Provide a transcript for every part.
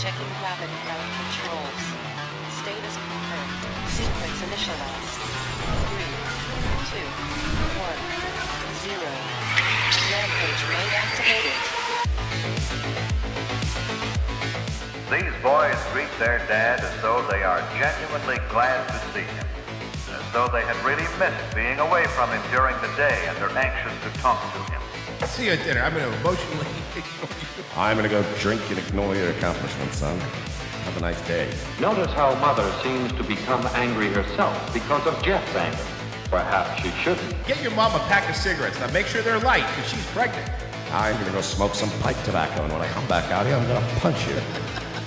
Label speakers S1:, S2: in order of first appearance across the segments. S1: Checking rapid ground controls. Status confirmed. Sequence initialized. Three, two, one, zero. Rampage mode activated.
S2: These boys greet their dad as though they are genuinely glad to see him, as though they had really missed being away from him during the day and are anxious to talk to him.
S3: See you at dinner. I'm going to emotionally ignore you.
S4: I'm gonna go drink and ignore your accomplishments, son. Have a nice day.
S5: Notice how Mother seems to become angry herself because of Jeff's anger. Perhaps she shouldn't.
S3: Get your mom a pack of cigarettes. Now make sure they're light because she's pregnant.
S4: I'm gonna go smoke some pipe tobacco, and when I come back out here, I'm gonna punch you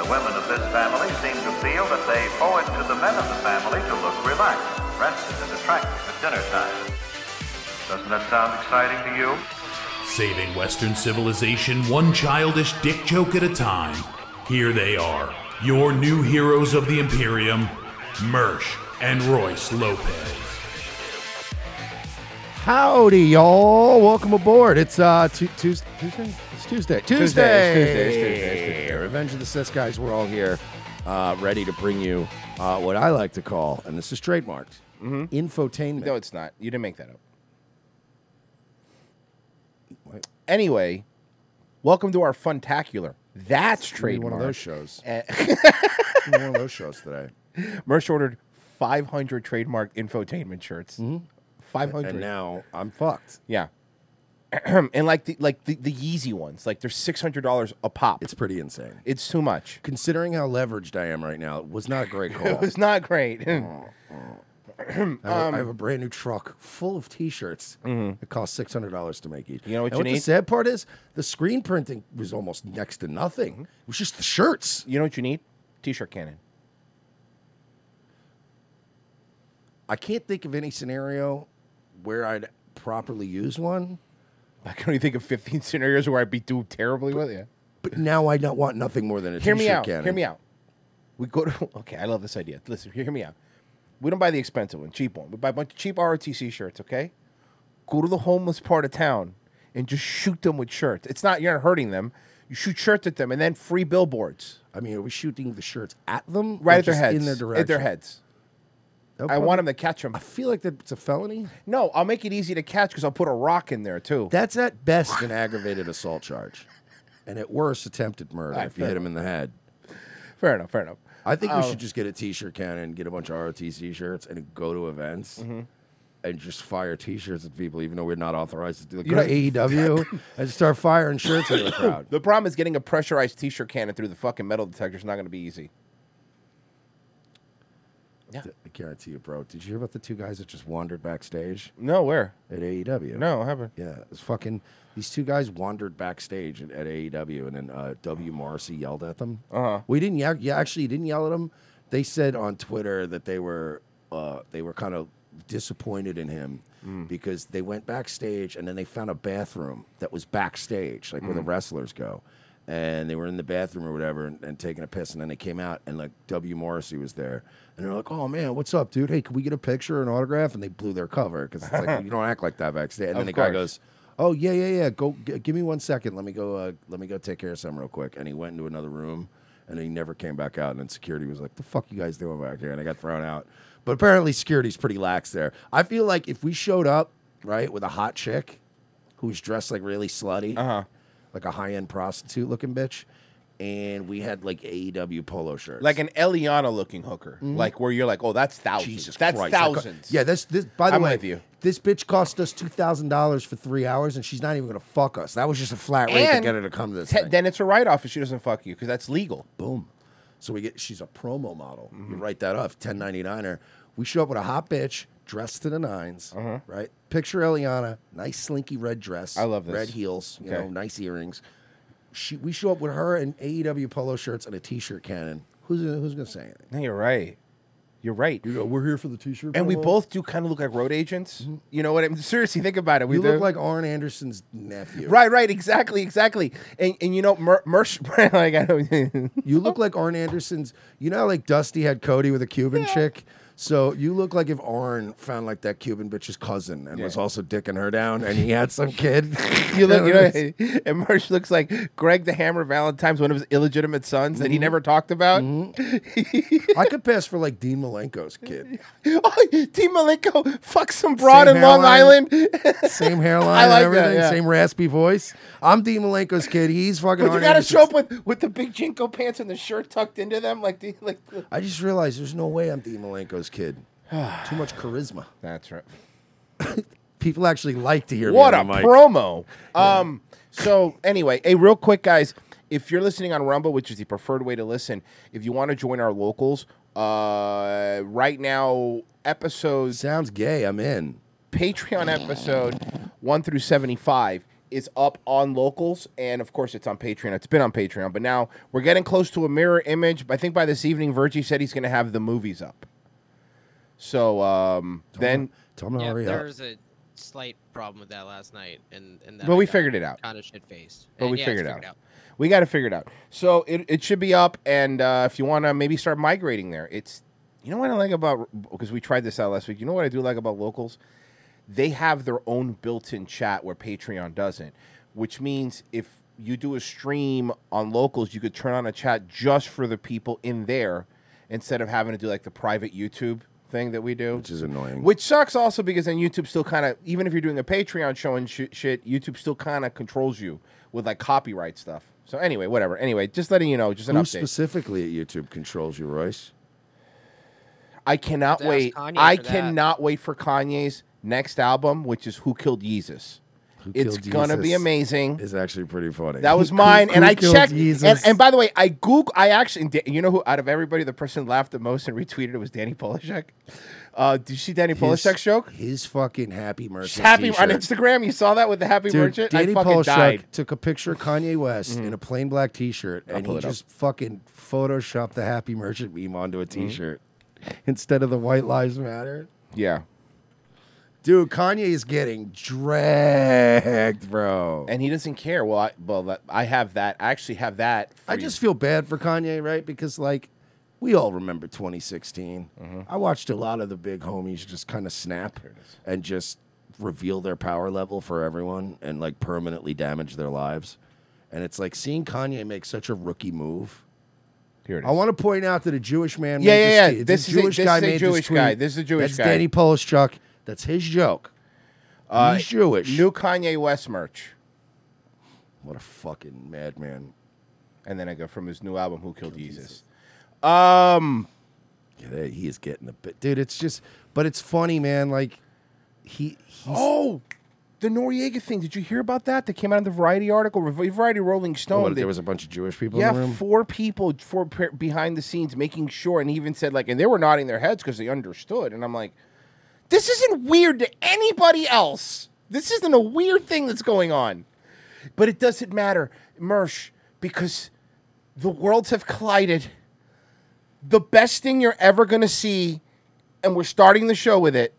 S2: The women of this family seem to feel that they owe it to the men of the family to look relaxed, rested, and attractive at dinner time. Doesn't that sound exciting to you?
S6: Saving Western civilization one childish dick joke at a time. Here they are, your new heroes of the Imperium, Mersch and Royce Lopez.
S4: Howdy, y'all! Welcome aboard. It's uh Tu Tuesday. Tuesday. It's Tuesday. Tuesday.
S7: Tuesday, it's Tuesday, it's Tuesday.
S4: Revenge of the Sith guys. We're all here, uh, ready to bring you uh, what I like to call, and this is trademarked, infotainment.
S3: No, it's not. You didn't make that up. Anyway, welcome to our Funtacular. That's
S4: Maybe
S3: trademarked.
S4: one of those shows.
S3: Eh.
S4: Maybe one of those shows today.
S3: Merch ordered 500 trademarked infotainment shirts. 500.
S4: Mm-hmm. And now I'm fucked.
S3: yeah. and like the like the, the Yeezy ones, like they're six hundred dollars a pop.
S4: It's
S3: It's
S4: pretty insane.
S3: it's too much.
S4: Considering how leveraged I am right now, it was not a great call.
S3: It's not great.
S4: I have, a- I have a brand new truck full of T-shirts. It cost six hundred dollars to make each.
S3: Mm-hmm. You know what
S4: And
S3: you
S4: The
S3: need?
S4: sad part is the screen printing was almost next to nothing. It was just the shirts.
S3: Mm-hmm. you know what you need? T-shirt cannon.
S4: I can't think of any scenario where I'd properly use one.
S3: I can only think of fifteen scenarios where I'd be do terribly with you.
S4: But now I don't want nothing more than a
S3: Hear
S4: t-shirt
S3: me out.
S4: cannon.
S3: Hear me out. We go to okay. I love this idea. Listen, hear me out. We don't buy the expensive one, cheap one. We buy a bunch of cheap ROTC shirts. Okay, go to the homeless part of town and just shoot them with shirts. It's not you're not hurting them. You shoot shirts at them and then free billboards
S4: I mean, are we shooting the shirts at them?
S3: right
S4: or
S3: at their
S4: just
S3: heads.
S4: In their direction.
S3: At their heads.
S4: They'll
S3: I
S4: probably-
S3: want them to catch them.
S4: I feel like that it's a felony.
S3: No, I'll make it easy to catch because I'll put a rock in there too.
S4: That's at best an aggravated assault charge, and at worst attempted murder
S3: Alright,
S4: if you
S3: fair.
S4: hit him in the head.
S3: fair enough. Fair enough.
S4: I think we
S3: Oh.
S4: should just get a T-shirt cannon, get a bunch of ROTC shirts, and go to events
S3: Mm-hmm.
S4: and just fire T-shirts at people, even though we're not authorized to do it.
S3: You
S4: Go
S3: know- E
S4: to AEW and start firing shirts at the crowd.
S3: The problem is getting a pressurized T-shirt cannon through the fucking metal detector is not going to be easy.
S4: I guarantee you, bro. Did you hear about the two guys that just wandered backstage
S3: No, where?
S4: at AEW?
S3: No, I haven't.
S4: Yeah, it's fucking. These two guys wandered backstage at, at AEW, and then uh, W. Morrissey yelled at them. Uh-huh. We didn't. Yeah, yeah, actually, he didn't yell at them. They said on Twitter that they were uh, they were kind of disappointed in him because they went backstage and then they found a bathroom that was backstage, like where the wrestlers go. And they were in the bathroom or whatever and, and taking a piss, and then they came out and like W. Morrissey was there, and they're like, "Oh man, what's up, dude? Hey, can we get a picture, or an autograph?" And they blew their cover because it's like you don't act like that backstage. And
S3: Of
S4: then the guy
S3: course.
S4: goes, "Oh yeah, yeah, yeah. Go, g- give me one second. Let me go. Uh, let me go take care of some real quick." And he went into another room, and he never came back out. And then security was like, "The fuck you guys doing back here?" And I got thrown out. But apparently, security's pretty lax there. I feel like if we showed up right with a hot chick who's dressed like really slutty, uh-huh. like a high end prostitute looking bitch, and we had like AEW E polo shirts, Mm-hmm.
S3: Like an Eliana looking hooker, like where you're like, oh, that's thousands.
S4: Jesus
S3: that's
S4: Christ. That co-
S3: thousands.
S4: yeah, this this by the
S3: I'm
S4: way,
S3: with you.
S4: this bitch cost us two thousand dollars for three hours, and she's not even gonna fuck us. That was just a flat rate to
S3: And
S4: get her to come to this.
S3: Te-
S4: thing.
S3: then it's a write off if she doesn't fuck you because that's legal.
S4: Boom. So we get she's a promo model.
S3: Mm-hmm.
S4: You write that off, 1099er. We show up with a hot bitch dressed to the 9s right? Picture Eliana, nice slinky red dress.
S3: Uh-huh. I love this.
S4: Red heels, you know,
S3: Okay.
S4: nice earrings. She, we show up E with her and AEW polo shirts and a t-shirt cannon. Who's who's gonna say anything?
S3: No, you're right. You're right.
S4: You go, we're here for the t-shirt.
S3: And we
S4: promo."
S3: both do kind of look like road agents. You know what I mean? Seriously, think about it. We
S4: you
S3: do.
S4: look like Arn Anderson's nephew.
S3: Right, right, exactly, exactly. And and you know, Mer- Mersh, like I know,
S4: You look like Arn Anderson's. You know, how, like Dusty had Cody with a Cuban chick. So you look like if Arn found like that Cuban bitch's cousin and was also dicking her down, and he had some kid.
S3: you look, you know, and Mersh looks like Greg the Hammer Valentine's one of his illegitimate sons that
S4: Mm-hmm.
S3: he never talked about.
S4: I could pass for like Dean Malenko's kid.
S3: Oh, Team Malenko fuck some broad
S4: Same
S3: in Long
S4: hairline.
S3: Island.
S4: Same hairline,
S3: I
S4: and
S3: like that,
S4: everything,
S3: yeah.
S4: same raspy voice. I'm Dean Malenko's kid. He's fucking.
S3: But you
S4: Arn
S3: gotta
S4: Anderson's-
S3: show up with, with the big jinko pants and the shirt tucked into them, like the, like. The...
S4: I just realized there's no way I'm Dean Malenko's kid. Too much charisma.
S3: That's right.
S4: People actually like to hear
S3: What
S4: me
S3: a
S4: on the mic.
S3: promo! Um. So anyway, hey, real quick, guys, if you're listening on Rumble, which is the preferred way to listen, if you want to join our locals, uh, right now episodes
S4: Sounds gay. I'm in.
S3: Patreon episode one through seventy five is up on locals, and of course it's on Patreon. It's been on Patreon, but now we're getting close to a mirror image. I think by this evening, Virgie said he's going to have the movies up. So um, then,
S4: Tell him to
S8: Yeah,
S4: hurry
S8: there
S4: up.
S8: was a slight problem with that last night, and and that
S3: But
S8: I
S3: we
S8: got
S3: figured it out.
S8: Kind of shit faced.
S3: but we figured, out. We got to figure it out. So it, it should be up, and uh, if you want to maybe start migrating there, it's you know what I like about because we tried this out last week. You know what I do like about locals? They have their own built-in chat where Patreon doesn't, which means if you do a stream on locals, you could turn on a chat just for the people in there instead of having to do like the private YouTube thing that we do,
S4: Which is annoying.
S3: which sucks also because then YouTube still kind of, even if you're doing a Patreon show and sh- shit, YouTube still kind of controls you with like copyright stuff. So anyway, whatever. Anyway, just letting you know, just an
S4: Who
S3: update.
S4: specifically at YouTube controls you, Royce?
S3: I
S8: Have
S3: cannot
S8: to ask
S3: wait.
S8: Kanye
S3: I
S8: for that.
S3: cannot wait for Kanye's next album, which is Who Killed Yeezus. it's
S4: Killed
S3: gonna be
S4: Yeezus
S3: amazing.
S4: Is actually pretty funny.
S3: That was
S4: Who-
S3: mine,
S4: who
S3: and I
S4: killed
S3: checked. And,
S4: Jesus?
S3: and by the way, I Google. I actually, da- you know who? Out of everybody, the person laughed the most and retweeted it was Danny Polishek. Uh, did you see Danny
S4: His-
S3: Polishek's joke?
S4: His fucking happy merchant.
S3: Happy
S4: t-shirt.
S3: on Instagram, you saw that with the happy
S4: Dude,
S3: merchant.
S4: Danny
S3: I fucking
S4: Polishek
S3: died. Mm-hmm.
S4: took a picture of Kanye West in a plain black T-shirt, and
S3: pull
S4: he
S3: it up.
S4: just fucking photoshopped the happy merchant meme onto a
S3: Mm-hmm.
S4: T-shirt instead of the White Lives Matter.
S3: Yeah,
S4: Dude, Kanye is getting dragged, bro.
S3: and he doesn't care. Well, I, well, that- I have that. I actually have that. For
S4: I
S3: you.
S4: just feel bad for Kanye, right? Because like we all remember 2016.
S3: Mm-hmm.
S4: I watched a lot of the big homies just kind of snap and just reveal their power level for everyone and like permanently damage their lives. And it's like seeing Kanye make such a rookie move.
S3: Here it is.
S4: I want to point out that a Jewish man.
S3: Yeah,
S4: made
S3: yeah,
S4: this
S3: yeah.
S4: tweet. It's a Jewish
S3: This is a- this
S4: guy.
S3: is a
S4: made
S3: Jewish
S4: tweet.
S3: guy. This is a Jewish
S4: That's
S3: guy.
S4: Danny Polishchuk. That's his joke. He's Jewish.
S3: Uh, new Kanye West merch,
S4: What a fucking madman.
S3: and then I go from his new album, Who Killed, Jesus. Um,
S4: Yeah, they- he is getting the bit, dude. It's just, but it's funny, man. Like he, he's,
S3: oh, the Noriega thing. Did you hear about that? That came out in the Variety article, Rev- Variety Rolling Stone.
S4: What,
S3: They-
S4: there was a bunch of Jewish people in the
S3: yeah,
S4: room.
S3: four people, four pe- behind the scenes making sure, and he even said like, and they were nodding their heads because they understood. And I'm like, this isn't weird to anybody else. This isn't a weird thing that's going on. But it doesn't matter, Mersh, because the worlds have collided. The best thing you're ever gonna see, and we're starting the show with it.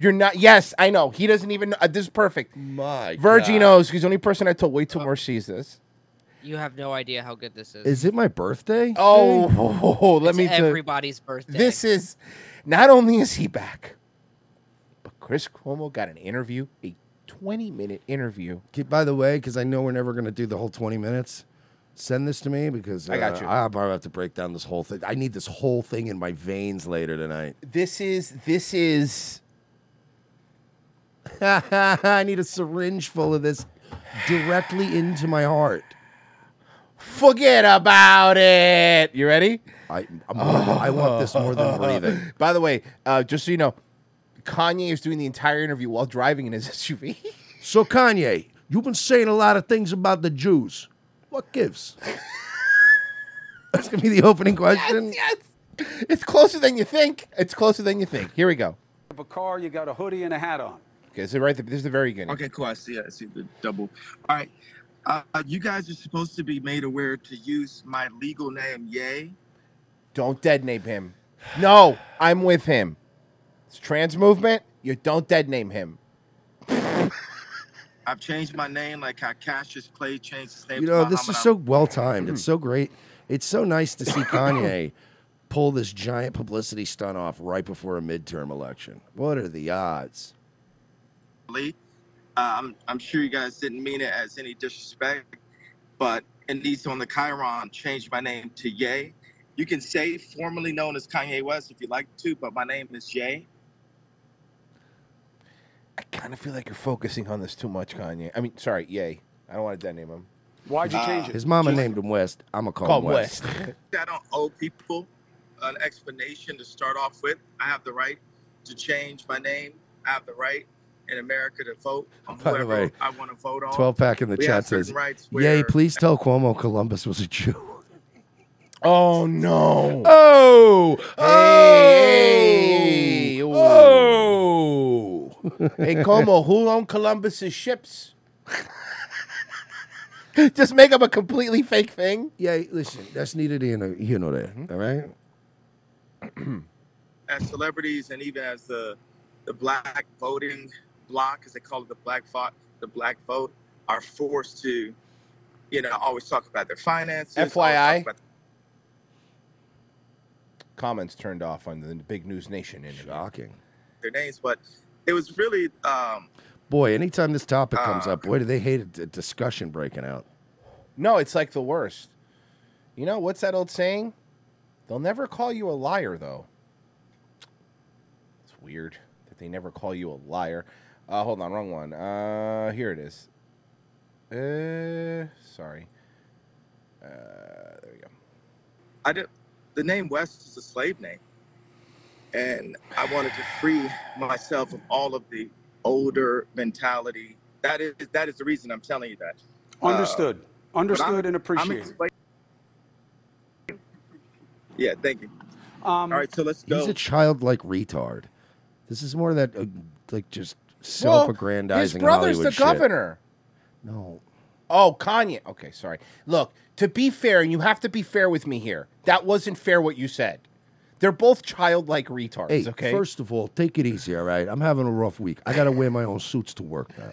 S3: You're not. Yes, I know. He doesn't even. Uh, this is perfect.
S4: My Uh,
S3: Virgie knows. He's the only person I told. Wait till Mersh sees this.
S8: You have no idea how good this is.
S4: Is it my birthday?
S3: Oh, let me.
S8: it's
S3: tell-
S8: everybody's birthday.
S3: This is not only is he back, but Chris Cuomo got an interview, a 20 minute interview.
S4: Okay, by the way, because I know we're never going to do the whole twenty minutes. Send this to me because
S3: I got
S4: uh,
S3: you.
S4: I might have to break down this whole thing. I need this whole thing in my veins later tonight.
S3: This is this is
S4: I need a syringe full of this directly into my heart.
S3: forget about it. You ready?
S4: I I'm, I want this more than breathing.
S3: By the way, uh, just so you know, Kanye is doing the entire interview while driving in his SUV.
S4: So Kanye, you've been saying a lot of things about the Jews. What gives? That's gonna be the opening question.
S3: yes. It's closer than you think. It's closer than you think. Here we go.
S9: of a car, you got a hoodie and a hat on.
S3: Okay, so right, this is the very beginning.
S10: Okay, cool. I see. I see the double. All right. Uh, you guys are supposed to be made aware to use my legal name, Yay.
S3: Don't dead name him. No, I'm with him. It's trans movement. You don't dead name him.
S10: I've changed my name like how Cassius Clay changed his name.
S4: You
S10: to
S4: know, this
S10: Muhammad
S4: is so well timed. It's
S10: Hmm.
S4: so great. It's so nice to see Kanye pull this giant publicity stunt off right before a midterm election. What are the odds?
S10: Ali. Uh, I'm I'm sure you guys didn't mean it as any disrespect, but in these on the Chiron changed my name to Ye. You can say formerly known as Kanye West if you like to, but my name is Ye.
S3: I kind of feel like you're focusing on this too much, Kanye. I mean, sorry, yay. I don't want to dead name him.
S10: Why'd you change
S4: His mama named him West. I'm gonna call,
S3: Call
S4: him
S3: him
S4: West.
S10: I don't owe people an explanation to start off with. I have the right to change my name. I have the right in America to vote on
S4: By the
S10: whoever
S4: way,
S10: I want to vote on.
S4: Twelve pack in the
S10: We have
S4: chat
S10: certain
S4: says,
S10: rights
S4: "Yay!
S10: where-
S4: Please tell Cuomo Columbus was a Jew."
S3: Oh no!
S4: Oh!
S3: Hey! hey,
S4: Oh!
S3: hey, Como, who owned Columbus's ships? Just make up a completely fake thing. Mm-hmm.
S4: Yeah, listen, that's needed in a you know that, all right?
S10: as celebrities and even as the the black voting block, as they call it, the black vote, the black vote, are forced to, you know, always talk about their finances. always talk
S3: FYI.
S10: about-
S3: Comments turned off on the Big News Nation. Interview.
S4: Shocking.
S10: their names, but it was really um,
S4: Boy, anytime this topic comes
S10: Ah.
S4: up, boy, do they hate a d- discussion breaking out.
S3: No, it's like the worst. You know what's that old saying? They'll never call you a liar, though. It's weird that they never call you a liar. Uh, hold on, wrong one. Uh, here it is. Uh, sorry. Uh, there we go.
S10: I did, the name West is a slave name. And I wanted to free myself of all of the older mentality. That is that is the reason I'm telling you that. Uh,
S9: Understood.
S10: but I'm-
S9: Understood and
S10: I'm
S9: appreciated.
S10: explain- yeah, thank you.
S9: Um,
S10: all right, so let's go.
S4: He's a childlike retard. This is more of that, uh, like, just self
S3: His
S4: aggrandizing.
S3: brother's the
S4: shit.
S3: governor.
S4: No.
S3: Oh, Kanye. Okay, sorry. Look, to be fair, and you have to be fair with me here. That wasn't fair what you said. They're both childlike retards.
S4: Hey,
S3: okay.
S4: first of all, take it easy, all right? I'm having a rough week. I got to wear my own suits to work now.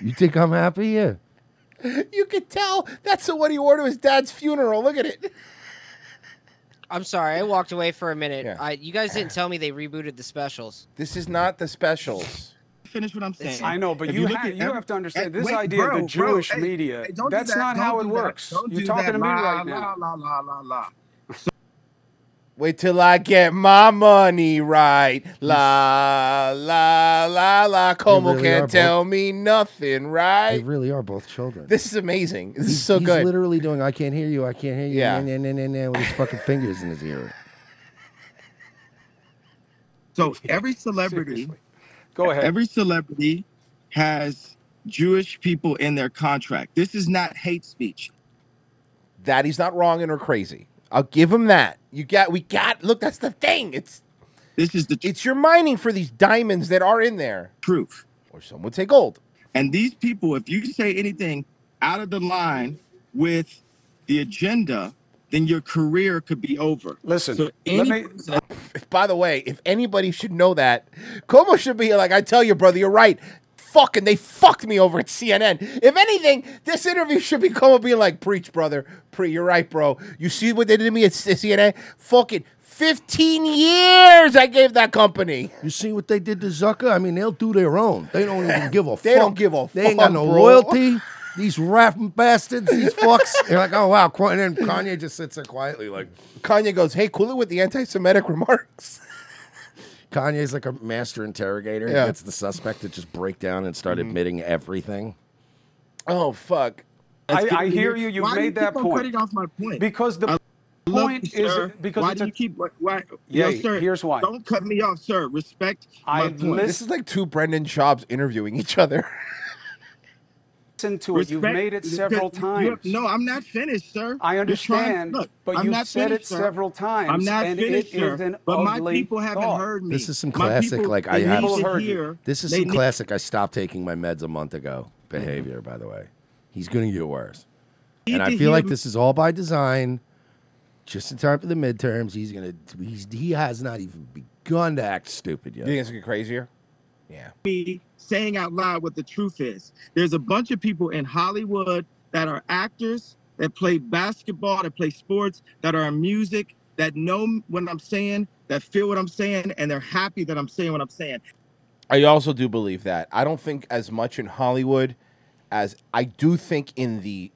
S4: You think I'm happy? Yeah.
S3: you could tell that's the one he wore to his dad's funeral. Look at it.
S8: I'm sorry, I walked away for a minute.
S3: Yeah.
S8: I, you guys didn't tell me they rebooted the specials.
S3: This is not the specials.
S10: Finish what I'm saying.
S9: I know, but
S10: If
S9: you,
S10: you look
S9: ha-
S10: at
S9: you
S10: every-
S9: have to understand
S10: Hey,
S9: this
S10: wait,
S9: idea
S10: bro,
S9: of the
S10: bro,
S9: Jewish
S10: hey,
S9: media.
S10: hey, don't do
S9: that's
S10: that,
S9: not
S10: don't
S9: how
S10: do
S9: it
S10: that,
S9: works.
S10: don't
S9: You're
S10: do
S9: talking
S10: that,
S9: to me
S10: la,
S9: right
S10: la,
S9: now.
S10: La, la, la, la.
S3: Wait till I get my money right. La la la la. Como
S4: really are
S3: can't
S4: both-
S3: tell me nothing,
S4: They
S3: right?
S4: really are both children.
S3: This is amazing. This
S4: He's-
S3: is so
S4: he's
S3: good.
S4: literally doing, I can't hear you, I can't hear you,
S3: Yeah.
S4: yeah. nah, nah, nah, nah, with his fucking fingers in his ear.
S10: So every celebrity,
S9: go ahead.
S10: Every celebrity has Jewish people in their contract. This is not hate speech.
S3: that he's not wrong and or crazy. I'll give him that. You got we got look, that's the thing. It's
S10: this is the
S3: it's your mining for these diamonds that are in there.
S10: Proof.
S3: Or some would say gold.
S10: And these people, if you say anything out of the line with the agenda, then your career could be over.
S9: Listen,
S10: so any person-
S3: By the way, if anybody should know that, Como should be like, I tell you, brother, you're right. Fucking, they fucked me over at CNN. If anything, this interview should be Como being like, preach, brother, pre, you're right, bro. You see what they did to me at C- CNN? Fucking 15 years I gave that company.
S4: You see what they did to Zucker? I mean, they'll do their own. They don't even give a fuck.
S3: They don't give a
S4: They ain't got
S3: fuck,
S4: no
S3: bro.
S4: loyalty. These rap bastards, these fucks. They're like, oh wow. Qu- And then Kanye just sits there quietly, like
S3: Kanye goes, hey, cool it with the anti-Semitic remarks.
S4: Kanye's like a master interrogator. He
S3: Yeah.
S4: gets the suspect to just break down and start admitting everything.
S3: Oh fuck.
S9: I, I hear you. You
S10: Why do
S9: made
S10: you
S9: that
S10: keep on
S9: point.
S10: cutting off my point?
S9: Because the
S10: Love
S9: point
S10: you,
S9: is
S10: sir.
S9: because
S10: why
S9: it's
S10: do
S9: a-
S10: you keep why, why
S9: Yeah,
S10: yo, sir,
S9: here's why.
S10: Don't cut me off, sir. Respect
S9: I
S10: my point.
S9: listen-
S3: This is like two Brendan Schaubs interviewing each other.
S9: listen to it. You've
S10: Respect-
S9: made it several
S10: because you-
S9: times.
S10: no, I'm not finished, sir.
S9: I
S10: You're trying-
S9: understand,
S10: look,
S9: but
S10: I'm
S9: you've
S10: not
S9: said
S10: finished,
S9: it
S10: sir.
S9: several times,
S10: I'm not
S9: and it
S10: finished, sir.
S9: is an
S10: but my
S9: ugly
S10: people haven't
S9: thought.
S10: heard me.
S4: This is some
S10: My
S4: classic.
S10: people,
S4: like I
S10: they
S4: have.
S10: need to
S9: People heard you.
S10: hear-
S4: This is
S10: they
S4: some
S10: need-
S4: classic. I stopped taking my meds a month ago. Behavior, by the way, he's going to get worse.
S10: Need
S4: And I
S10: to
S4: feel like
S10: hear-
S4: this is all by design, just in time for the midterms. He's gonna. He's, he has not even begun to act stupid yet.
S3: You think it's gonna get crazier? Yeah.
S10: me saying out loud what the truth is. There's a bunch of people in Hollywood that are actors, that play basketball, that play sports, that are in music, that know what I'm saying, that feel what I'm saying, and they're happy that I'm saying what I'm saying.
S3: I also do believe that. I don't think as much in Hollywood as I do think in the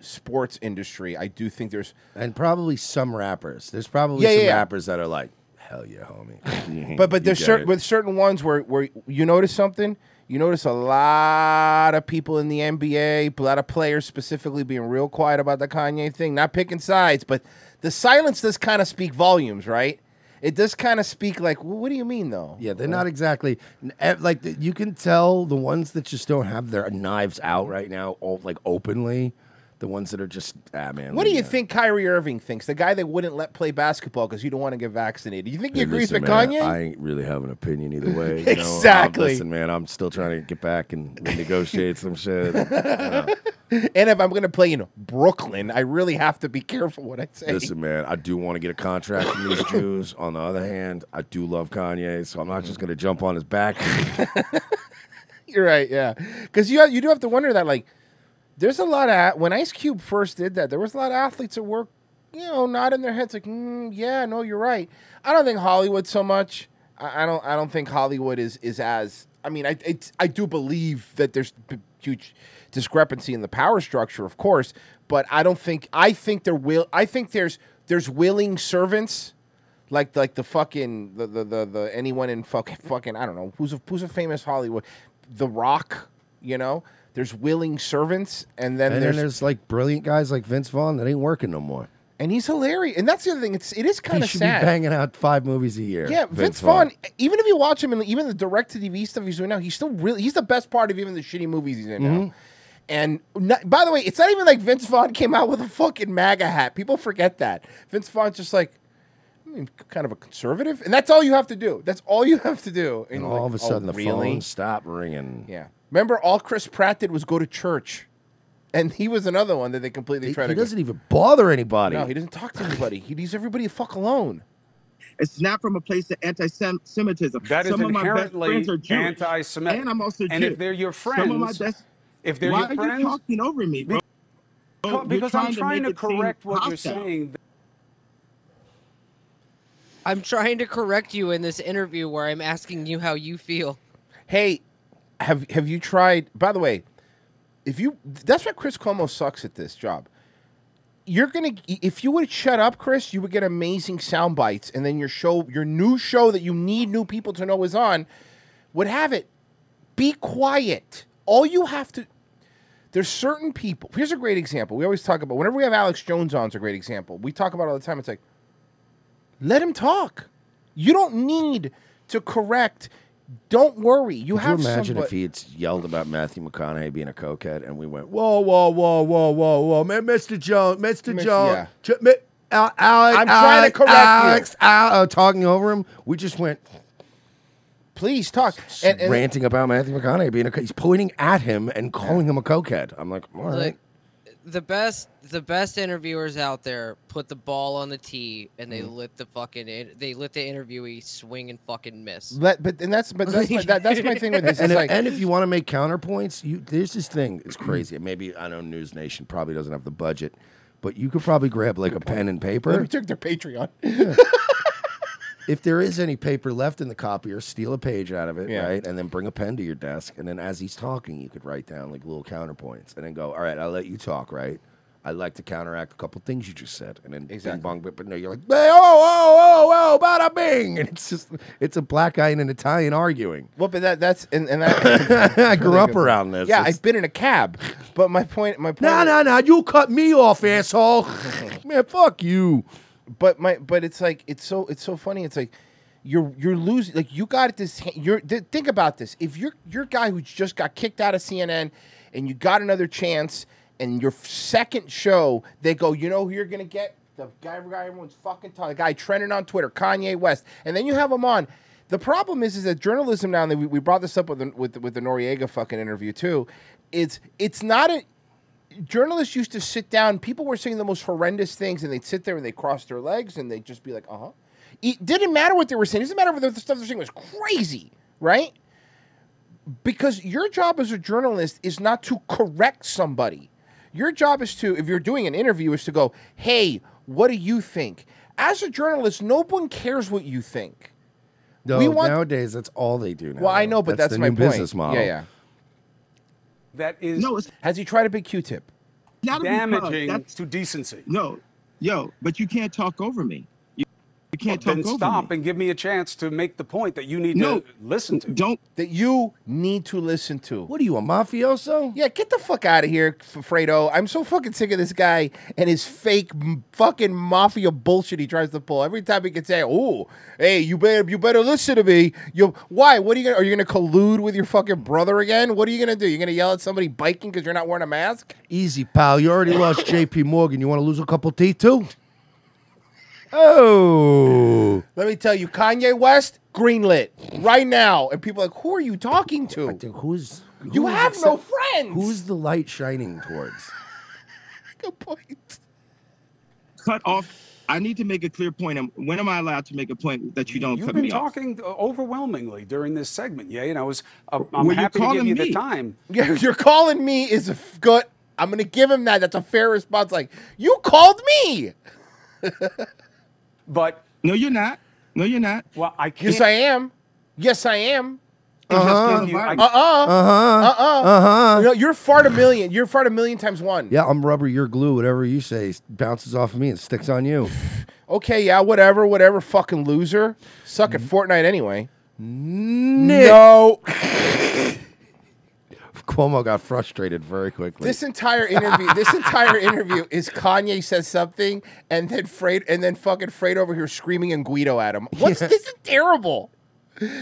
S3: sports industry. I do think there's
S4: and probably some rappers. There's probably
S3: Yeah,
S4: some
S3: yeah, yeah.
S4: rappers that are like, hell yeah, homie.
S3: But but
S4: You
S3: there's
S4: get
S3: certain
S4: it.
S3: with certain ones where where you notice something. You notice a lot of people in the NBA, a lot of players specifically being real quiet about the Kanye thing, not picking sides, but the silence does kind of speak volumes, right? It does kind of speak like, well, what do you mean though?
S4: Yeah, they're not exactly n- ev- like the, you can tell the ones that just don't have their knives out right now, all, like openly. The ones that are just ah man.
S3: What do
S4: leave
S3: you
S4: that.
S3: think Kyrie Irving thinks? The guy that wouldn't let play basketball because you don't want to get vaccinated. You think he
S4: Hey,
S3: agrees
S4: listen,
S3: with
S4: man,
S3: Kanye?
S4: I ain't really have an opinion either way. you know? I'm-
S3: Exactly.
S4: listen, man, I'm still trying to get back and renegotiate some shit.
S3: and if I'm going to play in Brooklyn, I really have to be careful what I say.
S4: Listen, man, I do want to get a contract from these Jews. On the other hand, I do love Kanye, so I'm not just gonna jump on his back.
S3: You're right, yeah. Because you you do have to wonder that like, there's a lot of when Ice Cube first did that, there was a lot of athletes that were, you know, nodding their heads like, mm, yeah, no, you're right. I don't think Hollywood so much. I, I don't I don't think Hollywood is is as. I mean, I it's, I do believe that there's b- huge discrepancy in the power structure, of course, but I don't think I think there will. I think there's there's willing servants like like the fucking the the the, the anyone in fucking fucking I don't know who's a, who's a famous Hollywood, The Rock, you know. There's willing servants, and then
S4: and
S3: there's,
S4: then there's like brilliant guys like Vince Vaughn that ain't working no more.
S3: and he's hilarious, and that's the other thing. It's it is kind
S4: he
S3: of
S4: should
S3: sad.
S4: be banging out five movies a year.
S3: yeah, Vince, Vaughn. Even if you watch him in the, even the direct to TV stuff he's doing now, he's still really he's the best part of even the shitty movies he's in now.
S4: Mm-hmm.
S3: And not, by the way, it's not even like Vince Vaughn came out with a fucking MAGA hat. People forget that Vince Vaughn's just like I mean, kind of a conservative, and that's all you have to do. That's all you have to do.
S4: And
S3: you're
S4: all
S3: like,
S4: of a
S3: "Oh,
S4: sudden, the
S3: really?
S4: phone stopped ringing.
S3: Yeah. Remember, all Chris Pratt did was go to church, and he was another one that they completely tried
S4: he
S3: to. go-
S4: doesn't even bother anybody.
S3: No, he doesn't talk to anybody. He leaves everybody the fuck alone.
S10: It's not from a place of anti-Semitism.
S9: That is
S10: Some
S9: inherently
S10: of my best friends are Jewish,
S9: anti-Semitic.
S10: and I'm also
S9: And
S10: Jewish.
S9: if they're your
S10: Some of my
S9: friends-
S10: best,
S9: if they're your
S10: why are
S9: friends-
S10: you talking over me, bro?
S9: Co-
S10: You're
S9: because I'm trying
S10: make
S9: to
S10: it seem
S9: correct what you're
S10: hostile.
S9: saying.
S8: I'm trying to correct you in this interview where I'm asking you how you feel.
S3: Hey, have have you tried? By the way, if you that's why Chris Cuomo sucks at this job. You're gonna if you would shut up, Chris, you would get amazing sound bites, and then your show, your new show that you need new people to know is on, would have it. Be quiet. All you have to there's certain people. Here's a great example. We always talk about whenever we have Alex Jones on, it's a great example. We talk about it all the time. It's like, let him talk. You don't need to correct. Don't worry. You
S4: Could
S3: have
S4: you imagine if
S3: somebody-
S4: he had yelled about Matthew McConaughey being a cokehead and we went, whoa, whoa, whoa, whoa, whoa, whoa, man, Mr. Jones, Mr.
S3: Miss- yeah.
S4: Jones, Jo- Mi- Al- Alex,
S3: I'm trying to
S4: Alex,
S3: correct you.
S4: Alex, Al-
S3: oh,
S4: uh, talking over him. We just went
S3: please talk and, and-
S4: ranting about Matthew McConaughey being a co- he's pointing at him and calling him a cokehead. I'm like, all right.
S8: Like the best, the best interviewers out there put the ball on the tee and
S3: Mm-hmm.
S8: they let the fucking in- they let the interviewee swing and fucking miss.
S3: Let, but and that's but that's my, that, that's my thing with this.
S4: and,
S3: It's
S4: if,
S3: like
S4: and if you want to make counterpoints, you there's this thing. It's crazy. Maybe I know News Nation probably doesn't have the budget, but you could probably grab like a pen and paper.
S3: we took their Patreon.
S4: If there is any paper left in the copier, steal a page out of it, right? And then bring a pen to your desk. And then as he's talking, you could write down like little counterpoints and then go, all right, I'll let you talk, right? I'd like to counteract a couple things you just said. And then bing bong, but, but no, you're like, hey, oh, oh, oh, oh, bada bing. And it's just, it's a black guy and an Italian arguing.
S3: Well, but that that's and, and that,
S4: I grew up around this.
S3: Yeah,
S4: It's-
S3: I've been in a cab, but my point, my point.
S4: No, no, no! You cut me off, asshole. Man, fuck you.
S3: But my, but it's like it's so it's so funny. It's like you're you're losing. Like you got this. ha- You're th- think about this. If you're you're a guy who just got kicked out of CNN, and you got another chance, and your second show, they go, you know who you're gonna get? The guy, guy everyone's fucking talking. The guy trending on Twitter, Kanye West, and then you have him on. The problem is, is that journalism now, and we, we brought this up with the, with the- with the Noriega fucking interview too. It's it's not a journalists used to sit down. People were saying the most horrendous things, and they'd sit there and they cross their legs and they'd just be like, "Uh huh." It didn't matter what they were saying. It doesn't matter whether the stuff they're saying was crazy, right? Because your job as a journalist is not to correct somebody. Your job is to, if you're doing an interview, is to go, "Hey, what do you think?" As a journalist, no one cares what you think.
S4: No,
S3: We want-
S4: nowadays that's all they do now.
S3: Well, I know, but that's
S4: the
S3: my
S4: new
S3: point.
S4: business model.
S3: Yeah, yeah.
S9: That is
S10: no. It's
S3: Has he tried a big Q-tip?
S10: not
S9: damaging
S10: That's,
S9: to decency.
S10: no, yo, but you can't talk over me. You, you can't
S9: Then
S10: talk over
S9: stop
S10: me.
S9: and give me a chance to make the point that you need
S10: No,
S9: to listen to.
S10: Don't
S3: that you need to listen to. What
S4: are you, a mafioso?
S3: Yeah, get the fuck out of here, F- Fredo. I'm so fucking sick of this guy and his fake m- fucking mafia bullshit he tries to pull. Every time he can say, "Oh, hey, you better you better listen to me." You why? What are you gonna are you gonna collude with your fucking brother again? What are you gonna do? You're gonna yell at somebody biking because you're not wearing a mask?
S4: Easy, pal. You already lost J.P. Morgan. You want to lose a couple teeth too? Oh,
S3: Let me tell you, Kanye West greenlit right now, and people are like, "Who are you talking to?"
S4: who's
S3: you
S4: who's
S3: have no
S4: accept-
S3: friends?
S4: Who's the light shining towards?
S3: Good point.
S10: cut off. I need to make a clear point. And When am I allowed to make a point that you don't
S9: You've
S10: cut
S9: been
S10: me off?
S9: talking uh, overwhelmingly during this segment, yeah, and I was. I'm I'm
S10: Well, you're
S9: happy to give
S10: calling
S9: you
S10: me.
S9: the time.
S3: Yeah, you're calling me is a f- good. I'm gonna give him that. That's a fair response. Like you called me.
S9: But
S10: no, you're not. No, you're not.
S9: Well, I can't.
S3: Yes, I am. Yes, I am.
S10: I just Uh-huh. gave you- I-
S3: Uh uh. Uh
S4: Uh-huh.
S3: uh.
S4: Uh-huh.
S3: No, you're fart a million. You're fart a million times one.
S4: Yeah, I'm rubber. You're glue. Whatever you say bounces off of me and sticks on you.
S3: Okay, yeah, whatever, whatever. Fucking loser. Suck at Fortnite anyway.
S4: No. Cuomo got frustrated very quickly.
S3: This entire interview, this entire interview is Kanye says something, and then Fred, and then fucking Fred over here screaming and Guido at him. What's
S11: Yeah.
S3: this? Is terrible.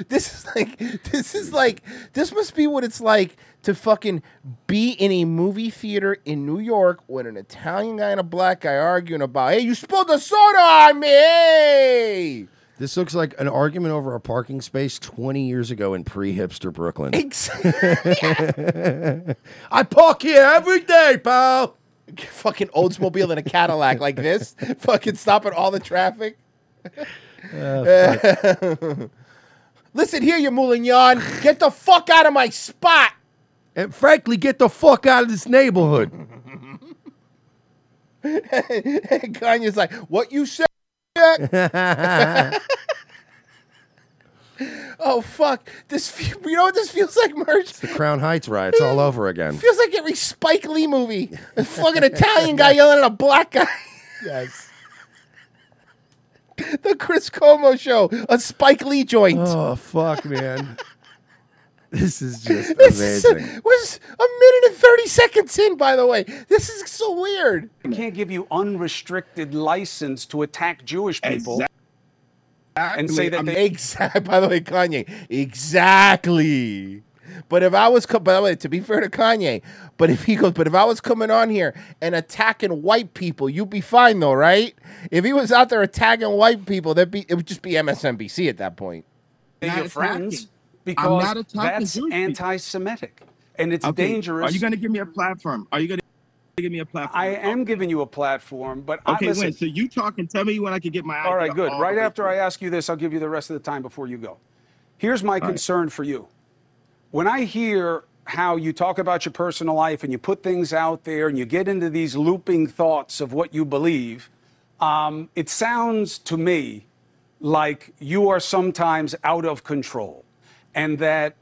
S3: This is like, this is like, this must be what it's like to fucking be in a movie theater in New York when an Italian guy and a black guy arguing about, hey, you spilled the soda on me. Hey.
S4: This looks like an argument over a parking space 20 years ago in pre-hipster Brooklyn. I park here every day, pal.
S3: fucking Oldsmobile in a Cadillac like this, fucking stopping all the traffic. Listen here, you Moulignon. Get the fuck out of my spot.
S4: And frankly, get the fuck out of this neighborhood.
S3: and Kanye's like, what you said? Jack?" oh fuck! This fe- you know what this feels like, merch.
S4: The Crown Heights riots all over again.
S3: Feels like every Spike Lee movie. A fucking Italian guy yelling at a black guy.
S4: Yes.
S3: the Chris Como show, a Spike Lee joint.
S4: Oh fuck, man. This is just uh,
S3: This is
S4: amazing.
S3: was a minute and 30 seconds in, by the way. This is so weird.
S9: I can't give you unrestricted license to attack Jewish people and say that they
S3: exactly. By the way, Kanye, exactly. But if I was, co- by the way, to be fair to Kanye, but if he goes, but if I was coming on here and attacking white people, you'd be fine though, right? If he was out there attacking white people, that'd be it would just be MSNBC at that point.
S9: they're your
S10: not
S9: friends
S10: attacking. I'm
S9: because
S10: not attacking
S9: that's
S10: Jewish people.
S9: anti-Semitic and it's
S10: Okay,
S9: dangerous.
S10: Are you going to give me a platform? Are you going to give me a platform?
S9: I am giving you a platform, but
S10: Okay,
S9: I listen.
S10: wait. So you talk and tell me when I can get my.
S9: All right,
S10: idea
S9: good.
S10: all
S9: Right
S10: the way
S9: after I ask you this, I'll give you the rest of the time before you go. Here's my concern for you. When I hear how you talk about your personal life and you put things out there and you get into these looping thoughts of what you believe, um, it sounds to me like you are sometimes out of control and that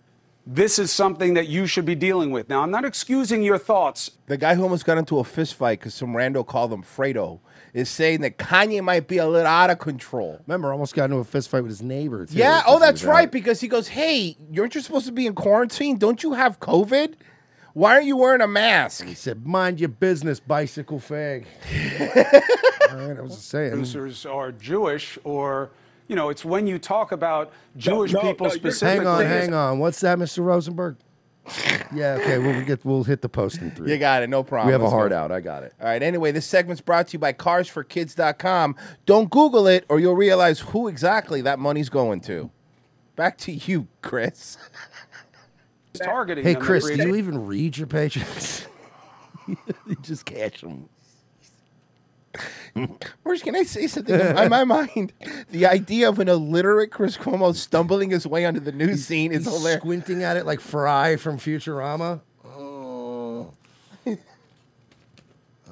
S9: this is something that you should be dealing with. Now, I'm not excusing your thoughts.
S3: The guy who almost got into a fist fight because some rando called him Fredo is saying that Kanye might be a little out of control.
S4: Remember, almost got into a fist fight with his neighbor. Too,
S3: Yeah.
S4: because
S3: Oh,
S4: he
S3: that's
S4: was
S3: right.
S4: out.
S3: Because he goes, "Hey, aren't you supposed to be in quarantine? Don't you have COVID? Why aren't you wearing a mask?"
S4: He said, "Mind your business, bicycle fag." All right, I was just saying.
S9: Producers are Jewish or. You know, it's when you talk about Jewish
S10: no,
S9: people
S10: no, you're-
S9: specifically.
S4: Hang on,
S9: as
S4: hang on. What's that, Mr. Rosenberg? yeah. Okay. We'll we'll get. We'll hit the post in three.
S3: You got it. No problem.
S4: We have a
S3: Let's
S4: hard
S3: go.
S4: out. I got it.
S3: All right. Anyway, this segment's brought to you by carsforkids.com. Don't Google it or you'll realize who exactly that money's going to. Back to you, Chris.
S9: targeting
S4: Hey,
S9: them and
S4: Chris, do
S9: creating-
S4: you even read your pages? just catch them.
S3: Marsh, can I say something? In my mind, the idea of an illiterate Chris Cuomo stumbling his way onto the news scene is hilarious.
S4: Squinting at it like Fry from Futurama. Oh.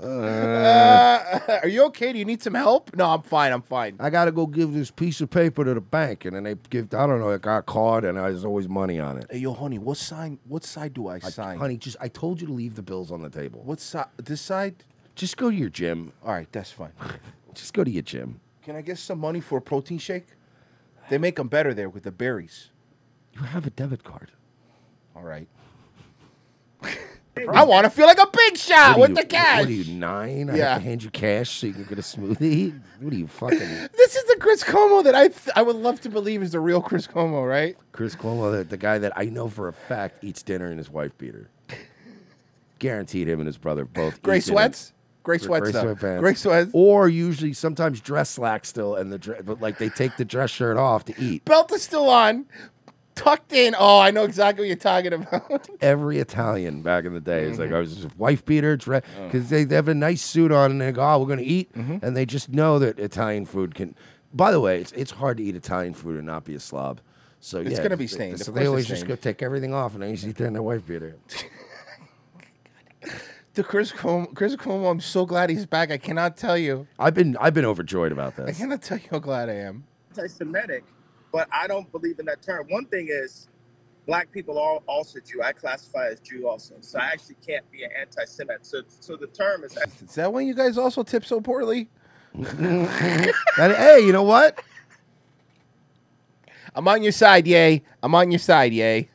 S3: Uh, are you okay? Do you need some help? No, I'm fine. I'm fine.
S4: I gotta go give this piece of paper to the bank, and then they give. I don't know. It got caught, and there's always money on it.
S3: Hey, yo, honey, what sign? What side do I, sign?
S4: honey, just I told you to leave the bills on the table.
S3: What side? This side?
S4: Just go to your gym.
S3: All right, that's fine.
S4: just go to your gym.
S3: Can I get some money for a protein shake? They make them better there with the berries.
S4: You have a debit card.
S3: All right. I want to feel like a big shot
S4: What
S3: with
S4: are
S3: the
S4: you-
S3: cash.
S4: What are you nine? I
S3: Yeah.
S4: have to hand you cash so you can get a smoothie. What are you fucking?
S3: This is the Chris Cuomo that I th- I would love to believe is the real Chris Cuomo, right?
S4: Chris Cuomo, the, the guy that I know for a fact eats dinner in his wife beater. Guaranteed, him and his brother both.
S3: Gray
S4: eat dinner.
S3: sweats? Gray
S4: Gr-
S3: sweats, though.
S4: sweatpants.
S3: Gray sweats.
S4: Or usually, sometimes dress slacks still, and the dre- but like they take the dress shirt off to eat.
S3: Belt is still on, tucked in. Oh, I know exactly what you're talking about.
S4: Every Italian back in the day is like,
S3: Mhm.
S4: I was just wife beater dress
S3: Oh.
S4: because they, they have a nice suit on and they go, oh, we're gonna eat,
S3: Mm-hmm.
S4: and they just know that Italian food can. By the way, it's it's hard to eat Italian food and not be a slob. So
S3: It's
S4: yeah,
S3: gonna be
S4: they-
S3: stained.
S4: So
S3: Of course
S4: they
S3: it's
S4: always just go
S3: stained.
S4: take everything off and they just eat their in their wife beater.
S3: the Chris Cuomo, Chris Cuomo, I'm so glad he's back. I cannot tell you.
S4: I've been I've been overjoyed about
S3: I
S4: this.
S3: cannot tell you how glad I am.
S10: anti-Semitic, but I don't believe in that term. One thing is, black people are also Jew. I classify as Jew also, so I actually can't be an anti-Semite. So, so the term is
S3: Is that why you guys also tip so poorly?
S4: And, hey, you know what?
S3: I'm on your side, yay. I'm on your side, yay.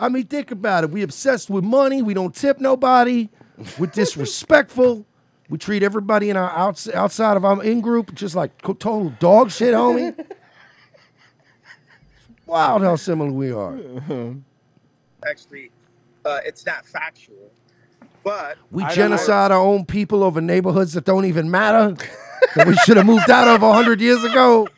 S4: I mean, think about it. We obsessed with money. We don't tip nobody. We're disrespectful. we treat everybody in our outs- outside of our in group just like co- total dog shit, homie. Wild how similar we are.
S10: actually, uh, it's not factual. But
S4: We
S10: I don't-
S4: genocide our own people over neighborhoods that don't even matter. that we should have moved out of hundred years ago.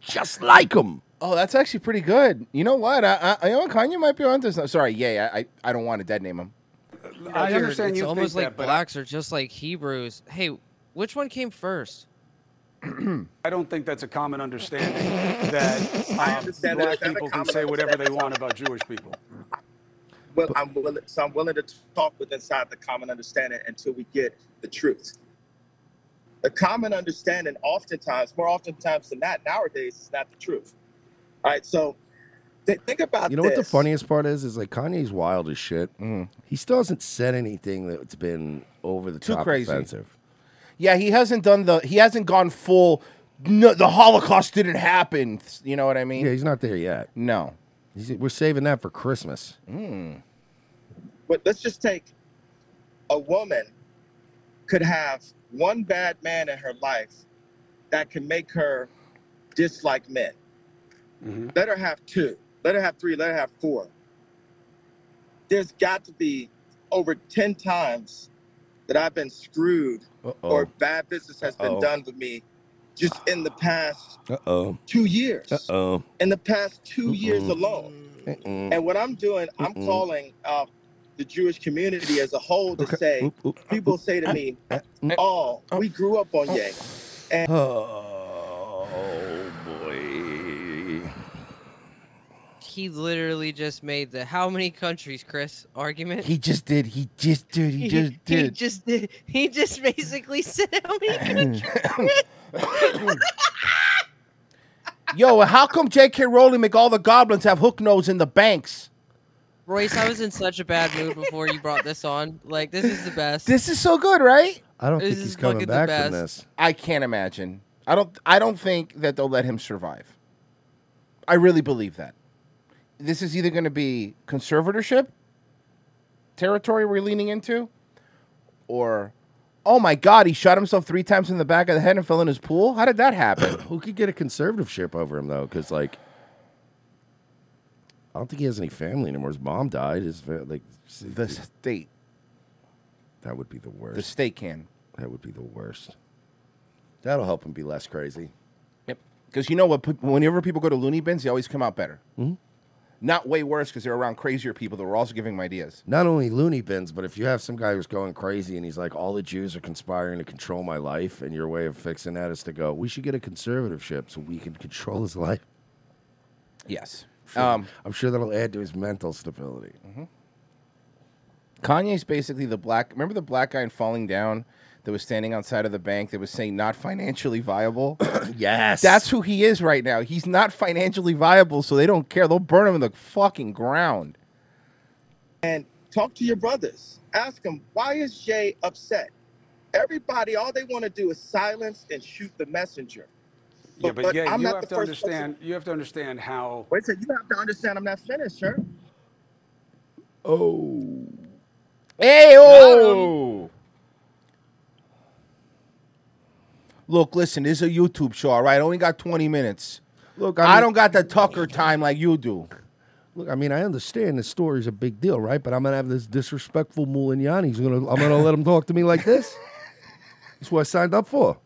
S4: Just like them.
S3: Oh, that's actually pretty good. You know what? I, I, I know Kanye might be onto something. Sorry, yay. I, I, I don't want to dead name him.
S9: I understand
S8: it's
S9: you think
S8: almost like
S9: that, but I-
S8: blacks are just like Hebrews. Hey, which one came first?
S9: I don't think that's a common understanding that um,
S10: understand that
S9: black
S10: it's not a
S9: people can
S10: common
S9: say whatever they want about Jewish people.
S10: Well, I'm willing, so I'm willing to talk with inside the common understanding until we get the truth. The common understanding, oftentimes, more oftentimes than not, nowadays is not the truth. All right, so th- think about
S4: You know what the
S10: this.
S4: funniest part is? Is like Kanye's wild as shit. He still hasn't said anything that's been over the
S3: Too
S4: top
S3: crazy.
S4: offensive.
S3: Yeah, he hasn't done the. He hasn't gone full. No, the Holocaust didn't happen. You know what I mean?
S4: Yeah, he's not there yet.
S3: No,
S4: he's, we're saving that for Christmas. Mm.
S10: But let's just take a woman could have one bad man in her life that can make her dislike men.
S4: Mm-hmm.
S10: Let her have two. Let her have three. Let her have four. There's got to be over 10 times that I've been screwed or bad business has been
S4: Uh-oh.
S10: done with me just in the past
S4: Uh oh.
S10: two years.
S4: Uh oh.
S10: In the past 2 years
S4: Mm-mm.
S10: alone. And what I'm doing, I'm
S4: Mm. Mm-mm.
S10: calling uh, the Jewish community as a whole to say, people say to me, oh, we grew up on Ye. And
S4: Oh boy.
S8: He literally just made the how many countries, Chris, argument.
S3: he just did. He just did. He just
S8: He
S3: did.
S8: just did. He just basically said how many countries.
S3: Yo, and how come J.K. Rowling make all the goblins have hook nose in the banks?
S8: Royce, I was in such a bad mood before you brought this on. Like this is the best.
S3: This is so good, right?
S4: I don't
S8: This
S4: think he's
S8: is
S4: coming
S8: fucking the
S4: back
S8: best.
S4: from this.
S3: I can't imagine. I don't. I don't think that they'll let him survive. I really believe that. This is either going to be conservatorship territory we're leaning into, or oh my god, he shot himself three times in the back of the head and fell in his pool. How did that happen?
S4: Who could get a conservative ship over him though? Because like, I don't think he has any family anymore. His mom died. His fa- like
S3: the state.
S4: That would be the worst.
S3: The state can.
S4: That would be the worst. That'll help him be less crazy.
S3: Yep. Because you know what? pe- Whenever people go to loony bins, they always come out better. Not way worse because they're around crazier people that were also giving them ideas.
S4: Not only loony bins, but if you have some guy who's going crazy and he's like, all the Jews are conspiring to control my life, and your way of fixing that is to go, we should get a conservative ship so we can control his life.
S3: Yes.
S4: Sure.
S3: Um,
S4: I'm sure that'll add to his mental stability.
S3: Mm-hmm. Kanye's basically the black. Remember the black guy in Falling Down that was standing outside of the bank that was saying not financially viable.
S4: yes,
S3: that's who he is right now. He's not financially viable, so they don't care. They'll burn him in the fucking ground.
S10: and talk to your brothers. Ask them, why is Jay upset? Everybody, all they want to do is silence and shoot the messenger.
S9: Yeah, but, yeah,
S10: I'm
S9: you
S10: not
S9: have
S10: the
S9: to
S10: first
S9: understand. You have to understand how.
S10: Wait a second, you have to understand I'm not finished, sir.
S4: Oh.
S3: Hey, oh. Look, listen, this is a YouTube show, all right? I only got 20 minutes.
S4: Look,
S3: I,
S4: I mean-
S3: don't got the Tucker time like you do.
S4: Look, I mean, I understand the story's a big deal, right? But I'm gonna have this disrespectful Mulignani. He's gonna, I'm gonna let him talk to me like this. That's what I signed up for.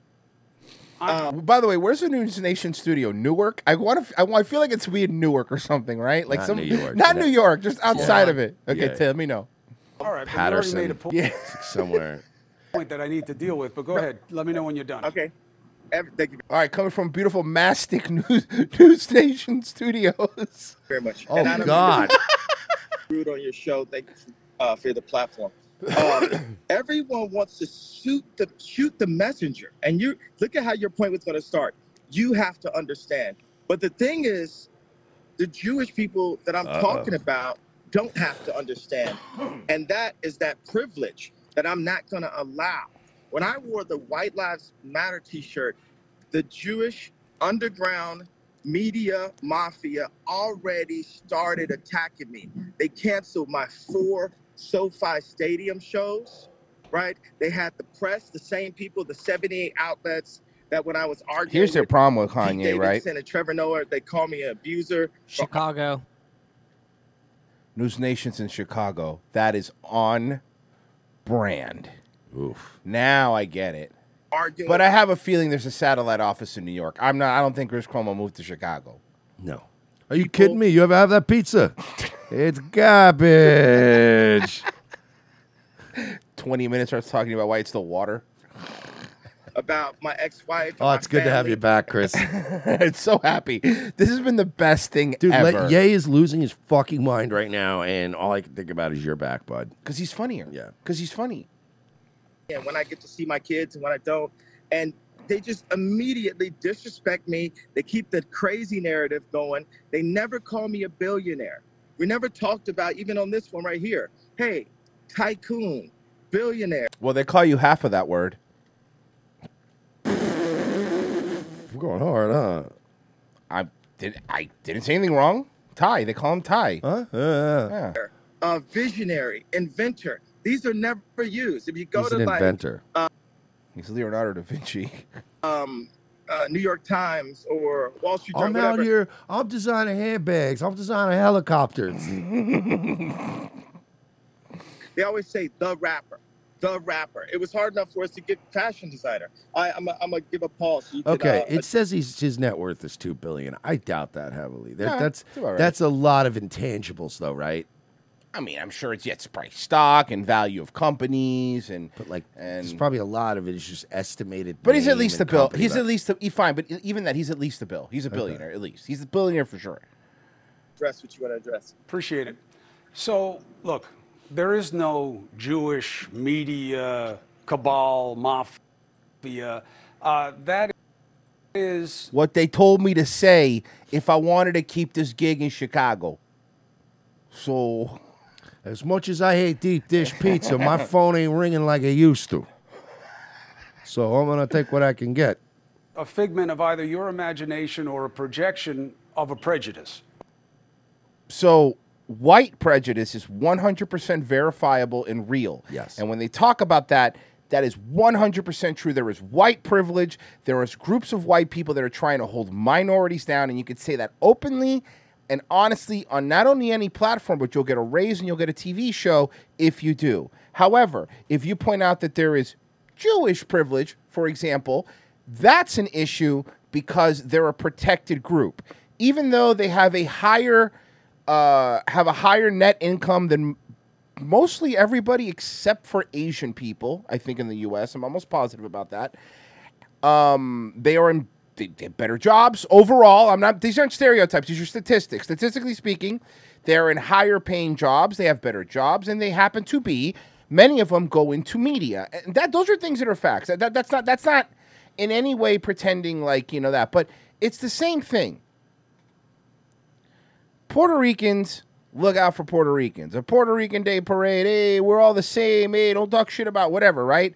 S3: By the way, where's the News Nation studio? Newark? I want to. I, wa- I feel like it's weird Newark or something, right? Like
S4: Not
S3: some,
S4: New York.
S3: not
S4: Yeah.
S3: New York, just
S4: Yeah.
S3: outside of it. Okay,
S4: Yeah.
S3: Tim, let me know.
S9: All right, but you already
S4: Patterson,
S9: made a point.
S3: Yeah.
S4: somewhere.
S9: point that I need to deal with, but go ahead. Let me know when you're done.
S10: Okay. thank you
S3: All right, coming from beautiful Mastic News News Station Studios.
S10: very much.
S3: Oh,
S10: And I don't
S3: God.
S10: mean to be Rude on your show. Thank you uh, for the platform. Uh, everyone wants to shoot the shoot the messenger, and you look at how your point was going to start. You have to understand. But the thing is, the Jewish people that I'm
S12: Uh-oh.
S10: talking about don't have to understand, and that is that privilege that I'm not going to allow. When I wore the White Lives Matter T-shirt, the Jewish underground media mafia already started attacking me. They canceled my four SoFi Stadium shows, right? They had the press, the same people, the 78 outlets that when I was arguing.
S3: Here's their
S10: with
S3: problem with
S10: Pete
S3: Kanye, right?
S10: Davidson and Trevor Noah, they call me an abuser.
S8: Chicago.
S3: News Nation's in Chicago. That is on brand.
S4: Oof.
S3: Now I get it.
S10: Arguing.
S3: But I have a feeling there's a satellite office in New York. I'm not. I don't think Chris Cuomo moved to Chicago.
S4: No. Are you kidding me? You ever have that pizza? it's garbage.
S3: 20 minutes starts talking about why it's the water.
S10: about my ex-wife. and
S4: Oh, it's
S10: my
S4: good to have
S10: family.
S4: you back, Chris.
S3: it's so happy. This has been the best thing
S4: Dude,
S3: ever.
S4: let, Ye is losing his fucking mind right now, and all I can think about is your back, bud.
S3: Because he's funnier.
S4: Yeah.
S3: Because he's funny.
S10: and when I get to see my kids and when I don't. And they just immediately disrespect me. They keep the crazy narrative going. They never call me a billionaire. We never talked about, even on this one right here, hey, tycoon, billionaire.
S3: Well, they call you half of that word.
S4: We're going hard, huh?
S3: I did. I didn't say anything wrong. Ty. They call him Ty.
S4: Huh?
S3: Yeah.
S10: uh, visionary, inventor. These are never used. If you go
S3: He's
S10: to
S3: an
S10: like
S3: inventor.
S10: uh,
S3: He's Leonardo da Vinci.
S10: um, uh, New York Times or Wall Street Journal,
S4: I'm out
S10: whatever,
S4: here. I'm designing handbags. I'm designing helicopters.
S10: they always say the rapper, the rapper. It was hard enough for us to get fashion designer. I, I'm gonna give a pause. So you can,
S4: okay,
S10: uh,
S4: it says he's, his net worth is two billion. I doubt that heavily. That,
S3: Nah,
S4: that's
S3: it's about right.
S4: that's a lot of intangibles, though, right?
S3: I mean, I'm sure it's it's price stock and value of companies and but like and
S4: There's probably a lot of it is just estimated.
S3: But he's at
S4: name
S3: least a
S4: and
S3: bill.
S4: company
S3: He's at
S4: value.
S3: least a, he fine. But e- even that, he's at least a bill. He's a billionaire at least. He's a billionaire for sure.
S10: address what you want to address.
S9: Appreciate it. So, look, there is no Jewish media cabal mafia. Uh, that is
S3: What they told me to say if I wanted to keep this gig in Chicago. So,
S4: as much as I hate deep dish pizza, my phone ain't ringing like it used to. So I'm gonna take what I can get.
S9: a figment of either your imagination or a projection of a prejudice.
S3: So white prejudice is 100% verifiable and real. Yes. And when they talk about that, that is 100% true. There is white privilege. There is groups of white people that are trying to hold minorities down. And you could say that openly and honestly on not only any platform, but you'll get a raise and you'll get a TV show if you do. However, if you point out that there is Jewish privilege, for example, that's an issue because they're a protected group. Even though they have a higher uh, have a higher net income than mostly everybody except for Asian people. I think in the U.S., I'm almost positive about that. Um, they are in they, they have better jobs overall. I'm not. These aren't stereotypes. These are statistics. Statistically speaking, they're in higher paying jobs. They have better jobs, and they happen to be many of them go into media. And that those are things that are facts. That, that- that's not that's not in any way pretending like you know that. But it's the same thing. Puerto Ricans look out for Puerto Ricans. A Puerto Rican Day parade. Hey, we're all the same. Hey, don't talk shit about whatever. Right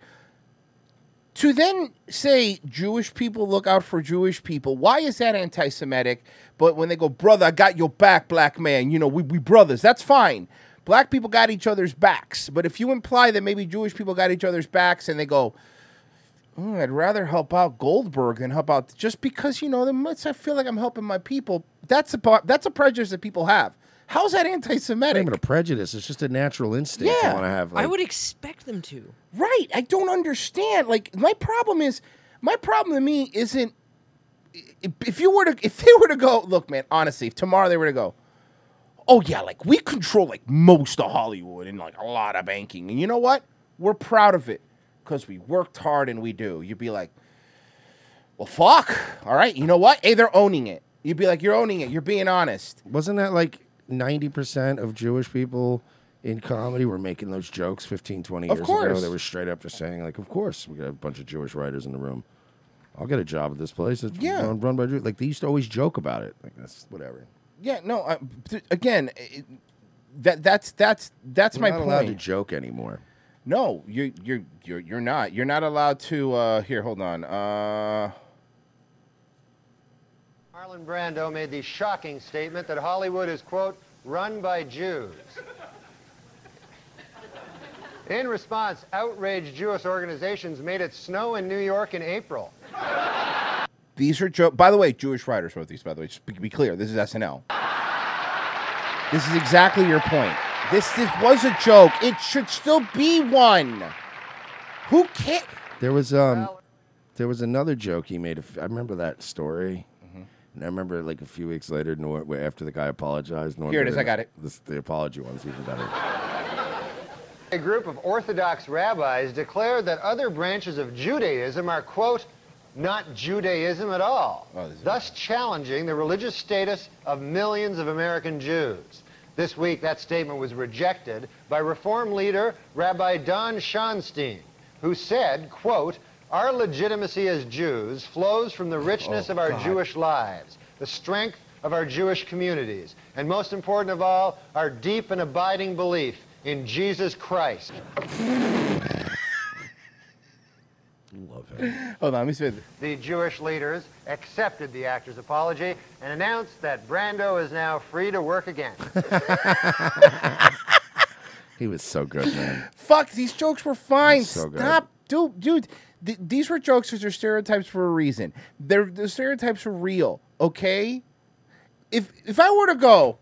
S3: to then say Jewish people look out for Jewish people, why is that anti Semitic? But when they go, brother, I got your back, black man, you know, we, we brothers, that's fine. Black people got each other's backs. But if you imply that maybe Jewish people got each other's backs and they go, "Mm, I'd rather help out Goldberg than help out just because, you know, the much I feel like I'm helping my people, that's a, po- that's a prejudice that people have. How's that anti Semitic?
S4: even a prejudice. It's just a natural instinct
S3: Yeah.
S4: you want to have. Like,
S3: I
S8: I would expect them to.
S3: Right. I don't understand. Like my problem is my problem to me isn't if- if you were to if they were to go, look, man, honestly, if tomorrow they were to go, oh yeah, like we control like most of Hollywood and like a lot of banking. And you know what? We're proud of it because we worked hard and we do. You'd be like, well, fuck. All right. You know what? Hey, they're owning it. You'd be like, you're owning it. You're being honest.
S4: Wasn't that like ninety percent of Jewish people in comedy were making those jokes 15, 20
S3: Of
S4: years ago?
S3: course.
S4: They were straight up just saying, like, of course we got a bunch of Jewish writers in the room. I'll get a job at this place. It's
S3: Yeah.
S4: run, run by Jews. Like they used to always joke about it. Like that's whatever.
S3: Yeah. No. I, again, it, that that's that's that's
S4: We're
S3: my
S4: not
S3: point.
S4: allowed to joke anymore.
S3: No, you you're you're you're not. You're not allowed to uh here, hold on. Uh
S13: Marlon Brando made the shocking statement that Hollywood is, quote, run by Jews. In response, outraged Jewish organizations made it snow in New York in April.
S3: these are jo- by the way, Jewish writers wrote these by the way. Just be, be clear, this is SNL. This is exactly your point. This this was a joke. It should still be one. Who can't
S4: There was um, there was another joke he made. a f- I remember that story,
S3: Mm-hmm.
S4: and I remember like a few weeks later, Nor, where after the guy apologized. Nor
S3: Here it
S4: did
S3: is, I got it.
S4: This, the apology one's even better.
S13: A group of Orthodox rabbis declared that other branches of Judaism are, quote, not Judaism at all, thus challenging the religious status of millions of American Jews. This week, that statement was rejected by Reform leader Rabbi Don Schonstein, who said, quote, our legitimacy as Jews flows from the richness of our Jewish lives, the strength of our Jewish communities, and most important of all, our deep and abiding belief in Jesus Christ.
S3: Hold on, let me see.
S13: The Jewish leaders accepted the actor's apology and announced that Brando is now free to work again.
S4: He was so good, man.
S3: Fuck, these jokes were fine.
S4: So good.
S3: Stop, dude, dude. Th- these were jokes which are stereotypes for a reason. They're the stereotypes are real, okay? If if I were to go,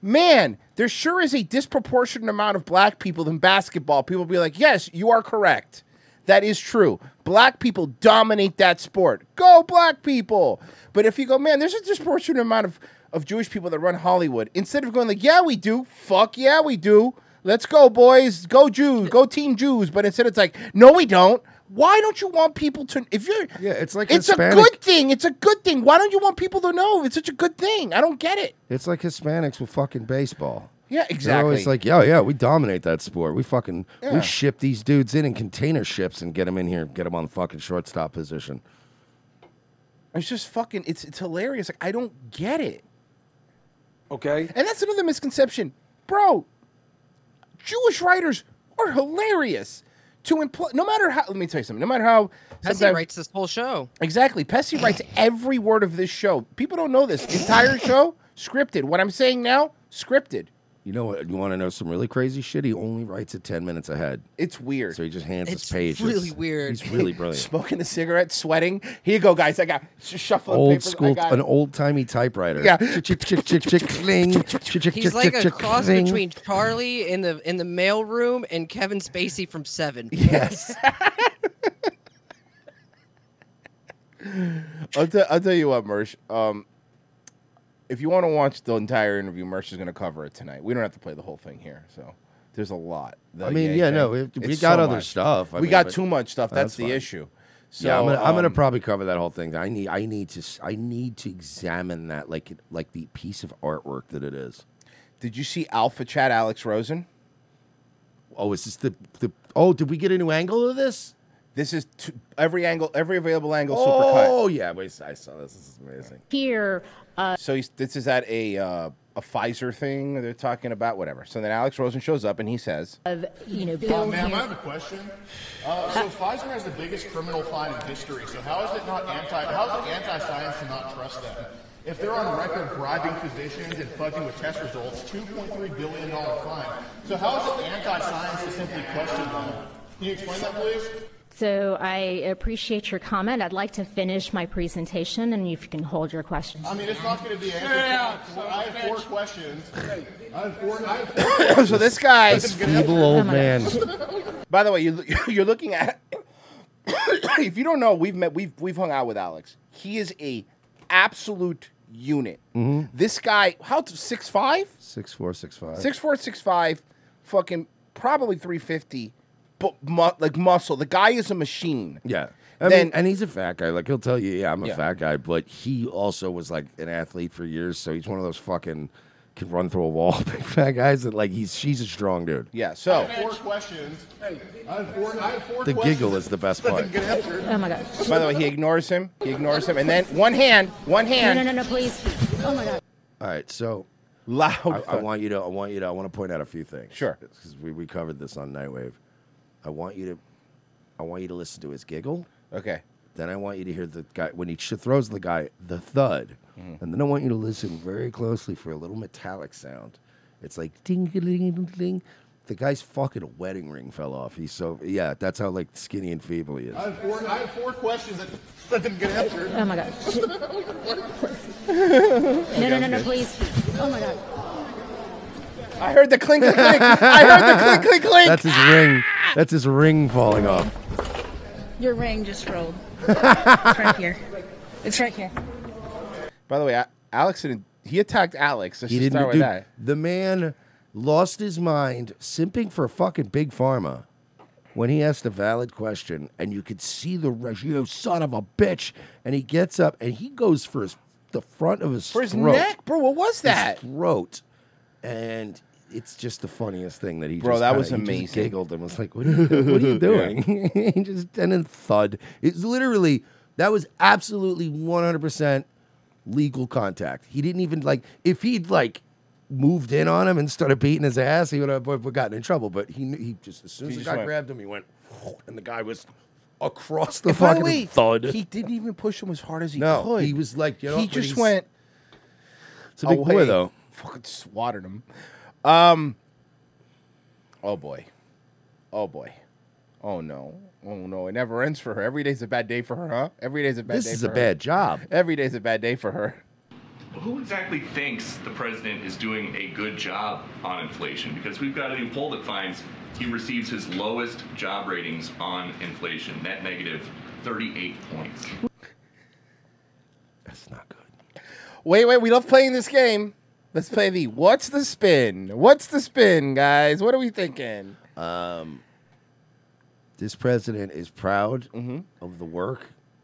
S3: man, there sure is a disproportionate amount of black people in basketball. People be like, yes, you are correct. That is true. Black people dominate that sport. Go black people. But if you go, man, there's a disproportionate amount of, of Jewish people that run Hollywood. Instead of going like, yeah, we do. Fuck yeah, we do. Let's go, boys. Go Jews. Go team Jews. But instead it's like, no, we don't. Why don't you want people to if you're
S4: Yeah, it's like
S3: it's
S4: Hispanic.
S3: a good thing. It's a good thing. Why don't you want people to know it's such a good thing? I don't get it.
S4: It's like Hispanics with fucking baseball.
S3: Yeah,
S4: They're always
S3: exactly.
S4: like, yeah, yeah, we dominate that sport. We fucking
S3: Yeah.
S4: we ship these dudes in in container ships and get them in here, get them on the fucking shortstop position.
S3: It's just fucking. It's it's hilarious. Like I don't get it.
S14: Okay.
S3: And that's another misconception, bro. Jewish writers are hilarious. To imply, no matter how. Let me tell you something. No matter how.
S8: Pesci
S3: sometimes-
S8: writes this whole show.
S3: Exactly. Pesci writes every word of this show. People don't know this entire show scripted. What I'm saying now, scripted.
S4: You know what? You want to know some really crazy shit? He only writes it ten minutes ahead.
S3: It's weird.
S4: So he just hands
S3: It's
S4: us pages.
S3: really weird.
S4: He's really brilliant.
S3: Smoking a cigarette, sweating. Here you go, guys. I got sh- shuffling
S4: old
S3: papers. I
S4: school,
S3: got-
S4: an old timey typewriter.
S3: Yeah.
S4: Chick, chick, chick, chick, cling. Chick, chick,
S8: He's
S4: chick,
S8: like
S4: chick,
S8: a
S4: chick,
S8: cross
S4: cling.
S8: between Charlie in the in the mailroom and Kevin Spacey from Seven.
S4: Yes.
S3: I'll, tell. i I'll tell you what, Mersh. Um, if you want to watch the entire interview, Mersh is going to cover it tonight. We don't have to play the whole thing here, so there's a lot. The
S4: I mean,
S3: Ye
S4: yeah,
S3: thing.
S4: no, we- we
S3: It's
S4: got
S3: so
S4: other
S3: much.
S4: stuff. I
S3: we
S4: mean,
S3: got
S4: but-
S3: too much stuff. That's, the
S4: fine.
S3: issue. So
S4: yeah, I'm gonna, I'm gonna
S3: um,
S4: probably cover that whole thing. I need I need to s- I need to examine that like it- like the piece of artwork that it is.
S3: um, Did you see Alpha Chat Alex Rosen?
S4: Oh, is this the the? Oh, did we get a new angle of this?
S3: This is t- every angle, every available angle. supercut.
S4: Oh yeah, wait, I saw this. This is amazing.
S3: here. Uh, so he's, this is at a uh, a Pfizer thing they're talking about, whatever. So then Alex Rosen shows up and he says,
S15: of you know
S16: Uh,
S15: Bill
S16: ma'am, I
S15: Ham-
S16: have a question. Uh, so Pfizer has the biggest criminal fine in history. So how is it not anti? How is it anti-science to not trust them? If they're on record bribing physicians and fudging with test results, two point three billion dollar fine. So how is it anti-science to simply question them? Can you explain that, please?
S15: So I appreciate your comment. I'd like to finish my presentation, and if you can hold your questions.
S16: I mean, it's not going to be answered. I have four questions. I have four. I have four
S3: so this guy,
S16: This feeble old man.
S3: By the way, you you're looking at. if you don't know, we've met, we've we've hung out with Alex. He is a absolute unit.
S4: Mm-hmm.
S3: This guy, how six five,
S4: Six four six five.
S3: six four, six five, fucking probably three fifty, but mu- like muscle. The guy is a machine.
S4: Yeah. I
S3: Then-
S4: mean, and he's a fat guy. Like he'll tell you, yeah, I'm a
S3: Yeah.
S4: fat guy, but he also was like an athlete for years, so he's one of those fucking can run through a wall, big fat guys that like he's she's a strong dude.
S3: Yeah.
S16: I have four questions. I have four. I have four
S4: The
S16: questions.
S4: giggle is the best
S16: that
S4: part.
S16: didn't get answered.
S15: Oh my God.
S3: By the way, he ignores him. He ignores him, and then one hand, one hand.
S15: No, no, no, no, please. Oh my God.
S4: All right, so
S3: loud.
S4: I, I
S3: fuck.
S4: want you to. I want you to. I want to point out a few things.
S3: Sure.
S4: Because we, we covered this on Nightwave. I want you to. I want you to listen to his giggle.
S3: Okay.
S4: Then I want you to hear the guy when he sh- throws the guy the thud,
S3: Mm-hmm.
S4: and then I want you to listen very closely for a little metallic sound. It's like ding ding ding ding. The guy's fucking wedding ring fell off. He's so yeah. That's how like skinny and feeble he is.
S16: I have four. I have four questions that, that didn't get answered.
S15: Oh my God. No, no, no, no, please. Oh my God.
S3: I heard the clink, clink, clink. I heard the clink, clink, clink.
S4: That's his ring. That's his ring falling off.
S17: Your ring just rolled. it's right here. It's right here.
S3: By the way, I, Alex didn't. He attacked Alex. Let's
S4: He
S3: just
S4: didn't
S3: start with
S4: do
S3: that.
S4: the man lost his mind simping for fucking big pharma when he asked a valid question and you could see the rush, you son of a bitch. And he gets up and he goes for his the front of his
S3: For his
S4: throat.
S3: neck, bro. What was that?
S4: His throat. And it's just the funniest thing that he
S3: Bro,
S4: just
S3: that
S4: kinda-
S3: was
S4: he just
S3: amazing.
S4: giggled and was like, What are you, do- what are you
S3: Yeah.
S4: doing? he just and then thud. It's literally that was absolutely one hundred percent legal contact. He didn't even like if he'd like moved in on him and started beating his ass, he would have gotten in trouble. But he knew- he just as soon as
S3: He
S4: the
S3: just
S4: guy
S3: went-
S4: grabbed him, he went, and the guy was across the
S3: And by the
S4: fucking
S3: way,
S4: thud.
S3: He didn't even push him as hard as he
S4: No,
S3: could.
S4: he was like, you know
S3: he
S4: what,
S3: just
S4: he's-
S3: went.
S4: It's a big boy,
S3: away.
S4: though.
S3: Fucking swatted him. Um. Oh boy. Oh boy. Oh no. Oh no. It never ends for her. Every day's a bad day for her, huh? Every day's a bad
S4: This
S3: day.
S4: is
S3: for
S4: a
S3: her.
S4: bad job.
S3: Every day's a bad day for her.
S6: Who exactly thinks the president is doing a good job on inflation? Because we've got a new poll that finds he receives his lowest job ratings on inflation, net negative 38 points.
S3: Wait, wait. We love playing this game. Let's play the What's the Spin? What's the spin, guys? What are we thinking?
S4: Um, this president is proud
S3: Mm-hmm.
S4: of the work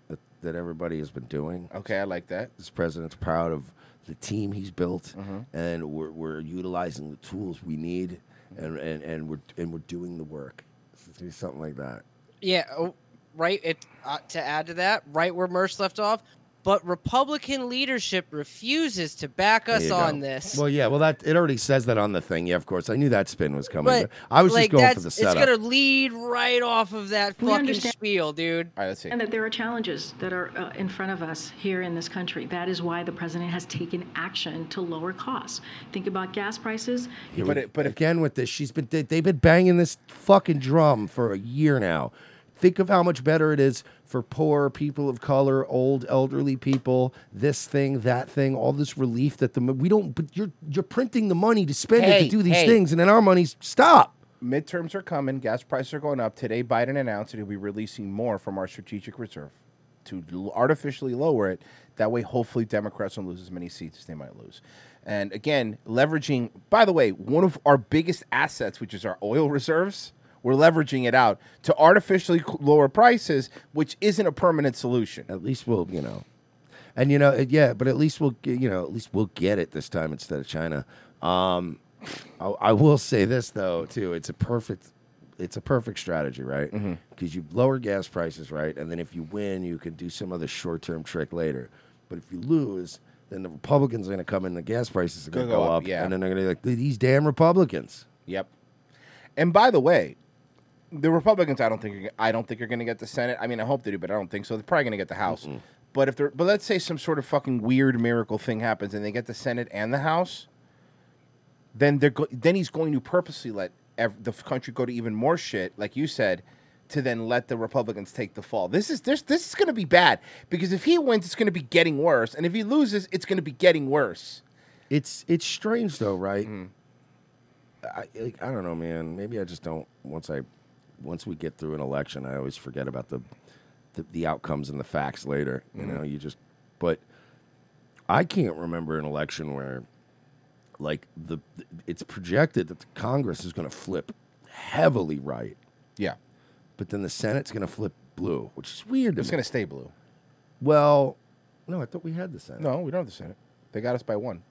S4: that, that everybody has been doing.
S3: Okay, I like that.
S4: This president's proud of the team he's built, and we're, we're utilizing the tools we need, and, and, and we're and we're doing the work. It's gonna be Something like that.
S8: Yeah, oh, right. It uh, to add to that, right where Merce left off, but Republican leadership refuses to back
S4: There
S8: us
S4: you
S8: on
S4: go.
S8: this.
S4: Well, yeah. Well, that it already says that on the thing. Yeah, of course. I knew that spin was coming.
S8: but
S4: but I was
S8: like,
S4: just going for
S8: that's-
S4: the setup.
S8: It's gonna lead right off of that
S17: We
S8: fucking
S17: understand-
S8: spiel, dude.
S3: All right, let's see.
S17: And that there are challenges that are uh, in front of us here in this country. That is why the president has taken action to lower costs. Think about gas prices.
S4: Here we- again with this, she's been they, they've been banging this fucking drum for a year now. Think of how much better it is for poor people of color, old, elderly people. This thing, that thing, all this relief that the mo- we don't. But you're you're printing the money to spend it
S3: Hey,
S4: to do these
S3: hey.
S4: things, and then our money's stop.
S3: Midterms are coming. Gas prices are going up. Today, Biden announced that he'll be releasing more from our strategic reserve. to l- artificially lower it. That way, hopefully, Democrats don't lose as many seats as they might lose. And again, leveraging, by the way, one of our biggest assets, which is our oil reserves, we're leveraging it out to artificially c- lower prices, which isn't a permanent solution.
S4: At least we'll, you know, and you know, it- yeah, but at least we'll, g- you know, at least we'll get it this time instead of China. Um, I, I will say this though, too, it's a perfect, it's a perfect strategy, right? Because you lower gas prices, right, and then if you win, you can do some other short-term trick later. But if you lose, then the Republicans are going to come in, the gas prices are going to
S3: Gonna
S4: go,
S3: go up,
S4: up,
S3: yeah.
S4: and then they're going to be like, these damn Republicans.
S3: Yep. And by the way, the Republicans, I don't think are, I don't think are going to get the Senate. I mean, I hope they do, but I don't think so. They're probably going to get the House. But if they're but let's say some sort of fucking weird miracle thing happens and they get the Senate and the House, then they're go- then he's going to purposely let ev- the f- country go to even more shit, like you said, to then let the Republicans take the fall. This is this this is going to be bad because if he wins, it's going to be getting worse, and if he loses, it's going to be getting worse. Mm-hmm.
S4: It's it's strange though, right? I like, I don't know, man. Maybe I just don't. Once I, once we get through an election, I always forget about the, the, the outcomes and the facts later. You
S3: Mm-hmm.
S18: Mhm.
S4: know, you just. But I can't remember an election where, like the, it's projected that the Congress is going to flip heavily right.
S3: Yeah.
S4: But then the Senate's going to flip blue, which is weird. To
S3: It's
S4: me.
S3: going to stay blue.
S4: Well, no, I thought we had the Senate.
S3: No, we don't have the Senate. They got us by one.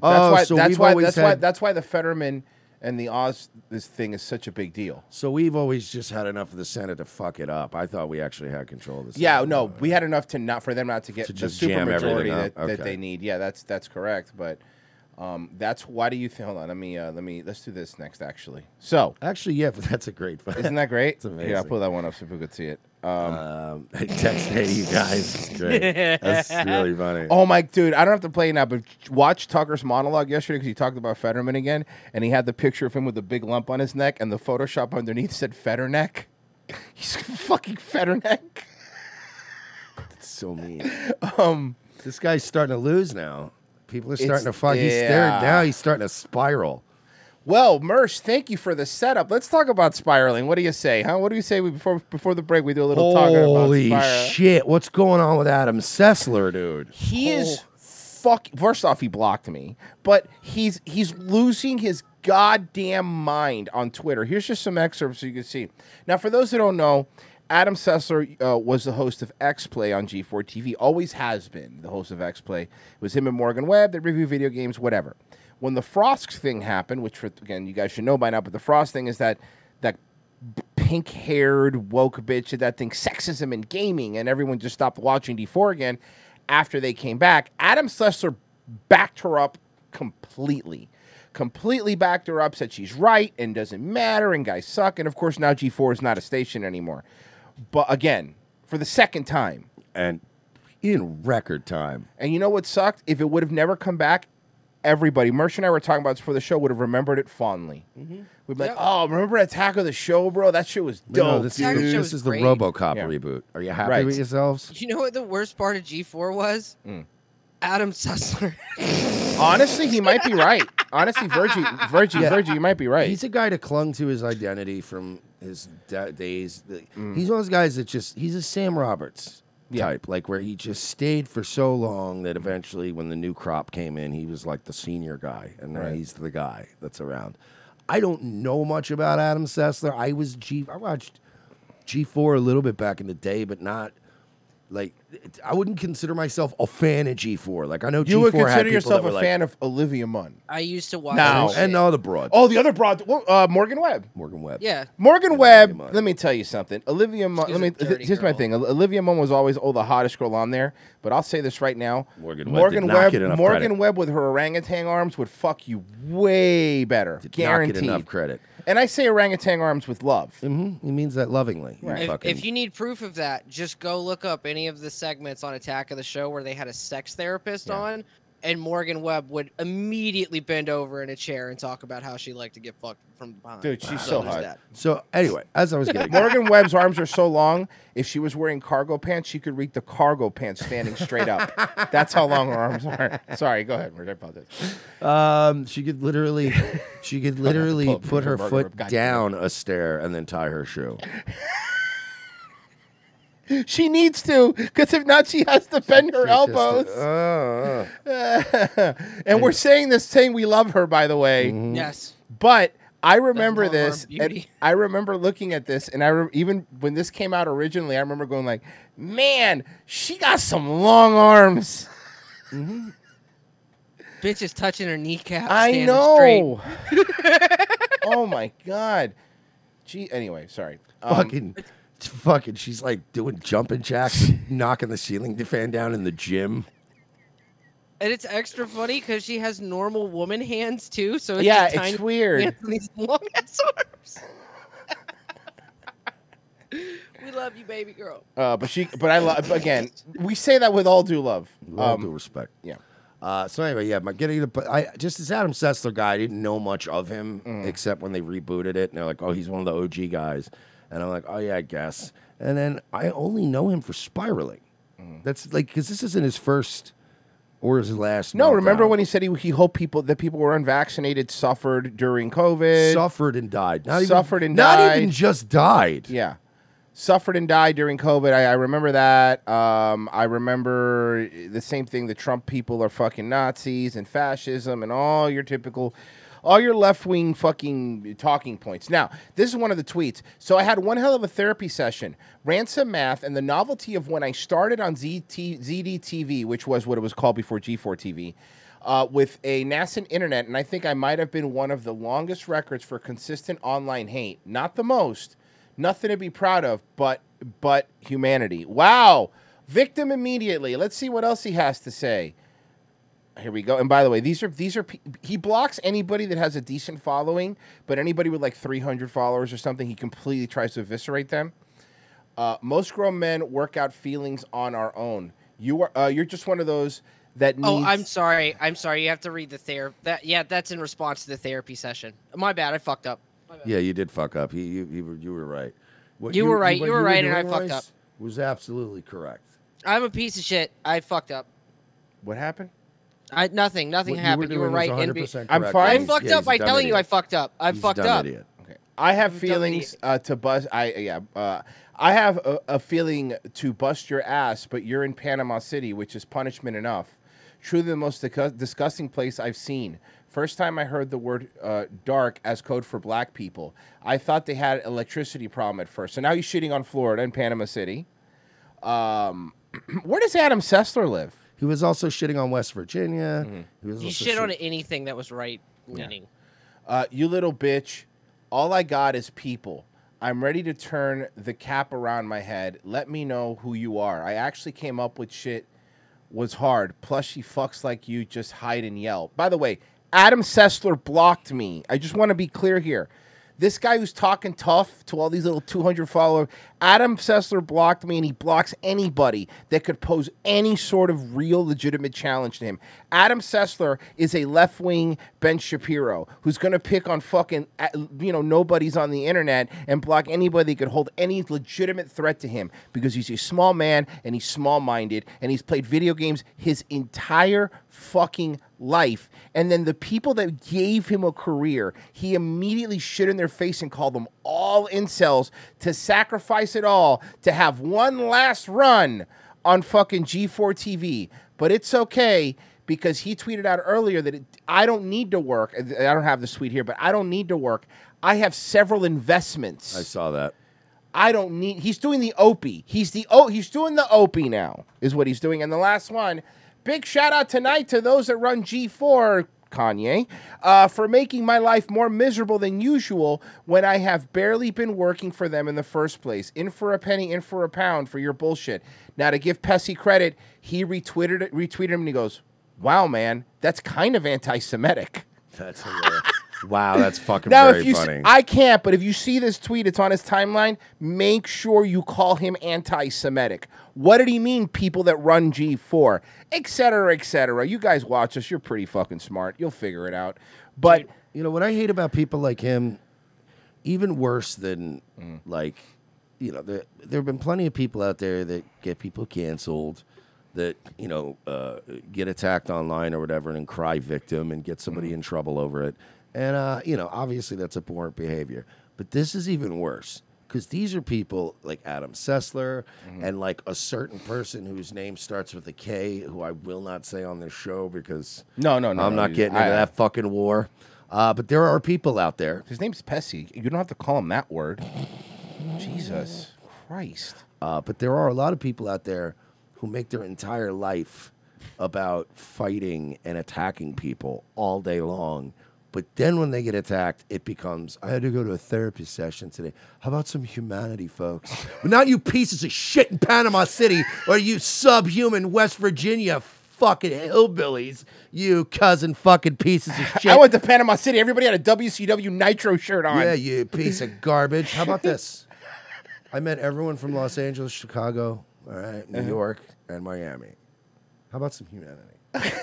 S4: Oh,
S3: That's why.
S4: so
S3: that's
S4: we've
S3: why.
S4: always
S3: That's why.
S4: had-
S3: That's why the Fetterman and the Oz this thing is such a big deal.
S4: So we've always just had enough of the Senate to fuck it up. I thought we actually had control of the Senate.
S3: Yeah, no, we had enough to not for them not to get
S4: To
S3: the
S4: just jam
S3: super majority
S4: everything
S3: that,
S4: up,
S3: that
S4: okay.
S3: they need. Yeah, that's that's correct. But um, that's why do you think? Hold on, let me uh, let me let's do this next. Actually, so
S4: actually, yeah, but that's a great.
S3: isn't that great?
S4: It's amazing.
S3: Yeah, I'll pull that one up so people could see it. Um,
S4: text hey, you guys. It's great. That's really funny.
S3: Oh my dude, I don't have to play it now, but watch Tucker's monologue yesterday because he talked about Fetterman again, and he had the picture of him with a big lump on his neck, and the Photoshop underneath said Fetterneck. He's fucking Fetterneck.
S4: It's so mean.
S3: Um,
S4: this guy's starting to lose now. People are
S3: It's-
S4: starting to fuck. He's staring
S3: yeah.
S4: now. He's starting to spiral.
S3: Well, Mersh, thank you for the setup. Let's talk about spiraling. What do you say, huh? What do you say we, before before the break? We do a little
S4: Holy
S3: talking about spiral.
S4: shit! What's going on with Adam Sessler, dude?
S3: He is fuck. First off, he blocked me, but he's he's losing his goddamn mind on Twitter. Here's just some excerpts so you can see. Now, for those who don't know, Adam Sessler uh, was the host of X Play on G4 TV. Always has been the host of X Play. It was him and Morgan Webb. They review video games, whatever. When the Frost thing happened, which for, again you guys should know by now, but the Frost thing is that that pink haired woke bitch did that thing, sexism in gaming, and everyone just stopped watching D4 again after they came back. Adam Slessor backed her up completely. Completely backed her up, said she's right and doesn't matter and guys suck. And of course, now G4 is not a station anymore. But again, for the second time.
S4: And in record time.
S3: And you know what sucked? If it would have never come back, everybody, Mersh and I were talking about this before the show, would have remembered it fondly. We'd be like, oh, remember Attack of the Show, bro? That shit was
S4: No,
S3: dope.
S4: this,
S3: dude.
S4: is, this is the RoboCop reboot. Are you happy
S3: Right.
S4: with yourselves?
S8: You know what the worst part of G4 was? Adam Sussler.
S3: Hmm. Honestly, he might be right. Honestly, Virgie, Virgie,
S4: Yeah.
S3: Virgie, you might be right.
S4: He's a guy that clung to his identity from his da- days. The-
S3: Mm.
S4: He's one of those guys that just he's a Sam Roberts type, like where he just stayed for so long that eventually, when the new crop came in, he was like the senior guy, and now
S18: Right.
S4: he's the guy that's around. I don't know much about Adam Sessler. I was G. I watched G four a little bit back in the day, but not. Like, it- I wouldn't consider myself a fan of G four. Like, I know
S3: you
S4: G4 had
S3: would consider
S4: people
S3: yourself
S4: that
S3: a
S4: were like-
S3: fan of Olivia Munn.
S8: I used to watch.
S3: No.
S8: that shit.
S4: and all the broad.
S3: Oh, the other broad, well, uh, Morgan Webb.
S4: Morgan Webb.
S8: Yeah.
S3: Morgan Webb. Let me tell you something. Olivia Munn. Let me.
S8: a dirty
S3: th- here's my thing. Ol- Olivia Munn was always oh the hottest girl on there. But I'll say this right now.
S4: Morgan Webb did
S3: Morgan
S4: not
S3: Webb.
S4: get enough
S3: Morgan
S4: credit.
S3: Webb with her orangutan arms would fuck you way better. Guaranteed.
S4: Not get enough credit.
S3: And I say orangutan arms with love.
S4: Mm-hmm. He means that lovingly.
S3: Right.
S8: If, if you need proof of that, just go look up any of the segments on Attack of the Show where they had a sex therapist on, and Morgan Webb would immediately bend over in a chair and talk about how she liked to get fucked from behind.
S3: Dude, she's so
S8: there's
S3: hot.
S8: that.
S4: So anyway, as I was getting,
S3: Morgan Webb's arms are so long. If she was wearing cargo pants, she could reach the cargo pants standing straight up. That's how long her arms are. Sorry, go ahead. Richard, I apologize.
S4: um, she could literally, she could literally
S3: Pull-
S4: put her
S3: Morgan Webb
S4: foot
S3: got you.
S4: down a stair and then tie her shoe.
S3: She needs to, because if not, she has to bend her
S4: It's just-
S3: elbows.
S4: uh, uh.
S3: and we're saying this saying we love her, by the way.
S4: Mm-hmm.
S8: Yes.
S3: But I remember this. And
S8: beauty.
S3: I remember looking at this, and I re- even when this came out originally, I remember going like, "Man, she got some long arms."
S8: Mm-hmm. Bitch is touching her kneecap.
S3: I
S8: standing straight.
S3: know. oh my god. Gee. Anyway, sorry. Um,
S4: fucking, fucking. She's like doing jumping jacks, knocking the ceiling fan down in the gym.
S8: And it's extra funny because she has normal woman hands too. So it's
S4: Yeah,
S8: just
S4: it's
S8: tiny
S4: weird.
S8: hands and These long ass arms. we love you, baby girl.
S3: Uh, but she. But I love. Again, we say that with all due love.
S4: With all
S3: Um,
S4: due respect.
S3: Yeah.
S4: Uh, so anyway, yeah, my getting the I just this Adam Sessler guy. I didn't know much of him
S8: Mm.
S4: except when they rebooted it, and they're like, "Oh, he's one of the OG guys," and I'm like, "Oh yeah, I guess." And then I only know him for spiraling.
S8: Mm.
S4: That's like because this isn't his first or his last.
S3: No, remember
S4: meltdown.
S3: when he said he, he hoped people that people were unvaccinated suffered during COVID,
S4: suffered and died, Not even-
S3: suffered and
S4: not
S3: died.
S4: even just died.
S3: Yeah, suffered and died during COVID. I, I remember that. Um, I remember the same thing. The Trump people are fucking Nazis and fascism and all your typical. All your left wing fucking talking points. Now, this is one of the tweets. So I had one hell of a therapy session, ransom math, and the novelty of when I started on ZT, ZDTV, which was what it was called before G4 TV uh, with a nascent internet, and I think I might have been one of the longest records for consistent online hate. Not the most, nothing to be proud of, but but humanity. Wow, victim immediately. Let's see what else he has to say. Here we go. And by the way, these are these are pe- he blocks anybody that has a decent following, but anybody with like 300 followers or something, he completely tries to eviscerate them. Uh, most grown men work out feelings on our own. You are uh, you're just one of those that needs
S8: Oh, I'm sorry. I'm sorry. You have to read the therapy. That yeah, that's in response to the therapy session. My bad. I fucked up.
S4: Yeah, you did fuck up. You you, you, were, you were right. What
S8: You were right,
S4: what
S8: you were right, and I
S4: doing,
S8: fucked
S4: Royce,
S8: up.
S4: Was absolutely correct.
S8: I'm a piece of shit. I fucked up.
S3: What happened?
S8: I nothing. Nothing
S4: What you were
S8: happened. You were,
S4: doing was
S8: right. and be-
S4: 100%
S3: I'm
S4: correct.
S3: fine.
S8: I fucked up
S3: Yeah, he's
S8: by
S3: a dumb
S8: telling you I
S3: idiot.
S8: fucked up. I
S3: He's a
S8: fucked
S3: dumb
S8: up.
S4: idiot.
S3: I have feelings uh, to bust. I yeah. Uh, I have a, a feeling to bust your ass, but you're in Panama City, which is punishment enough. Truly, the most dicu- disgusting place I've seen. First time I heard the word uh, "dark" as code for black people, I thought they had electricity problem at first. So now you're shitting on Florida and Panama City. Um, where does Adam Sessler live? Mm-hmm.
S4: He was also shitting on West Virginia. He was
S8: You
S4: also
S8: shit on anything that was right leaning.
S3: Uh, you little bitch. All I got is people. I'm ready to turn the cap around my head. Let me know who you are. I actually came up with shit was hard. Plus, she fucks like you. Just hide and yell. By the way, Adam Sessler blocked me. I just want to be clear here. This guy who's talking tough to all these little 200 followers, Adam Sessler blocked me and he blocks anybody that could pose any sort of real legitimate challenge to him. Adam Sessler is a left wing Ben Shapiro who's going to pick on fucking, uh, you know, nobody's on the internet and block anybody that could hold any legitimate threat to him because he's a small man and he's small minded and he's played video games his entire fucking life. And then the people that gave him a career, he immediately shit in their face and called them all incels to sacrifice it all to have one last run on fucking G4 TV. But it's okay because he tweeted out earlier that it, I don't need to work. I don't have this tweet here, but I don't need to work. I have several investments. I
S4: saw that.
S3: I don't need. He's doing the Opie. He's the oh. He's doing the Opie now. Is what he's doing. And the last one. Big shout out tonight to those that run G4. Kanye, uh, for making my life more miserable than usual when I have barely been working for them in the first place. In for a penny, in for a pound for your bullshit. Now, to give Pessy credit, he retweeted it- retweeted him and he goes, Wow, man, that's kind of anti Semitic.
S4: That's hilarious. wow, that's fucking
S3: Now,
S4: very
S3: if you, s-
S4: funny.
S3: I can't, but if you see this tweet, it's on his timeline. Make sure you call him anti-Semitic. What did he mean? People that run G4, et cetera, et cetera. You guys watch us. You're pretty fucking smart. You'll figure it out. But
S4: you know what I hate about people like him, even worse than like, you know, there there have been plenty of people out there that get people canceled, that you know uh, get attacked online or whatever, and then cry victim and get somebody in trouble over it. And uh, you know, obviously that's abhorrent behavior. But this is even worse because these are people like Adam Sessler and like a certain person whose name starts with a K, who I will not say on this show because
S3: No, no, no,
S4: I'm
S3: no,
S4: not
S3: you-
S4: getting into
S3: I-
S4: that fucking war. Uh, but there are people out there.
S3: His name's Pessy. You don't have to call him that word. Jesus Christ.
S4: Uh, but there are a lot of people out there who make their entire life about fighting and attacking people all day long. But then when they get attacked, it becomes, I had to go to a therapy session today. How about some humanity, folks? well, not you pieces of shit in Panama City or you subhuman West Virginia fucking hillbillies, you cousin fucking pieces of shit.
S3: I went to Panama City. Everybody had a WCW Nitro shirt on.
S4: Yeah, you piece of garbage. How about this? I met everyone from Los Angeles, Chicago, all right, New
S3: Uh-huh.
S4: York, and Miami. How about some humanity?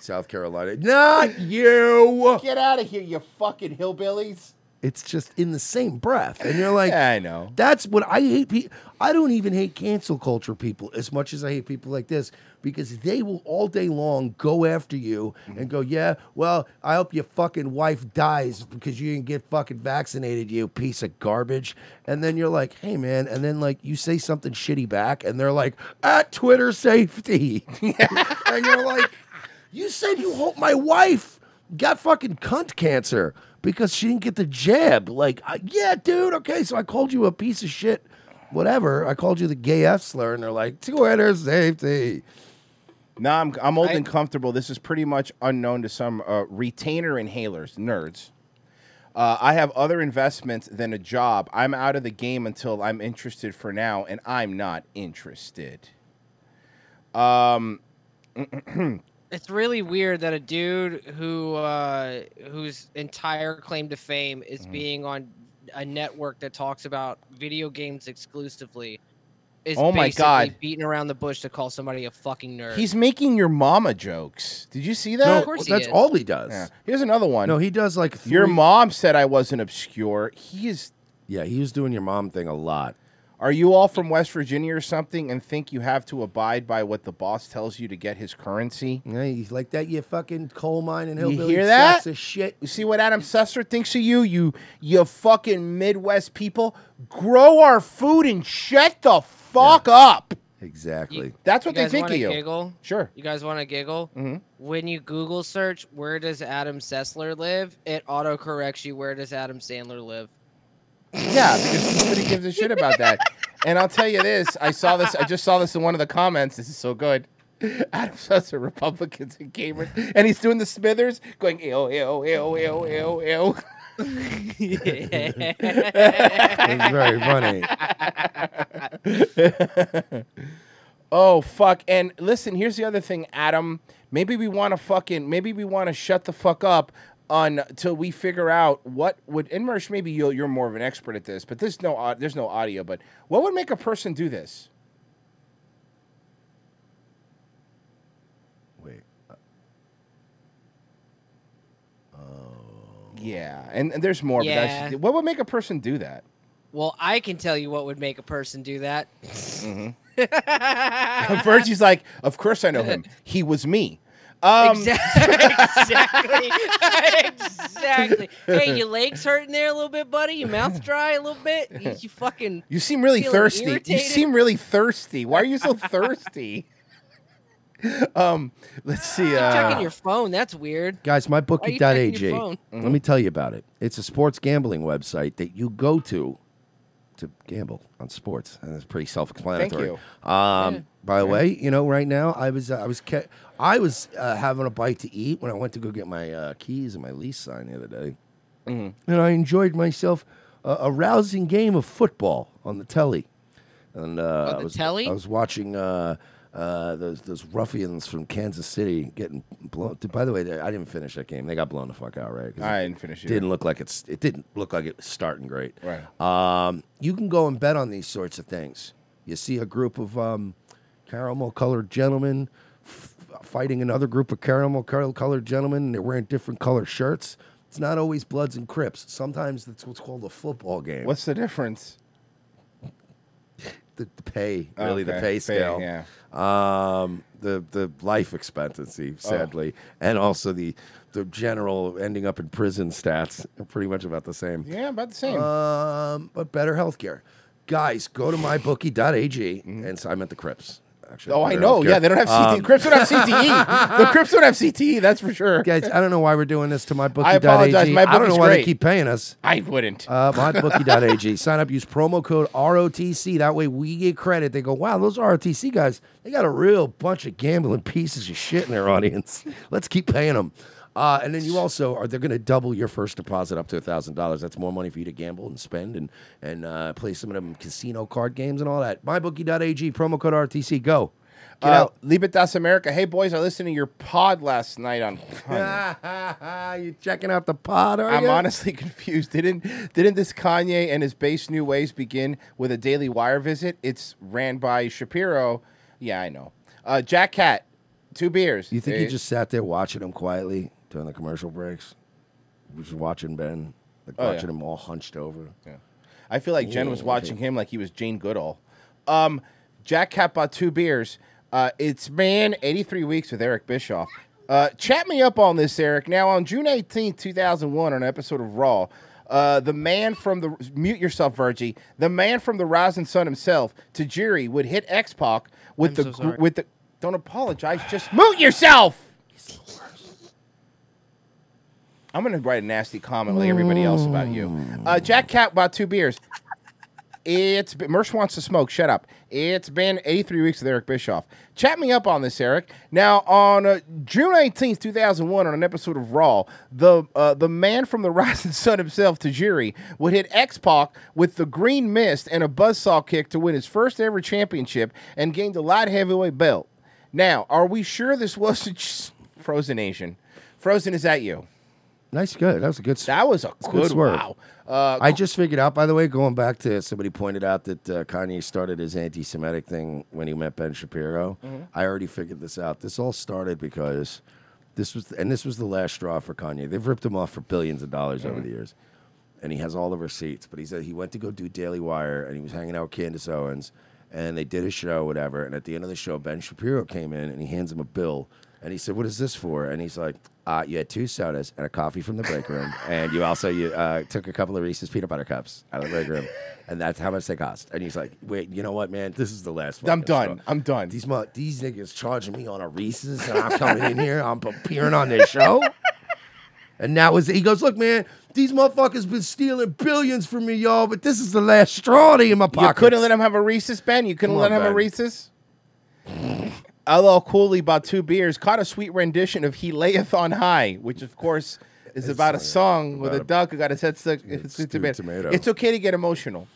S4: South Carolina. Not you.
S3: Get out of here, you fucking hillbillies.
S4: It's just in the same breath. And you're like,
S3: Yeah, I know.
S4: That's what I hate. Pe- I don't even hate cancel culture people as much as I hate people like this because they will all day long go after you and go, yeah, well, I hope your fucking wife dies because you didn't get fucking vaccinated, you piece of garbage. And then you're like, hey, man. And then, like, you say something shitty back and they're like, at Twitter safety. and you're like, you said you hope my wife got fucking cunt cancer because she didn't get the jab. Like, I, yeah, dude, okay, so I called you a piece of shit, whatever. I called you the gay F slur, and they're like, Twitter safety.
S3: No, I'm I'm old and comfortable. This is pretty much unknown to some uh, retainer inhalers nerds. Uh, I have other investments than a job. I'm out of the game until I'm interested for now, and I'm not interested. Um, mm-hmm.
S8: It's really weird that a dude who uh, whose entire claim to fame is
S3: Mm-hmm.
S8: being on a network that talks about video games exclusively is
S3: Oh my
S8: basically
S3: God.
S8: beating around the bush to call somebody a fucking nerd.
S3: he's making your mama jokes. Did you see that?
S8: No, Of course he
S4: that's is. all he does.
S3: Here's another one.
S4: No, he does like
S3: Your
S4: three-
S3: mom said I wasn't obscure. He is.
S4: Yeah, he was doing your mom thing a lot.
S3: Are you all from West Virginia or something and think you have to abide by what the boss tells you to get his currency?
S4: Yeah, he's like that, you fucking coal mine and
S3: You
S4: hillbilly
S3: hear that?
S4: sacks of shit.
S3: You see what Adam Susser thinks of you, you you fucking Midwest people? Grow our food and shut the fuck up.
S4: Exactly.
S3: That's what
S8: you
S3: they
S8: guys
S3: think of
S8: wanna
S3: you.
S8: Giggle?
S3: Sure.
S8: You guys want to giggle?
S3: Mhm.
S8: When you Google search where does Adam Sessler live, it auto corrects you where does Adam Sandler live.
S3: Yeah, because nobody gives a shit about that. And I'll tell you this, I saw this, I just saw this in one of the comments. This is so good. Adam Susser, Republicans in Cambridge. And he's doing the Smithers, going, ew, ew, ew, ew, ew, ew.
S4: It's very funny.
S3: oh fuck! And listen, here's the other thing, Adam. Maybe we want to fucking maybe we want to shut the fuck up until we figure out what would. And Mersh, maybe you'll, you're more of an expert at this, but there's no au- there's no audio. But what would make a person do this?
S4: Wait.
S3: Yeah, and, and there's more. But that's,
S8: Yeah.
S3: what would make a person do that?
S8: Well, I can tell you what would make a person do that.
S3: Virgie's like, of course I know him. He was me. Um,
S8: exactly. exactly. Hey, your legs hurting there a little bit, buddy? Your mouth dry a little bit? You, you fucking.
S3: You seem really
S8: feeling
S3: thirsty. You
S8: irritated?
S3: seem really thirsty. Why are you so thirsty? um, let's see.
S8: You're
S3: Uh,
S8: checking your phone. That's weird.
S4: Guys,
S8: Why are you checking your
S4: mybookie.ag.
S8: phone?
S4: Let me tell you about it. It's a sports gambling website that you go to to gamble on sports, and it's pretty self-explanatory.
S3: Thank
S4: Um,
S3: Yeah.
S4: By the
S3: Yeah.
S4: way, you know, right now I was uh, I was ca- I was uh, having a bite to eat when I went to go get my uh, keys and my lease signed the other day,
S8: Mm-hmm.
S4: and I enjoyed myself a, a rousing game of football on the telly, and uh, I was
S8: telly?
S4: I was watching. Uh, uh, those those ruffians from Kansas City getting blown. Dude, By the way, they- I didn't finish that game. They got blown the fuck out, right? 'Cause
S3: I
S4: it
S3: didn't finish it.
S4: Didn't look like it's. It didn't look like it was starting great.
S3: Right.
S4: Um, you can go and bet on these sorts of things. You see a group of um, caramel colored gentlemen f- fighting another group of caramel col- colored gentlemen, and they're wearing different color shirts. It's not always Bloods and Crips. Sometimes that's what's called a football game.
S3: What's the difference? Oh,
S4: The, the pay, really, the
S3: Okay,
S4: pay
S3: pay,
S4: scale.
S3: yeah.
S4: Um, the the life expectancy,
S3: Oh.
S4: sadly, and also the the general ending up in prison stats are pretty much about the same.
S3: Yeah, about the same.
S4: Um, but better healthcare. Guys, go to mybookie.ag, and so I'm at the Crips. Actually,
S3: Mm-hmm. Oh, I
S4: Better
S3: know.
S4: Healthcare.
S3: Yeah, they don't have CTE.
S4: Um,
S3: Crips don't have CTE. the Crips don't have CTE. That's for sure.
S4: Guys, I don't know why we're doing this to mybookie.ag.
S3: I apologize. My
S4: I don't know
S3: bookie's
S4: why they
S3: great.
S4: keep paying us.
S3: I wouldn't.
S4: Uh, mybookie.ag. Sign up, use promo code ROTC. That way we get credit. They go, wow, those ROTC guys, they got a real bunch of gambling pieces of shit in their audience. Let's keep paying them. Uh, and then you also are they're going to double your first deposit up to thousand dollars. That's more money for you to gamble and spend and and uh, play some of them casino card games and all that. Mybookie.ag promo code ROTC. Go. Get
S3: uh,
S4: out.
S3: Libertas America. Hey, boys, I listened to your pod last night on.
S4: Ah, you checking out the pod? Are
S3: I'm
S4: ya?
S3: honestly confused. Didn't didn't this Kanye and his base new ways begin with a Daily Wire visit? It's ran by Shapiro. Yeah, I know. Uh, Jack Cat, two beers.
S4: You think
S3: Eh,
S4: he just sat there watching him quietly during the commercial breaks? He was watching Ben, like
S3: Oh, yeah.
S4: watching him all hunched over. Yeah.
S3: I feel like Jen was watching him like he was Jane Goodall. Um, Jack Cat bought two beers. Uh, it's man, 83 weeks with Eric Bischoff. Uh, chat me up on this, Eric. Now, on June 18th, 2001, on an episode of Raw, uh, the man from the mute yourself, Virgie. The man from the Rising Sun himself, Tajiri, would hit X Pac with the gr- with the. Don't apologize. Just mute yourself. I'm gonna write a nasty comment
S4: Mm.
S3: like everybody else about you. Uh, Jack Cat bought two beers. It's been, Mersh wants to smoke. Shut up. It's been 83 weeks with Eric Bischoff. Chat me up on this, Eric. Now on uh, June 18th, 2001, on an episode of Raw, the uh, the man from the Rising Sun himself, Tajiri, would hit X Pac with the Green Mist and a buzzsaw kick to win his first ever championship and gained a light heavyweight belt. Now, are we sure this wasn't just Frozen Asian? Frozen, is that you?
S4: Nice, good. That was a good.
S3: That was a
S4: good
S3: good
S4: swerve.
S3: wow. Uh,
S4: I just figured out, by the way, going back to somebody pointed out that uh, Kanye started his anti Semitic thing when he met Ben Shapiro.
S3: Mm-hmm.
S18: Mhm.
S4: I already figured this out. This all started because this was, and this was the last straw for Kanye. They've ripped him off for billions of dollars over
S18: Mhm.
S4: the years. And he has all the receipts. But he said he went to go do Daily Wire and he was hanging out with Candace Owens and they did a show, whatever. And at the end of the show, Ben Shapiro came in and he hands him a bill. And he said, "What is this for?" And he's like, uh, "You had two sodas and a coffee from the break room, and you also you uh, took a couple of Reese's peanut butter cups out of the break room, and that's how much they cost." And he's like, "Wait, you know what, man? This is the last one.
S3: I'm done. I'm done.
S4: These mu- these niggas charging me on a Reese's, and I'm coming in here. I'm appearing on their show." And that was it. He goes, look, man, these motherfuckers been stealing billions from me, y'all, but this is the last straw they in my pocket.
S3: You couldn't let him have a Reese's, Ben. You couldn't
S4: Come
S3: let
S4: on,
S3: him have a
S4: Ben.
S3: Reese's. LL Cooley bought two beers, caught a sweet rendition of "He Layeth on High," which, of course, is about a song with a, duck who got his head stuck. It's, it's, tomato.
S4: tomato.
S3: it's okay to get emotional.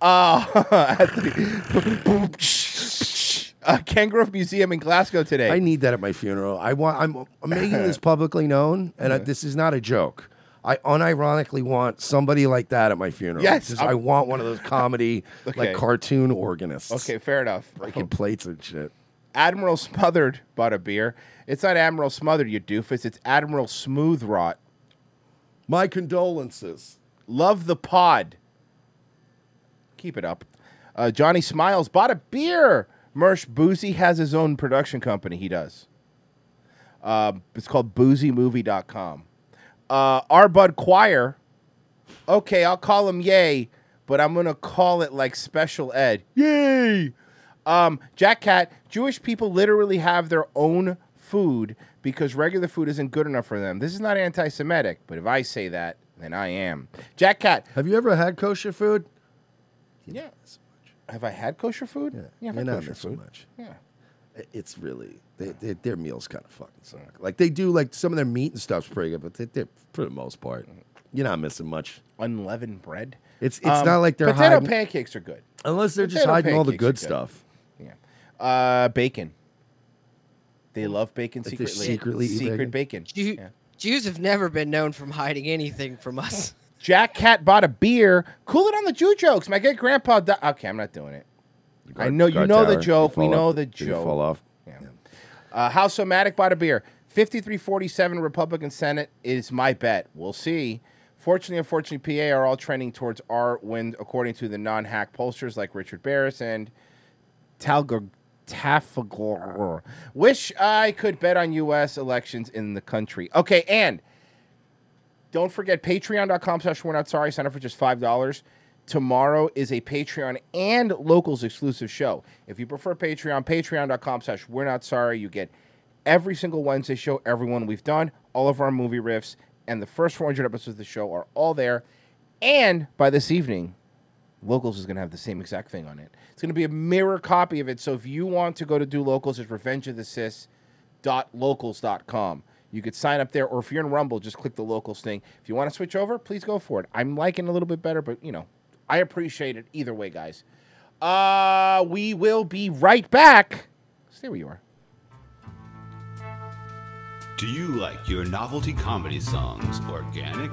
S3: Uh, at the uh, Kangaroo Museum in Glasgow today.
S4: I need that at my funeral. I want. I'm, I'm making this publicly known, and I, this is not a joke. I unironically want somebody like that at my funeral.
S3: Yes,
S4: Just-
S3: I'm-
S4: I want one of those comedy,
S3: Okay.
S4: like cartoon organists,
S3: Okay, fair enough. Oh.
S4: fucking plates and shit.
S3: Admiral Smothered bought a beer. It's not Admiral Smothered, you doofus. It's Admiral Smooth Rot.
S4: My condolences.
S3: Love the pod. Keep it up. Uh, Johnny Smiles bought a beer. Mersh Boozy has his own production company. He does. Uh, it's called boozymovie.com. Uh, our Bud Choir. Okay, I'll call him Yay, but I'm going to call it like Special Ed. Yay! Um, Jack Cat, Jewish people literally have their own food because regular food isn't good enough for them. This is not anti Semitic, but if I say that, then I am. Jack Cat.
S4: Have you ever had kosher food?
S3: Yeah. Have I had kosher food? Yeah,
S4: you're
S3: I've had
S4: not
S3: kosher
S4: missing
S3: food.
S4: much.
S3: Yeah.
S4: It- It's really they, they, their meals kind of fucking suck. Like they do like some of their meat and stuff's pretty good, but they, they for the most part, you're not missing much.
S3: Mm-hmm. Unleavened bread.
S4: It's it's
S3: Um,
S4: not like they're
S3: potato
S4: hiding,
S3: pancakes are good.
S4: unless they're just
S3: Potato
S4: hiding all the
S3: pancakes are
S4: good stuff.
S3: Uh, bacon. They love bacon
S4: Mm. Like
S3: secretly.
S4: they secretly eat
S3: secret bacon.
S8: Mm-hmm. Jew- Jews have never been known from hiding anything from us.
S3: Jack Cat bought a beer. Cool it on the Jew jokes. My good grandpa. Di- okay, I'm not doing it. I know you
S4: Guard
S3: know
S4: tower,
S3: the
S4: you
S3: joke. We
S4: fall
S3: know
S4: off-
S3: the
S4: you
S3: joke.
S4: fall off.
S3: Uh, House Somatic bought a beer. 5347 Republican Senate is my bet. We'll see. Fortunately, unfortunately, PA are all trending towards our wind, according to the non hack pollsters like Richard Barris and Talgor Tafagor. Wish I could bet on U.S. elections in the country. Okay, and don't forget patreon.com slash we're not sorry. Sign up for just $5. Tomorrow is a Patreon and locals exclusive show. If you prefer Patreon, patreon.com slash we're not sorry. You get every single Wednesday show, everyone we've done, all of our movie riffs, and the first 400 episodes of the show are all there. And by this evening, Locals is going to have the same exact thing on it. It's going to be a mirror copy of it. So if you want to go to do Locals, it's revengeofthesis.locals.com. You could sign up there, or if you're in Rumble, just click the Locals thing. If you want to switch over, please go for it. I'm liking it a little bit better, but you know, I appreciate it either way, guys. Uh, we will be right back. Stay where you are.
S18: Do you like your novelty comedy songs organic?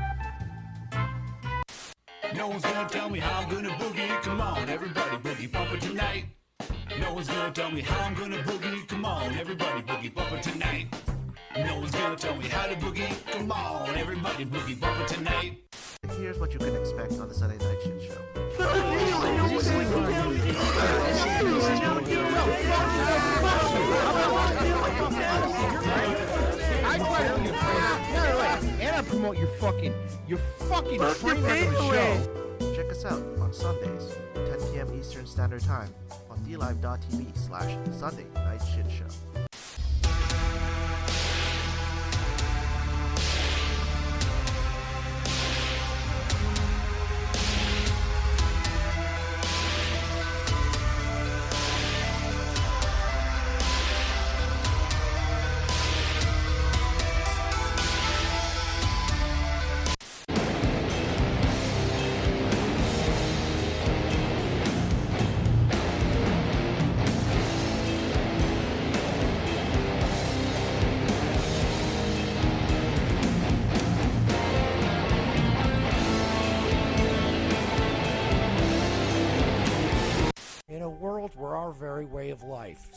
S13: No one's gonna tell me how I'm gonna boogie. Come on, everybody, boogie bumper tonight. No one's gonna tell me how I'm gonna boogie. Come on, everybody, boogie bumper tonight. No one's gonna tell me how to boogie. Come on, everybody, boogie bumper tonight.
S19: Here's what you can expect on the Sunday Night Shit Show.
S3: And I promote your fucking, your fucking train wreck of a show.
S19: Check us out on Sundays, 10 p.m. Eastern Standard Time on DLive.tv slash Sunday Night Shit Show.
S7: In a world where our very way of life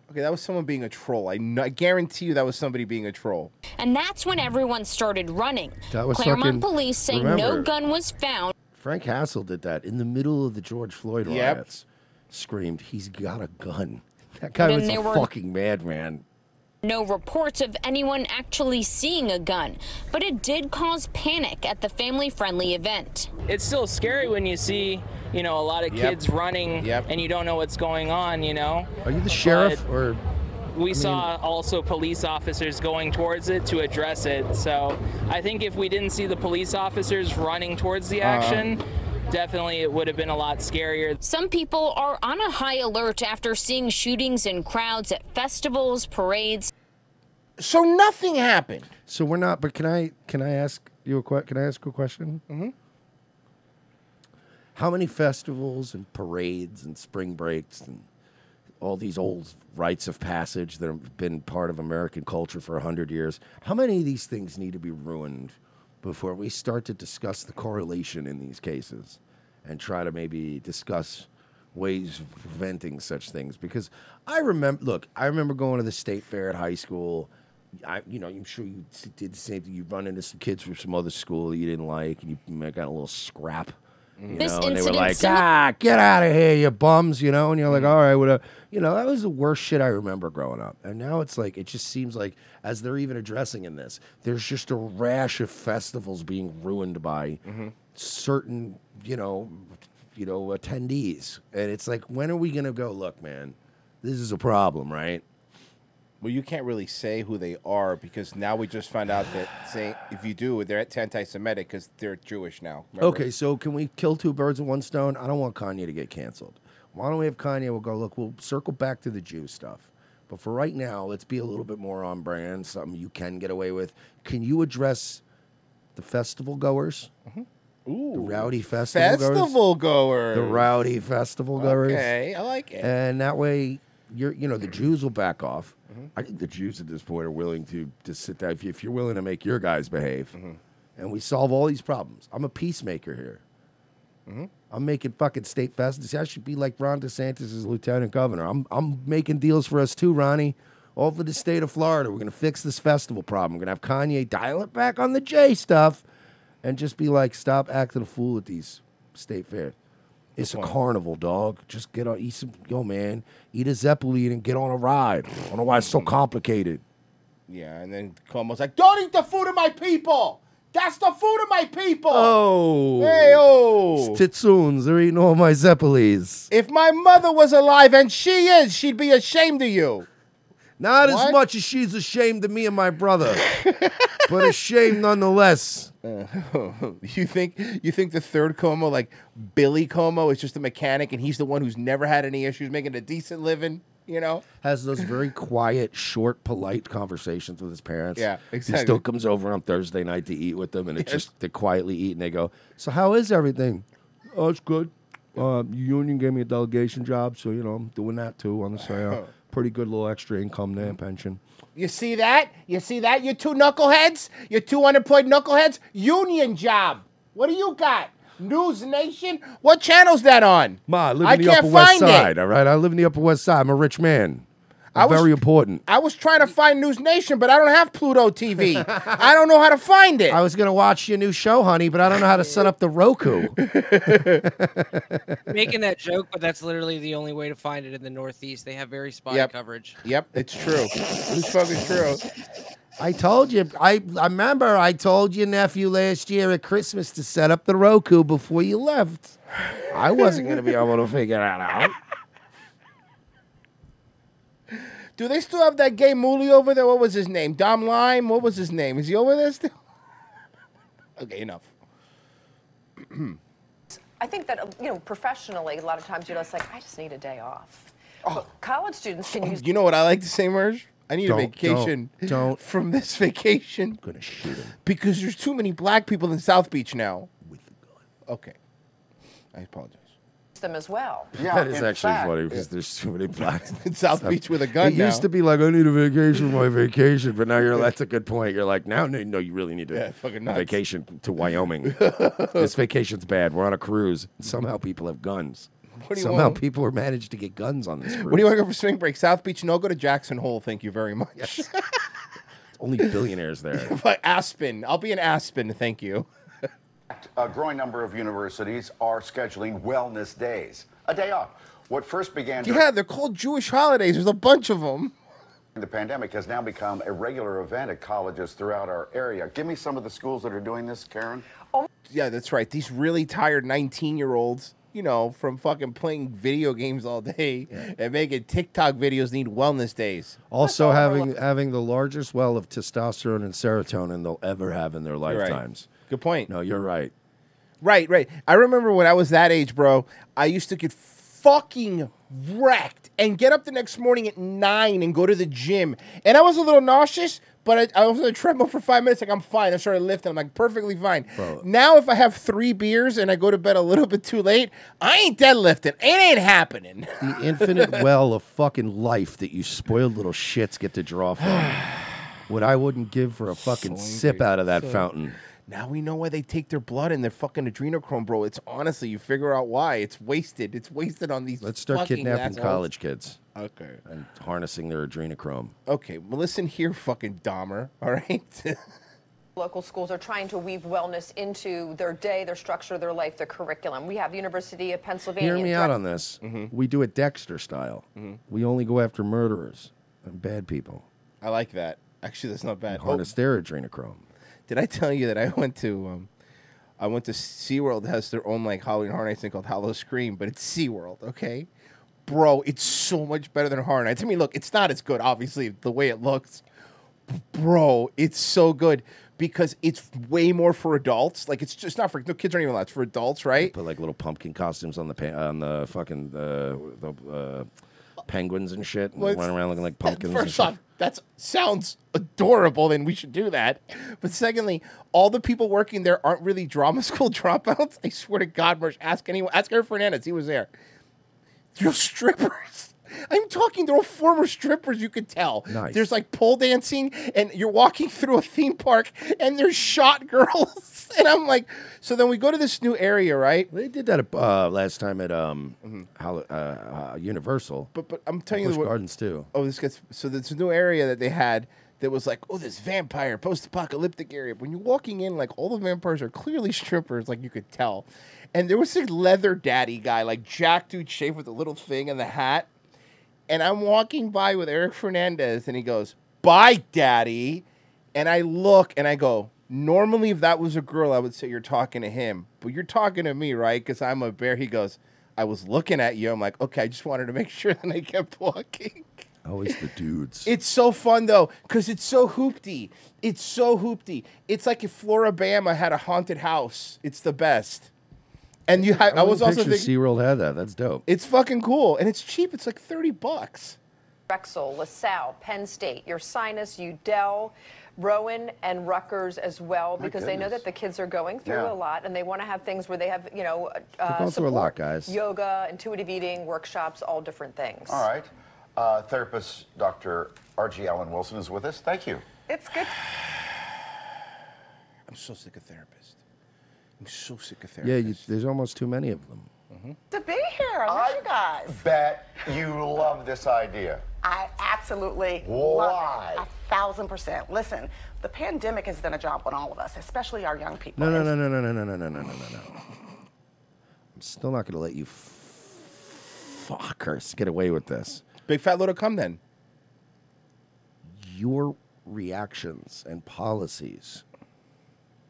S3: Okay, that was someone being a troll. I, kn- I guarantee you that was somebody being a troll.
S20: And that's when everyone started running.
S4: That was fucking-
S20: Claremont police say
S4: remember-
S20: no gun was found.
S4: Frank Hassel did that in the middle of the George Floyd
S20: Yep.
S4: riots. Screamed, "He's got a gun." That guy
S20: Then
S4: was
S20: they
S4: a
S20: were-
S4: fucking madman.
S20: No reports of anyone actually seeing a gun, but it did cause panic at the family friendly event.
S21: it's still scary when you see, you know, a lot of
S4: Yep.
S21: kids running and you don't know what's going on, you know.
S4: Are you the sheriff or
S21: we saw also police officers going towards it to address it. So I think if we didn't see the police officers running towards the
S20: Uh-huh.
S21: action, definitely it would have been a lot scarier.
S20: Some people are on a high alert after seeing shootings in crowds at festivals, parades.
S3: So nothing happened.
S4: So we're not. But can I can I ask you a que- can I ask a question? Mm-hmm. How many festivals and parades and spring breaks and all these old rites of passage that have been part of American culture for hundred years? How many of these things need to be ruined before we start to discuss the correlation in these cases and try to maybe discuss ways of preventing such things? Because I remember, look, I remember going to the state fair at high school. I, you know, I'm sure you s- did the same thing. You run into some kids from some other school that you didn't like, and you m- got a little scrap. You
S20: This
S4: know, and they were
S20: incident
S4: like,
S20: sim-
S4: "Ah, get out of here, you bums!" You know, and you're like, "All right, whatever." You know, that was the worst shit I remember growing up. And now it's like, it just seems like as they're even addressing in this, there's just a rash of festivals being ruined by certain, you know, you know, attendees. And it's like, when are we gonna go? Look, man, this is a problem, right?
S3: Well, you can't really say who they are because now we just found out that saying if you do, they're anti-Semitic because they're Jewish now. remember?
S4: Okay, so can we kill two birds with one stone? I don't want Kanye to get canceled. Why don't we have Kanye? We'll go, look, we'll circle back to the Jew stuff. But for right now, let's be a little bit more on brand, something you can get away with. Can you address the festival goers?
S3: Mm-hmm. Ooh,
S4: The rowdy festival,
S3: festival
S4: goers.
S3: goers.
S4: The rowdy festival goers.
S3: Okay, I like it.
S4: And that way, you're, you know, the Jews will back off. I think the Jews at this point are willing to just sit down. If, you, if you're willing to make your guys behave, and we solve all these problems, I'm a peacemaker here. I'm making fucking state festivals. I should be like Ron DeSantis as lieutenant governor. I'm I'm making deals for us too, Ronnie. All for the state of Florida. We're gonna fix this festival problem. We're gonna have Kanye dial it back on the J stuff, and just be like, stop acting a fool at these state fairs. It's a carnival, dog. Just get on, eat some, yo, man, eat a zeppelin and get on a ride. I don't know why it's so complicated.
S3: Mm. Yeah, and then Cuomo's like, "Don't eat the food of my people. That's the food of my people."
S4: Oh,
S3: hey, oh.
S4: Titsoons, they're eating all my zeppelins.
S3: If my mother was alive, and she is, she'd be ashamed of you.
S4: Not as
S3: What?
S4: much as she's ashamed of me and my brother, but ashamed nonetheless.
S3: you think you think the third Como, like Billy Como, is just a mechanic, and he's the one who's never had any issues making a decent living. You know,
S4: Has those very quiet, short, polite conversations with his parents.
S3: Yeah,
S4: He
S3: exactly.
S4: still comes over on Thursday night to eat with them, and it's
S3: Yes.
S4: just they quietly eat and they go, "So how is everything? Oh, it's good. Uh, union gave me a delegation job, so you know I'm doing that too on the side. Pretty good little extra income there, pension.
S3: you see that? You see that? You two knuckleheads, you two unemployed knuckleheads. Union job. What do you got? News Nation. What channel's that on?
S4: Ma, I live in
S3: I
S4: the
S3: can't
S4: Upper West
S3: find it.
S4: Side. All right, I live in the Upper West Side. I'm a rich man.
S3: I was-
S4: very important.
S3: I was trying to find News Nation, but I don't have Pluto TV. I don't know how to find it.
S4: I was gonna watch your new show, honey, but I don't know how to set up the Roku.
S8: Making that joke, but that's literally the only way to find it in the Northeast. They have very spot
S3: Yep.
S8: coverage.
S3: Yep, it's true. It's fucking true.
S4: I told you. I, I remember I told your nephew last year at Christmas to set up the Roku before you left. I wasn't going to be able to figure that out.
S3: Do they still have that gay Mooley over there? What was his name? Dom Lime? What was his name? Is he over there still? okay, enough.
S22: I think that, uh, you know, professionally, a lot of times you're just like, I just need a day off.
S4: Oh.
S22: But college students can use
S3: You know what I like to say, Merge? I need
S4: Don't,
S3: a vacation
S4: don't, don't.
S3: from this vacation.
S4: gonna shoot him.
S3: Because there's too many black people in South Beach now. With the gun. Okay. I apologize.
S22: them as well.
S4: that is actually funny because there's too many blacks
S3: in South Beach with a gun
S4: It
S3: now.
S4: used to be like I need a vacation for my vacation, but now you're like, that's a good point. You're like now no, no you really need to
S3: Yeah, fucking
S4: a
S3: nuts.
S4: vacation to Wyoming. this vacation's bad. We're on a cruise. Somehow people have guns.
S3: What do you
S4: Somehow
S3: want?
S4: people are managed to get guns on this cruise.
S3: What do you want to go for spring break? South Beach? No, go to Jackson Hole. Thank you very much.
S4: Only billionaires there.
S3: but Aspen. I'll be in Aspen. Thank you.
S23: A growing number of universities are scheduling wellness days, a day off. What first began during
S3: Yeah, they're called Jewish holidays. There's a bunch of them.
S23: the pandemic has now become a regular event at colleges throughout our area. Give me some of the schools that are doing this, Karen.
S3: Yeah, that's right. These really tired 19 year olds. you know, from fucking playing video games all day and making TikTok videos need wellness days.
S4: Also having having the largest well of testosterone and serotonin they'll ever have in their
S3: right.
S4: lifetimes.
S3: Good point.
S4: No, you're right.
S3: Right, right. I remember when I was that age, bro, I used to get fucking wrecked and get up the next morning at nine and go to the gym. And I was a little nauseous, but I, I was on a treadmill for five minutes. Like, I'm fine. I started lifting. I'm like, perfectly fine.
S4: Bro.
S3: Now, if I have three beers and I go to bed a little bit too late, I ain't deadlifting. It ain't happening.
S4: The infinite well of fucking life that you spoiled little shits get to draw from. what I wouldn't give for a fucking sip out of that
S3: So-
S4: fountain.
S3: Now we know why they take their blood and their fucking adrenochrome, bro. It's honestly, you figure out why. It's wasted. It's wasted on these.
S4: Let's start
S3: fucking
S4: kidnapping
S3: assholes.
S4: college kids.
S3: Okay.
S4: And harnessing their adrenochrome.
S3: Okay, well, listen here, fucking Dahmer. All right.
S22: Local schools are trying to weave wellness into their day, their structure, their life, their curriculum. We have the University of Pennsylvania.
S4: Hear me out on this.
S3: Mm-hmm.
S4: We do it Dexter style. We only go after murderers and bad people.
S3: I like that. Actually, that's not bad. Oh,
S4: Harness their adrenochrome.
S3: Did I tell you that I went to um, I went to SeaWorld has their own like Halloween Horror Nights thing called Hollow Scream, but it's SeaWorld, okay? Bro, it's so much better than Horror Nights. I mean, look, it's not as good, obviously, the way it looks. B- Bro, it's so good because it's way more for adults. Like it's just not for no kids aren't even allowed. It's for adults, right?
S4: Put like little pumpkin costumes on the pa- on the fucking uh, the uh, penguins and shit, and
S3: Well,
S4: run around looking like pumpkins. and
S3: First
S4: shit.
S3: off, that sounds adorable, and we should do that. But secondly, all the people working there aren't really drama school dropouts. I swear to God, Marsh, ask anyone. Ask Eric Fernandez. He was there. You're strippers. I'm talking. They're all former strippers. You could tell.
S4: Nice.
S3: There's like pole dancing, and you're walking through a theme park, and there's shot girls. And I'm like, so then we go to this new area, right?
S4: They did that uh, last time at um, Hol- uh, uh, Universal.
S3: But but I'm telling you
S4: Busch
S3: what-
S4: Gardens too.
S3: Oh, this gets so this new area that they had that was like, oh, this vampire post-apocalyptic area. When you're walking in, like all the vampires are clearly strippers, like you could tell. And there was this leather daddy guy, like Jack dude shaved with the little thing and the hat. And I'm walking by with Eric Fernandez, and he goes, "Bye, daddy." And I look and I go, normally if that was a girl, I would say you're talking to him, but you're talking to me, right? Because I'm a bear. He goes, I was looking at you. I'm like, okay, I just wanted to make sure. And I kept walking.
S4: Always the dudes.
S3: It's so fun though, because it's so hoopty. It's so hoopty. It's like if Floribama had a haunted house. It's the best. And you have I, was also
S4: picture
S3: thinking
S4: SeaWorld had that. That's dope.
S3: it's fucking cool and it's cheap. It's like thirty bucks.
S22: Drexel, LaSalle, Penn State, your Sinus, Udell, Rowan, and Rutgers as well,
S4: My
S22: because they know
S4: goodness.
S22: that the kids are going through
S4: Yeah.
S22: a lot and they want to have things where they have, you know, uh,
S23: going through a lot,
S22: support.
S23: guys.
S22: Yoga, intuitive eating, workshops, all different things.
S23: All right. Uh, therapist Dr. R.G. Allen Wilson is with us. Thank you.
S22: It's good.
S3: I'm so sick of therapists. I'm so sick of
S4: Yeah, you, there's almost too many of them.
S24: to be here. I love you guys.
S23: Bet you love this idea.
S24: I absolutely
S23: Why?
S24: love it. A thousand percent. Listen, the pandemic has done a job on all of us, especially our young people.
S4: No, no, no, no, no, no, no, no, no, no, no, no. I'm still not gonna let you f- fuckers get away with this.
S3: Big fat little come then.
S4: Your reactions and policies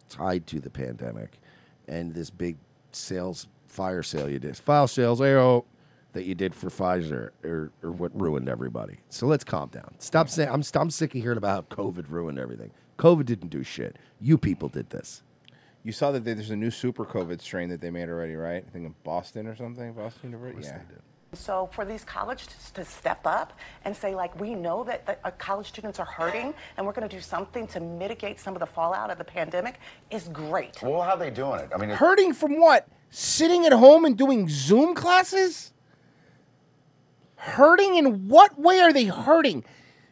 S4: tied to the pandemic and this big sales fire sale you did, file sales, ayo, that you did for Pfizer or, or what ruined everybody. So let's calm down. Stop saying I'm I'm sick of hearing about how COVID ruined everything. COVID didn't do shit. You people did this.
S3: You saw that there's a new super COVID strain that they made already, right? I think in Boston or something. Boston University. Yeah.
S24: So for these college students to step up and say, like, we know that the, uh, college students are hurting, and we're going to do something to mitigate some of the fallout of the pandemic is great.
S23: Well, how are they doing it? I mean, it's
S3: Hurting from what? Sitting at home and doing Zoom classes? Hurting in what way are they hurting?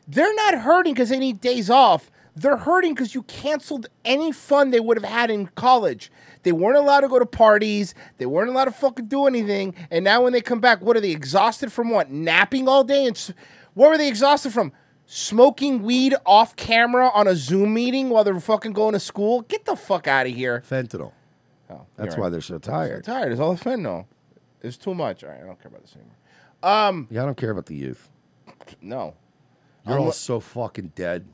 S3: They're not hurting because they need days off. They're hurting because you canceled any fun they would have had in college. They weren't allowed to go to parties. They weren't allowed to fucking do anything. And now when they come back, what are they exhausted from? What? Napping all day? And s- what were they exhausted from? Smoking weed off camera on a Zoom meeting while they're fucking going to school? Get the fuck out of here.
S4: Fentanyl.
S3: Oh,
S4: That's
S3: you're
S4: why
S3: right.
S4: they're so tired.
S3: So tired. It's all the fentanyl. It's too much. All right, I don't care about this anymore. Um,
S4: Yeah, I don't care about the youth.
S3: no.
S4: You're
S3: I'm
S4: all
S3: li-
S4: so fucking dead.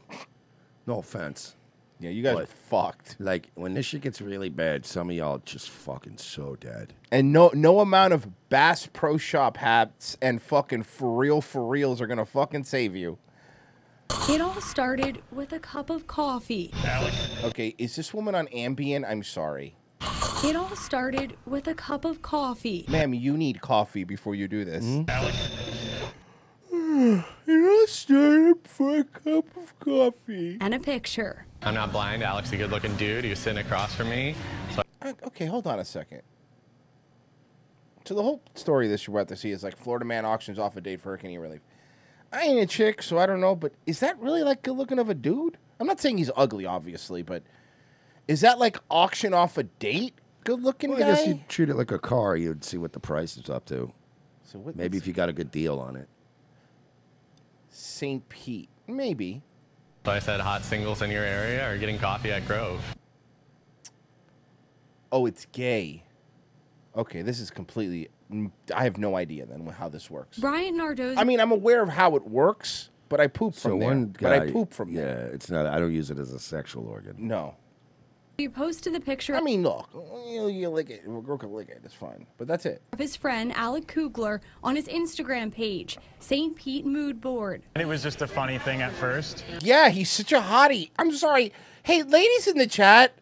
S4: No offense.
S3: Yeah, you guys are fucked.
S4: Like when this shit gets really bad, some of y'all just fucking so dead.
S3: And no no amount of Bass Pro Shop hats and fucking for real for reals are gonna fucking save you.
S25: It all started with a cup of coffee.
S3: Okay, is this woman on Ambien? I'm sorry.
S25: It all started with a cup of coffee.
S3: Ma'am, you need coffee before you do this.
S4: Hmm?
S25: it all started for a cup of coffee. And a picture.
S11: I'm not blind. Alex, a good looking dude. He was sitting across from me. So
S3: Uh, Okay, hold on a second. So the whole story of this you're about to see is like Florida man auctions off a date for hurricane relief. I ain't a chick, so I don't know, but is that really like good looking of a dude? I'm not saying he's ugly, obviously, but is that like auction off a date? Good looking
S4: I guess
S3: guy?
S4: you'd treat it like a car. You'd see what the price is up to.
S3: So what-
S4: Maybe if you got a good deal on it.
S3: St. Pete. Maybe.
S11: I said, hot singles in your area or getting coffee at Grove.
S3: Oh, it's gay. Okay, this is completely. mm, I have no idea then how this works.
S25: Brian Nardozzi.
S3: I mean, I'm aware of how it works, but I poop
S4: So
S3: from there.
S4: one
S3: but I
S4: guy-
S3: poop from
S4: yeah, it's not. I don't use it as a sexual organ.
S3: No.
S25: He posted the picture. I
S3: mean, look, you, you lick it. A girl can lick it. It's fine. But that's it.
S25: Of his friend Alec Kugler on his Instagram page, St. Pete Mood Board.
S9: And it was just a funny thing at first.
S3: Yeah, he's such a hottie. I'm sorry. Hey, ladies in the chat,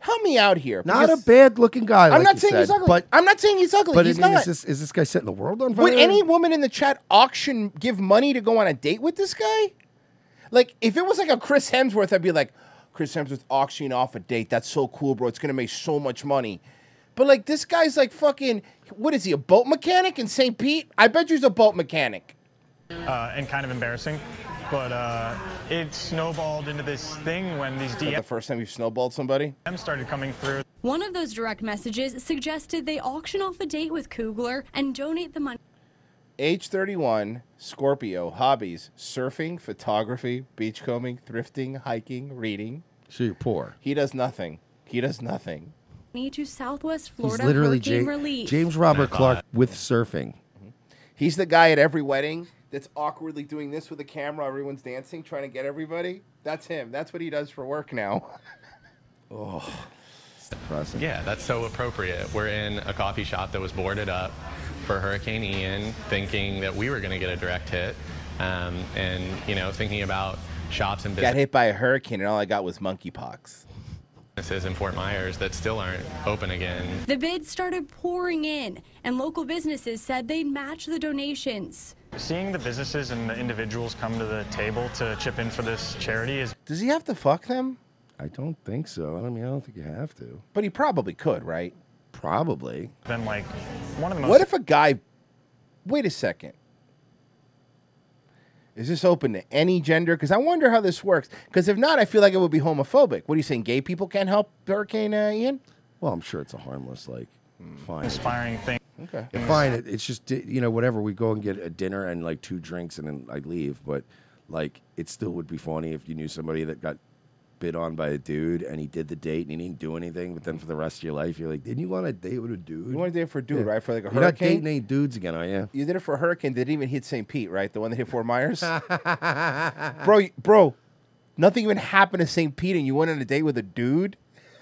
S3: help me out here.
S4: Not a
S3: because
S4: bad looking guy.
S3: I'm
S4: like
S3: not
S4: you
S3: saying
S4: said,
S3: he's ugly.
S4: But
S3: I'm not saying he's ugly.
S4: but
S3: he's
S4: I mean,
S3: not.
S4: is this is this guy setting the world on fire?
S3: Would any woman in the chat auction give money to go on a date with this guy? Like, if it was like a Chris Hemsworth, I'd be like, Chris Hemsworth auctioning off a date. That's so cool, bro. It's gonna make so much money. But like, this guy's like fucking. What is he? A boat mechanic in St. Pete? I bet you he's a boat mechanic.
S9: uh, and kind of embarrassing. But uh, it snowballed into this thing when these
S3: Is that the
S9: DMs
S3: first time you've snowballed somebody?
S9: started coming through.
S25: One of those direct messages suggested they auction off a date with Kugler and donate the money
S3: Age 31, Scorpio, hobbies, surfing, photography, beachcombing, thrifting, hiking, reading.
S4: So you're poor.
S3: He does nothing. He does nothing.
S25: to Southwest
S4: He's
S25: Florida
S4: literally
S25: Hurricane
S4: Ja-
S25: Relief.
S4: James Robert Clark with surfing.
S3: He's the guy at every wedding that's awkwardly doing this with a camera. Everyone's dancing, trying to get everybody. That's him. That's what he does for work now.
S4: Oh,
S11: Yeah, that's so appropriate. We're in a coffee shop that was boarded up for Hurricane Ian, thinking that we were going to get a direct hit. Um, and, you know, thinking about shops and
S3: Got
S11: businesses.
S3: hit by a hurricane, and all I got was monkeypox.
S11: businesses in Fort Myers that still aren't open again.
S25: The bids started pouring in, and local businesses said they'd match the donations.
S9: Seeing the businesses and the individuals come to the table to chip in for this charity is
S3: Does he have to fuck them?
S4: I don't think so. I mean, I don't think you have to.
S3: But he probably could, right?
S4: Probably.
S9: been like one of the most.
S3: What if a guy? Wait a second. Is this open to any gender? Because I wonder how this works. Because if not, I feel like it would be homophobic. What are you saying? Gay people can't help Hurricane uh, Ian?
S4: Well, I'm sure it's a harmless like.
S3: Hmm.
S4: Fine.
S9: Inspiring thing.
S3: Okay.
S4: Yeah, fine. It, it's just di- you know whatever. We go and get a dinner and like two drinks and then I leave. But like it still would be funny if you knew somebody that got bid on by a dude and he did the date and he didn't do anything. But then for the rest of your life, you're like, didn't you want a date with a dude?
S3: You want to date for a dude,
S4: Yeah.
S3: right? For like a
S4: You're not
S3: hurricane.
S4: dating any dudes again, are you?
S3: You did it for a hurricane. Didn't even hit St. Pete, right? The one that hit Fort Myers. bro, y- bro, nothing even happened to St. Pete, and you went on a date with a dude.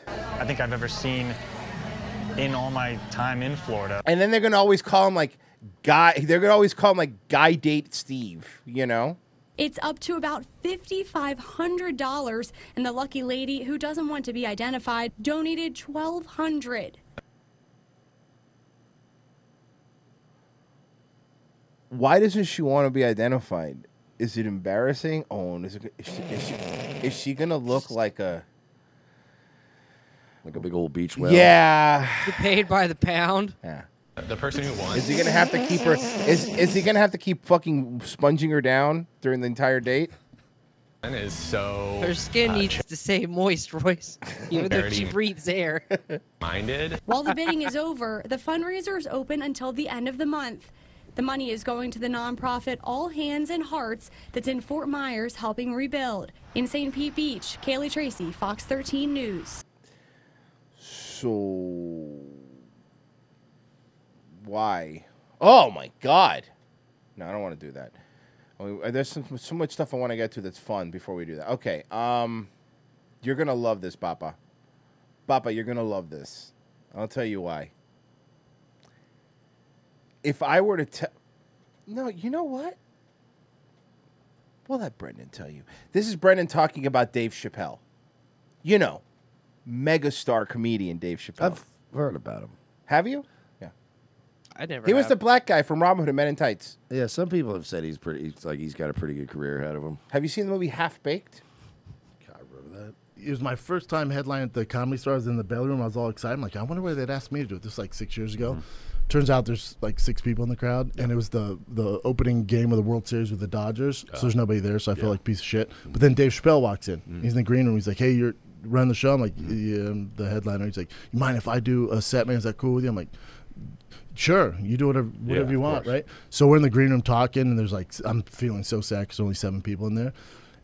S9: I think I've ever seen in all my time in Florida.
S3: And then they're gonna always call him like guy. They're gonna always call him like guy date Steve. You know.
S25: It's up to about $5,500, and the lucky lady who doesn't want to be identified donated 1200
S3: Why doesn't she want to be identified? Is it embarrassing? Oh, and is, it, is, she, is, she, is she gonna look like a?
S4: Like a big old beach whale.
S3: Yeah.
S8: You paid by the pound.
S3: Yeah.
S11: The person who won.
S3: Is he gonna have to keep her? Is is he gonna have to keep fucking sponging her down during the entire date?
S11: Is so.
S8: Her skin
S11: uh,
S8: needs to stay moist, Royce. Even though she
S11: Dirty.
S8: breathes air.
S11: minded.
S25: While the bidding is over, the fundraiser is open until the end of the month. The money is going to the nonprofit All Hands and Hearts that's in Fort Myers helping rebuild. In St. Pete Beach, Kaylee Tracy, Fox 13 News.
S3: So why? Oh my god! No, I don't want to do that. uh, I mean, There's some, so much stuff I want to get to that's fun before we do that. Okay. Um, You're gonna love this, Papa. Papa, you're gonna love this. I'll tell you why. If I were to tell, no, you know what? We'll let Brendan tell you. This is Brendan talking about Dave Chappelle. You know, megastar comedian Dave Chappelle. I've
S4: heard about him.
S3: Have you? Yeah.
S8: I never.
S3: He was
S8: have.
S3: the black guy from Robin Hood and Men in Tights.
S4: Yeah, some people have said he's pretty. He's like he's got a pretty good career ahead of him.
S3: Have you seen the movie Half Baked?
S26: It was my first time headline at the Comedy Store. I was in the belly room. I was all excited. I'm like, I wonder why they'd asked me to do it. This was like six years ago.
S3: Mm-hmm.
S26: Turns out there's like six people in the crowd, and it was the the opening game of the World Series with the Dodgers. so
S3: Ah.
S26: there's nobody there, so I feel like a piece of shit. But then Dave Chappelle walks in.
S3: Mm-hmm.
S26: He's in the green room. He's like, Hey, you're running the show. I'm like, Yeah, I'm the headliner. He's like, You mind if I do a set, man? Is that cool with you? I'm like, Sure, you do whatever whatever
S16: Yeah,
S26: you
S16: of
S26: want,
S16: course.
S26: right? So we're in the green room talking, and there's like I'm feeling so sad because only seven people in there,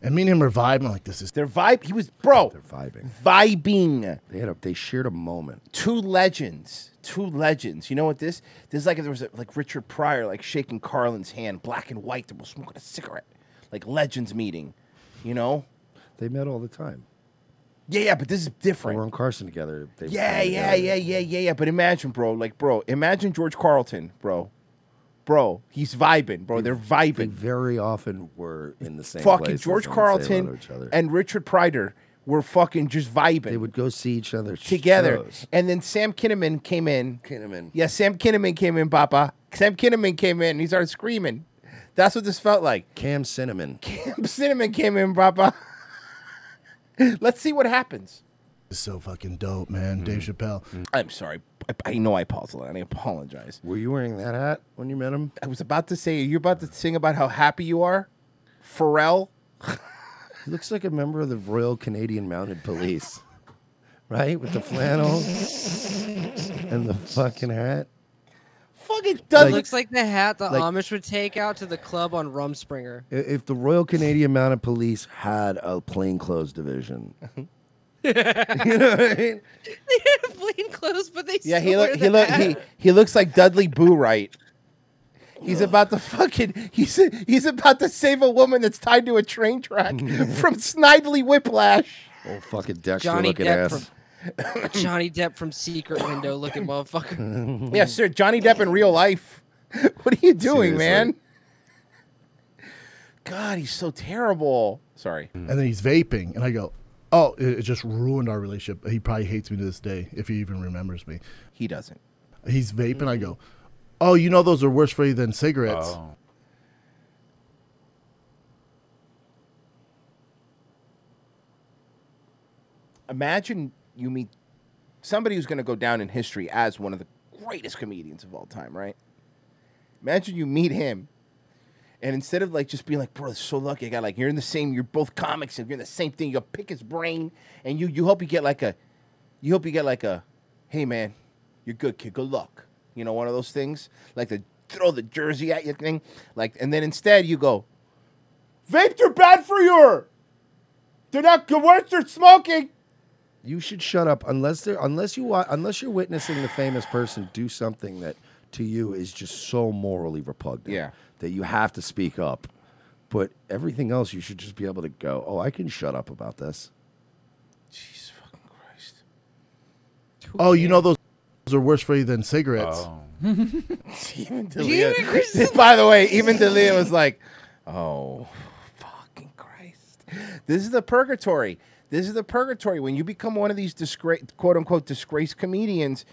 S26: and me and him are vibing. I'm like, this is
S3: their vibe. He was bro. They're
S4: vibing.
S3: Vibing.
S4: They had a, they shared a moment.
S3: Two legends. Two legends. You know what this? This is like if there was a, like Richard Pryor like shaking Carlin's hand, black and white. They were smoking a cigarette, like legends meeting. You know?
S4: They met all the time.
S3: Yeah, yeah, but this is different.
S4: We're on Carson together. They
S3: yeah, yeah, yeah, yeah, yeah, yeah. But imagine, bro, like, bro, imagine George Carlton, bro, bro. He's vibing, bro. They're
S4: They
S3: vibing.
S4: very often were in the same.
S3: Fucking
S4: places
S3: George
S4: and would say hello to
S3: Carlton
S4: each other.
S3: and Richard Pryor were fucking just vibing. They
S4: would go see each other
S3: together.
S4: shows.
S3: And then Sam Kinnaman came in.
S4: Kinnaman.
S3: Yeah, Sam Kinnaman came in, Papa. Sam Kinnaman came in and he started screaming. That's what this felt like.
S4: Cam Cinnamon.
S3: Cam Cinnamon came in, Papa. Let's see what happens.
S26: It's so fucking dope,
S16: Mm-hmm.
S26: man. Dave Chappelle.
S3: I'm sorry. I, I know I paused a lot. and I apologize.
S4: Were you wearing that hat when you met him?
S3: I was about to say, you're about to sing about how happy you are. Pharrell.
S4: He looks like a member of the Royal Canadian Mounted Police, right? With the flannel and the fucking hat.
S3: Fucking
S8: it looks like the hat the
S4: like-
S8: Amish would take out to the club on Rumspringer.
S4: I- If the Royal Canadian Mounted Police had a plainclothes division, you know what I mean?
S8: They had plain clothes, but they
S3: Yeah,
S8: still
S3: he
S8: wear
S3: look
S8: the
S3: he look
S8: hat.
S3: he, he looks like Dudley Boo Right. He's about to fucking he's he's about to save a woman that's tied to a train track from Snidely Whiplash.
S4: old fucking Dexter
S8: Johnny
S4: looking
S8: Depp
S4: ass.
S8: from Johnny Depp from Secret Window looking motherfucker.
S3: Yeah, sir, Johnny Depp in real life. What are you
S8: Seriously.
S3: doing, man? God, he's so terrible. Sorry.
S4: Mm.
S26: And then he's vaping, and I go, "Oh, it, it just ruined our relationship." He probably hates me to this day if he even remembers me.
S3: He doesn't.
S26: He's vaping. I go,
S16: Mm-hmm.
S26: "Oh, you know those are worse for you than cigarettes."
S16: Oh.
S3: Imagine you meet somebody who's going to go down in history as one of the greatest comedians of all time, right? Imagine you meet him, and instead of like just being like, "Bro, so lucky I got like you're in the same, you're both comics, and you're in the same thing," you pick his brain, and you you hope you get like a, you hope you get like a, "Hey man, you're good kid, good luck," you know, one of those things, like the throw the jersey at you thing, like, and then instead you go, "Vapes are bad for you. They're not good. Worse, they're smoking."
S4: You should shut up unless they're unless you wa- unless you're witnessing the famous person do something that to you is just so morally repugnant. Yeah. That you have to speak up. But everything else you should just be able to go, "Oh, I can shut up about this."
S26: Oh, you know those those are worse for you than cigarettes.
S16: Oh.
S3: even D'Elia, by the way, even D'Elia was like, "Oh, fucking Christ! This is the purgatory. This is the purgatory. When you become one of these disgrace, quote unquote, disgraced comedians."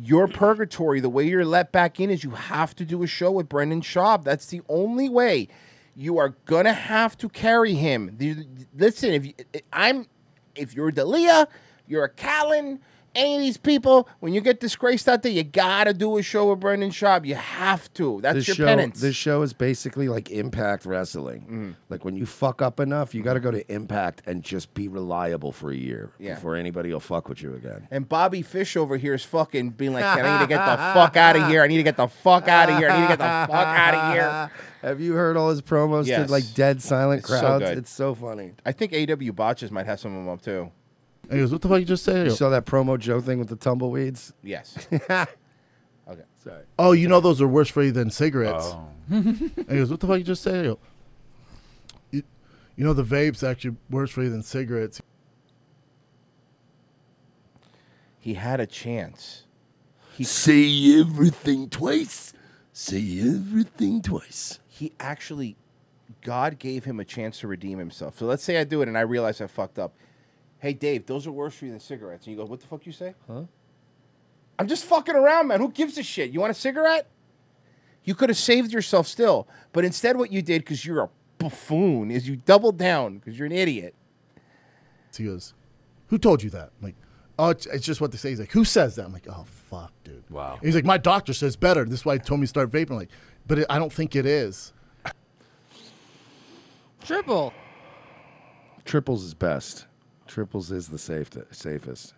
S3: Your purgatory, the way you're let back in is you have to do a show with Brendan Schaub. That's the only way. You are gonna have to carry him. The- Listen, if you, I'm, if you're D'Elia, you're a Callan, any of these people, when you get disgraced out there, you gotta do a show with Brendan Schaub. You have to. That's
S4: this
S3: your
S4: show,
S3: penance. Mm-hmm.
S4: This show is basically like Impact Wrestling. Like when you fuck up enough, you got to go to Impact and just be reliable for a year
S3: Yeah.
S4: before anybody will fuck with you again.
S3: and Bobby Fish over here is fucking being like, I need to get the fuck out of here. I need to get the fuck out of here. I need to get the fuck out of here.
S4: Have you heard all his promos
S3: Yes.
S4: to like dead silent
S3: It's so
S4: crowds?
S3: good.
S4: it's so funny.
S3: I think AW Botches might have some of them up too.
S26: He goes, "What the fuck you just said?" I
S4: You
S26: go,
S4: saw that promo Joe thing with the tumbleweeds?
S3: Yes. okay.
S4: Sorry.
S26: Oh, you know those are worse for you than cigarettes. and he goes, "What the fuck you just said?" I go, you, you know the vapes actually worse for you than cigarettes.
S3: He had a chance.
S4: Say everything twice. Say everything twice.
S3: He actually, God gave him a chance to redeem himself. So let's say I do it and I realize I fucked up. Hey, Dave, those are worse for you than cigarettes. And you go, what the fuck you say? Huh? I'm just fucking around, man. Who gives a shit? You want a cigarette? You could have saved yourself still. But instead, what you did, because you're a buffoon, is you doubled down because you're an idiot.
S10: So he goes, "Who told you that?" I'm like, "Oh, it's, it's just what they say." He's like, "Who says that?" I'm like, "Oh, fuck, dude."
S26: Wow.
S10: he's like, "My doctor says better. This is why he told me to start vaping." I'm like, but it, I don't think it is.
S8: Triple.
S4: Triples is best. Triples is the safe safest.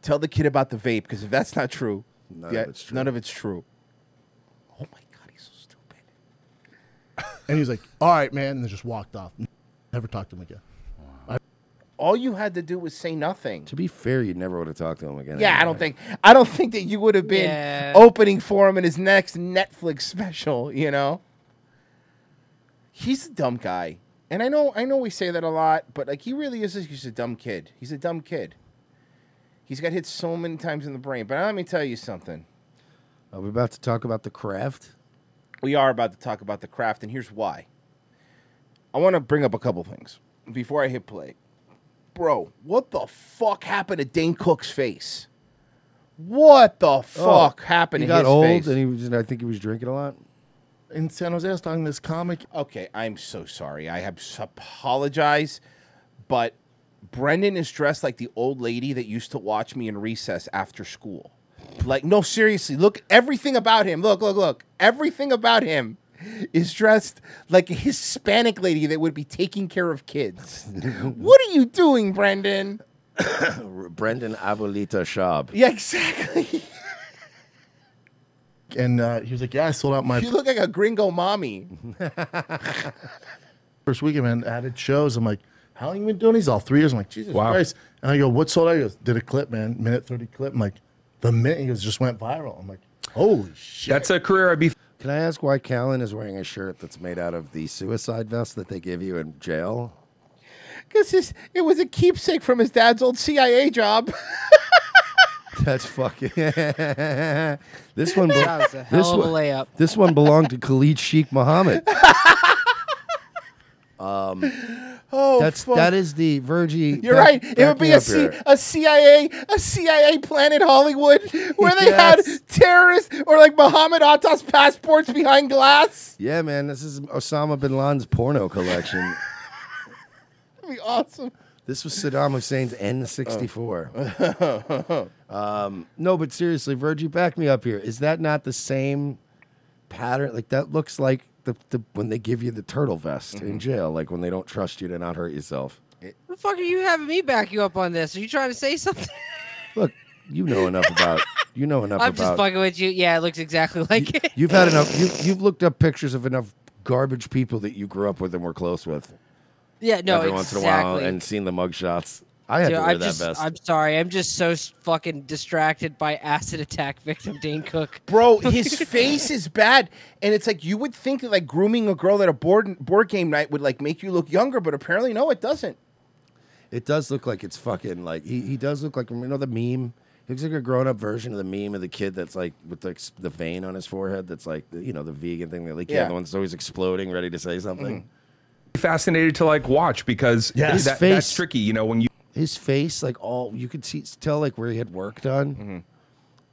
S3: Tell the kid about the vape because if that's not true,
S4: None of it's true.
S3: None of it's true.
S10: And he's like, "All right, man," and then just walked off. Never talked to him again.
S3: All you had to do was say nothing.
S4: To be fair, you never would have talked to him again.
S3: Yeah, I don't think I don't think that you would have been
S4: Yeah.
S3: opening for him in his next Netflix special, you know. He's a dumb guy. And I know I know we say that a lot, but like he really is he's a dumb kid. He's a dumb kid. He's got hit so many times in the brain. But let me tell you something.
S4: Are we about to talk about the craft?
S3: We are about to talk about the craft, and here's why. I want to bring up a couple things before I hit play. Bro, what the fuck happened to Dane Cook's face? What the fuck happened
S4: He
S3: to
S4: got
S3: his
S4: old,
S3: face?
S4: and he was. I think he was drinking a lot.
S3: in San Jose, I was talking to this comic. Okay, I'm so sorry. I have s- apologize, but Brendan is dressed like the old lady that used to watch me in recess after school. Like, no, seriously, look everything about him. Look, look, look. Everything about him is dressed like a Hispanic lady that would be taking care of kids. what are you doing, Brendan?
S4: Brendan Abuelita Schaub.
S3: Yeah, exactly.
S10: And uh, he was like, "Yeah, I sold out my
S3: You look like a gringo mommy.
S10: first weekend, man, added shows. I'm like, how long you been doing these? All three years. I'm like, Jesus Christ. And I go, what sold out? He goes, did a clip, man, minute 30 clip. I'm like, the minute he goes, just went viral. I'm like, holy shit.
S4: That's a career I'd be. Can I ask why Callan is wearing a shirt that's made out of the suicide vest that they give you in jail?
S3: Because it was a keepsake from his dad's old CIA job.
S4: That's fucking. this one.
S8: That was a hell
S4: this
S8: of a
S4: one,
S8: layup.
S4: This one belonged to Khalid Sheikh Mohammed. um,
S3: Oh,
S4: that's
S3: fuck.
S4: that is the Virgie.
S3: You're
S4: back-
S3: right. It would
S4: back me
S3: be a,
S4: up
S3: C-
S4: here.
S3: a CIA a CIA planet Hollywood where they
S4: Yes.
S3: had terrorists or like Muhammad Atta's passports behind glass.
S4: Yeah, man. This is Osama bin Laden's porno collection.
S3: That'd be awesome.
S4: This was Saddam Hussein's N64. um, no, but seriously, Virgie, back me up here. Is that not the same pattern? Like that looks like the, the when they give you the turtle vest in jail, like when they don't trust you to not hurt yourself.
S8: The fuck are you having me back you up on this? Are you trying to say something?
S4: Look, you know enough about you know enough
S8: I'm just
S4: about.
S8: fucking with you. Yeah, it looks exactly like it.
S4: you've had enough. You, you've looked up pictures of enough garbage people that you grew up with and were close with.
S8: Yeah, no,
S4: every once in a while,
S8: exactly.
S4: and seen the mugshots. I had
S8: Dude,
S4: to wear
S8: I'm
S4: that
S8: just,
S4: vest.
S8: I'm sorry. I'm just so s- fucking distracted by acid attack victim Dane Cook.
S3: Bro, his face is bad, and it's like you would think that like grooming a girl at a board board game night would like make you look younger, but apparently no, it doesn't.
S4: It does look like it's fucking like he, he does look like you know the meme. He looks like a grown up version of the meme of the kid that's like with like s- the vein on his forehead. That's like the- you know the vegan thing that like yeah.
S12: Yeah. Mm-hmm.
S4: the one's always exploding, ready to say something.
S12: fascinated to like watch because
S4: Yeah. His
S12: that,
S4: face.
S12: that's tricky. You know, when you
S4: His face, like all you could see, tell like where he had work done.
S12: Mm-hmm.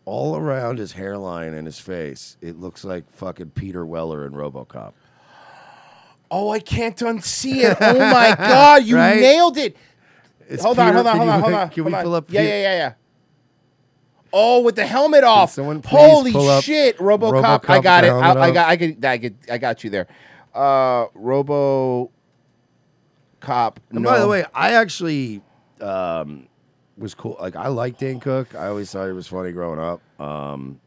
S4: All around his hairline and his face, it looks like fucking Peter Weller in RoboCop.
S3: Oh, I can't unsee it. Oh my god, you
S4: Right?
S3: nailed it.
S4: It's
S3: hold on,
S4: Peter-
S3: hold on,
S4: can
S3: hold
S4: you-
S3: on, hold on.
S4: can
S3: hold
S4: we
S3: on.
S4: pull up
S3: Yeah,
S4: Pe-
S3: yeah, yeah, yeah. Oh, with the helmet off.
S4: someone please
S3: Holy
S4: pull up
S3: shit, RoboCop. I
S4: RoboCop
S3: got it.
S4: with the
S3: I, I
S4: helmet
S3: got.
S4: off?
S3: I could. I could. I got you there. Uh, Robo. Cop.
S4: And by the
S3: no.
S4: way, I actually um, was cool. Like I liked Dan Cook. I always thought he was funny growing up. Um,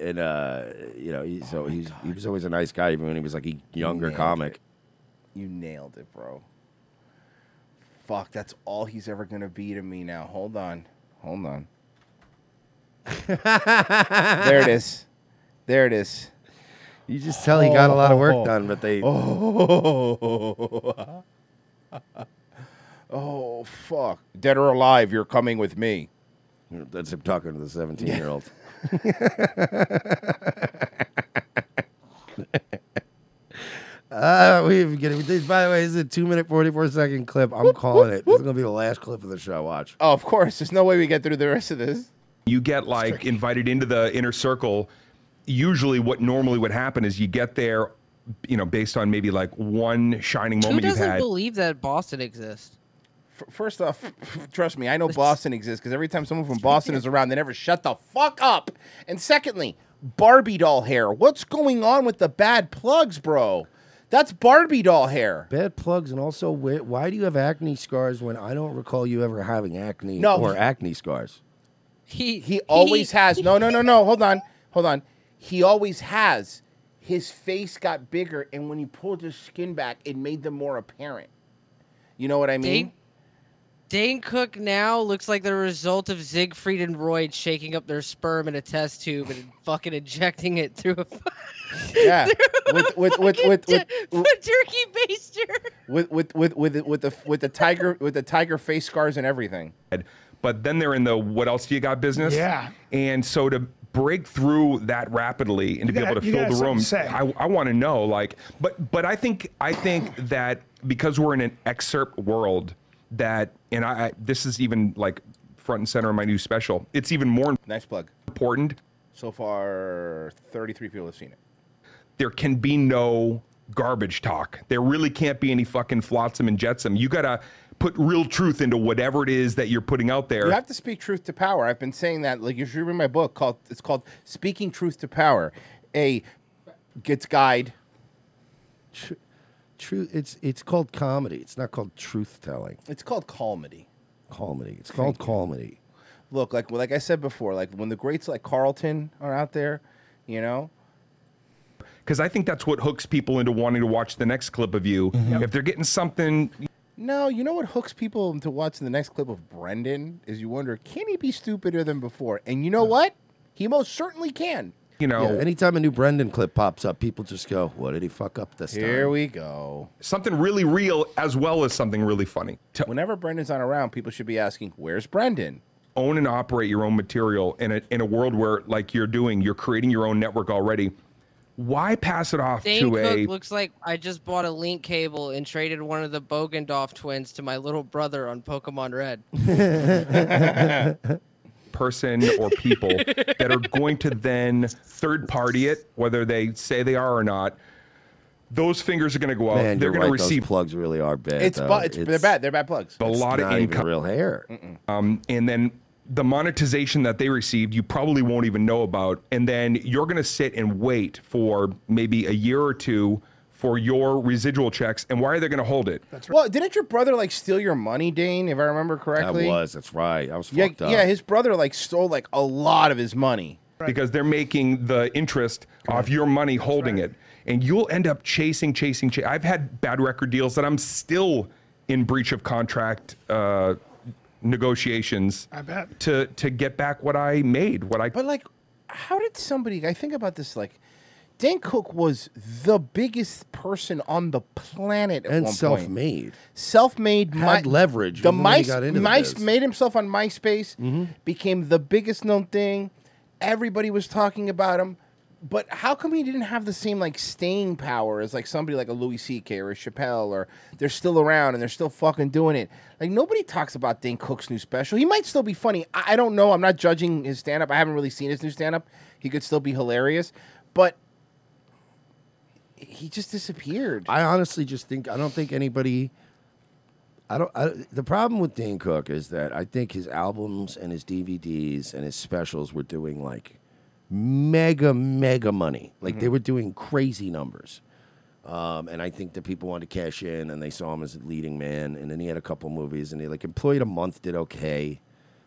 S4: and uh, you know, he, so he's he was always a nice guy, even when he was like a younger
S3: nailed
S4: comic.
S3: You nailed it, bro. Fuck, that's all he's ever gonna be to me now. Hold on. Hold on. there it is. There it is.
S4: You just tell he got Oh. a lot of work done, but they-
S3: Oh. Oh fuck! Dead or alive, you're coming with me.
S4: That's him talking to the 17 year old. Uh, we've getting this. By the way, this is a two minute forty four second clip. I'm calling it. This is gonna be the last clip of the show. Watch.
S3: Oh, of course. There's no way we get through the rest of this.
S12: you get like invited into the inner circle usually what normally would happen is you get there you know based on maybe like one shining
S8: Who
S12: moment you've
S8: doesn't
S12: had
S8: believe that Boston exists?
S3: First off, trust me, I know Boston exists because every time someone from Boston is around, they never shut the fuck up. And secondly, Barbie doll hair. What's going on with the bad plugs, bro? That's Barbie doll hair.
S4: Bad plugs, and also, wh- why do you have acne scars when I don't recall you ever having acne
S3: No.
S4: or acne scars?
S8: He
S3: he always has. No, no, no, no. Hold on, hold on. He always has. His face got bigger, and when he pulled his skin back, it made them more apparent. You know what I mean?
S8: Dane, Dane Cook now looks like the result of Siegfried and Royd shaking up their sperm in a test tube and fucking injecting it through a
S3: yeah. With with with with with,
S8: a turkey baster.
S3: with with with with with the with the tiger with the tiger face scars and everything.
S12: but then they're in the what else do you got business
S3: Yeah.
S12: and so to break through that rapidly and to be
S16: You gotta-
S12: able to
S16: you
S12: fill
S16: gotta
S12: the room
S16: something to
S12: i, I want to know like but but i think i think that because we're in an excerpt world that and i, I this is even like front and center of my new special it's even more
S3: nice plug
S12: important
S3: So far, thirty-three people have seen it.
S12: there can be no garbage talk. There really can't be any fucking flotsam and jetsam. You gotta put real truth into whatever it is that you're putting out there.
S3: You have to speak truth to power. I've been saying that. Like you should read my book called it's called Speaking Truth to Power. A gets guide.
S4: Tr- Truth. It's it's called comedy. It's not called truth telling.
S3: It's called comedy.
S4: Comedy. It's called comedy.
S3: Look, like like I said before, like when the greats like Carlton are out there, you know,
S12: Because I think that's what hooks people into wanting to watch the next clip of you. If they're getting something,
S3: No, you know what hooks people to watching the next clip of Brendan is you wonder, can he be stupider than before? And you know what? He most certainly can.
S12: you know,
S4: Yeah, anytime a new Brendan clip pops up, people just go, "What did he fuck up this time?"
S3: Here we go.
S12: something really real as well as something really funny. To
S3: Whenever Brendan's not around, people should be asking, where's Brendan?
S12: own and operate your own material in a, in a world where, like you're doing, you're creating your own network already. Why pass it off
S8: Dane
S12: to
S8: Cook
S12: a
S8: looks like I just bought a link cable and traded one of the Bogendorf twins to my little brother on Pokemon Red.
S12: person or people that are going to then third party it, whether they say they are or not. Those fingers are going to go out.
S4: Man,
S12: They're
S4: you're
S12: going
S4: right,
S12: to
S4: those
S12: receive
S4: plugs really are bad.
S3: It's,
S4: though.
S3: bu- it's, they're bad. They're bad plugs.
S12: a lot of
S4: not even
S12: income,
S4: real hair,
S12: um, and then the monetization that they received, you probably won't even know about. And then you're going to sit and wait for maybe a year or two for your residual checks. And why are they going to hold it?
S3: Well, didn't your brother like steal your money, Dane? If I remember correctly,
S4: was. That's right. I was
S3: yeah,
S12: fucked up.
S3: yeah. His brother like stole like a lot of his money.
S12: because they're making the interest off your money holding it and you'll end up chasing chasing cha- i've had bad record deals that i'm still in breach of contract uh, negotiations
S3: I bet.
S12: to to get back what i made what i
S3: But like, how did somebody? I think about this. Like, Dan Cook was the biggest person on the planet at
S4: and
S3: one point.
S4: self-made.
S3: Self-made
S4: Had
S3: Mi-
S4: leverage
S3: The
S4: even when he
S3: mice,
S4: got into the
S3: mice
S4: biz.
S3: made himself on MySpace, became the biggest known thing. Everybody was talking about him. But how come he didn't have the same like staying power as like somebody like a Louis C.K. or a Chappelle or they're still around and they're still fucking doing it? Like nobody talks about Dane Cook's new special. He might still be funny. I, I don't know. I'm not judging his stand up. I haven't really seen his new stand up. He could still be hilarious, but he just disappeared.
S4: I honestly just think I don't think anybody. I don't. I, the problem with Dane Cook is that I think his albums and his DVDs and his specials were doing like mega mega money. Like they
S26: Mhm.
S4: were doing crazy numbers. Um, and I think that people wanted to cash in, and they saw him as a leading man. And then he had a couple movies, and he like employed a month did okay.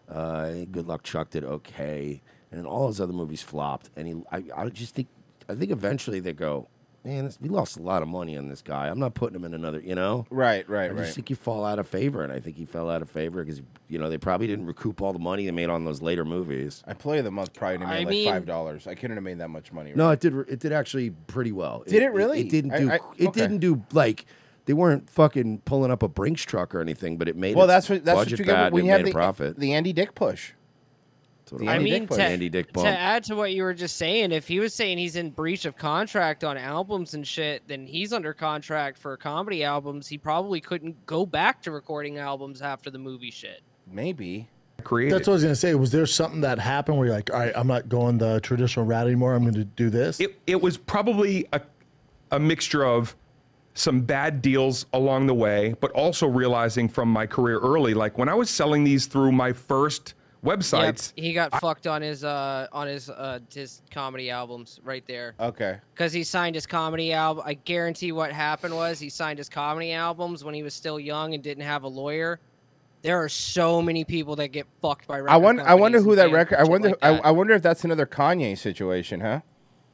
S4: Uh, Good Luck Chuck did okay, and then all his other movies flopped. And he, I, I just think, I think eventually they go, man, this, we lost a lot of money on this guy. I'm not putting him in another, you know?
S3: Right, right,
S4: I
S3: right.
S4: just think you fall out of favor, and I think he fell out of favor because you know they probably didn't recoup all the money they made on those later movies.
S3: I play the month probably made
S4: I
S3: like
S4: mean-
S3: five dollars. I couldn't have made that much money.
S4: No, it did. It did actually pretty well.
S3: Did it really?
S4: It, didn't
S3: I-
S4: do.
S3: I-
S4: it
S3: okay.
S4: didn't do like They weren't fucking pulling up a Brinks truck or anything, but it made
S3: well,
S4: its
S3: that's what that's what
S4: budget
S3: you
S4: bad.
S3: get when
S4: it
S3: you have
S4: made
S3: the,
S4: a profit.
S3: the Andy Dick push.
S4: That's what
S3: The
S4: it
S3: Andy
S4: was.
S3: Dick push.
S4: The Andy Dick
S8: To
S4: bump.
S8: add to what you were just saying, if he was saying he's in breach of contract on albums and shit, then he's under contract for comedy albums. He probably couldn't go back to recording albums after the movie shit.
S3: Maybe.
S12: Created.
S16: That's what I was gonna say. Was there something that happened where you're like, all right, I'm not going the traditional route anymore. I'm going to do this.
S12: It, it was probably a, a mixture of some bad deals along the way, but also realizing from my career early, like when I was selling these through my first websites,
S8: Yep, he got fucked on his uh on his uh his comedy albums right there.
S3: Okay.
S8: Because he signed his comedy album. I guarantee what happened was he signed his comedy albums when he was still young and didn't have a lawyer. There are so many people that get fucked by record
S3: I wonder. I wonder
S8: companies
S3: who
S8: and
S3: that
S8: bands
S3: record. I
S8: and shit
S3: wonder.
S8: like
S3: I,
S8: that.
S3: I wonder if that's another Kanye situation, huh?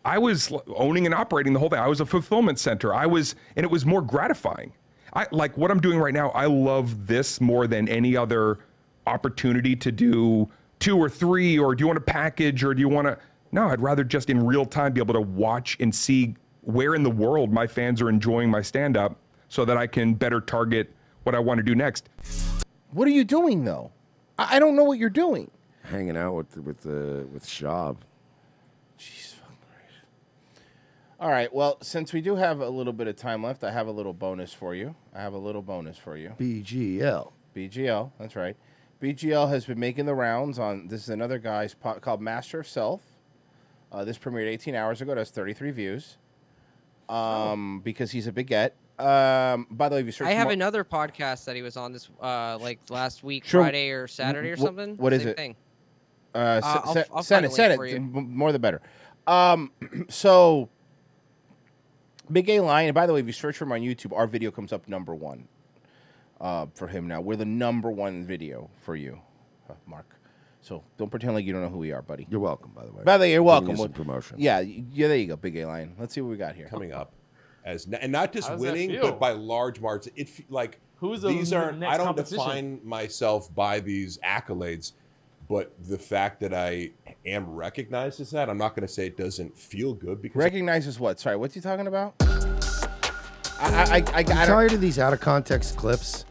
S12: I was l- owning and operating the whole thing. I was a fulfillment center. I was, and it was more gratifying. I like what I'm doing right now. I love this more than any other opportunity to do two or three, or do you want a package, or do you want to? No, I'd rather just in real time be able to watch and see where in the world my fans are enjoying my stand up so that I can better target what I want to do next.
S3: What are you doing though? I, I don't know what you're doing.
S4: Hanging out with with the with Shab.
S3: All right. Well, since we do have a little bit of time left, I have a little bonus for you. I have a little bonus for you.
S4: BGL.
S3: BGL. That's right. BGL has been making the rounds on. This is another guy's po- called Master of Self. Uh, this premiered 18 hours ago. It has 33 views. Um, because he's a bigot. Um, by the way, if you search,
S8: I have
S3: Mar-
S8: another podcast that he was on this uh like last week,
S3: Sure.
S8: Friday or Saturday or
S3: Wh-
S8: something.
S3: What is
S8: Same
S3: it?
S8: Thing.
S3: Uh,
S8: Uh,
S3: se-
S8: I'll-
S3: se-
S8: I'll find
S3: send
S8: a
S3: it,
S8: link
S3: send
S8: for
S3: it.
S8: you.
S3: m- More the better. Um, so, Big A Lion. And by the way, if you search for him on YouTube, our video comes up number one uh, for him now. We're the number one video for you, uh, Mark. So don't pretend like you don't know who we are, buddy.
S4: You're welcome, by the way.
S3: By the way, you're
S4: Giving you some
S3: welcome. Well,
S4: promotion.
S3: Yeah, y- yeah. There you go, Big A Lion. Let's see what we got here.
S17: Coming up, as and not just
S6: How does that
S17: winning,
S6: feel?
S17: but by large margins. It f- like
S6: Who's the
S17: these
S6: n-
S17: aren't.
S6: next
S17: I don't
S6: competition?
S17: define myself by these accolades, but the fact that I am recognized as that, I'm not going to say it doesn't feel good because
S3: recognizes what? Sorry, what's he talking about? I, I, I, I,
S4: I'm
S3: I don't-
S4: tired of these out of context clips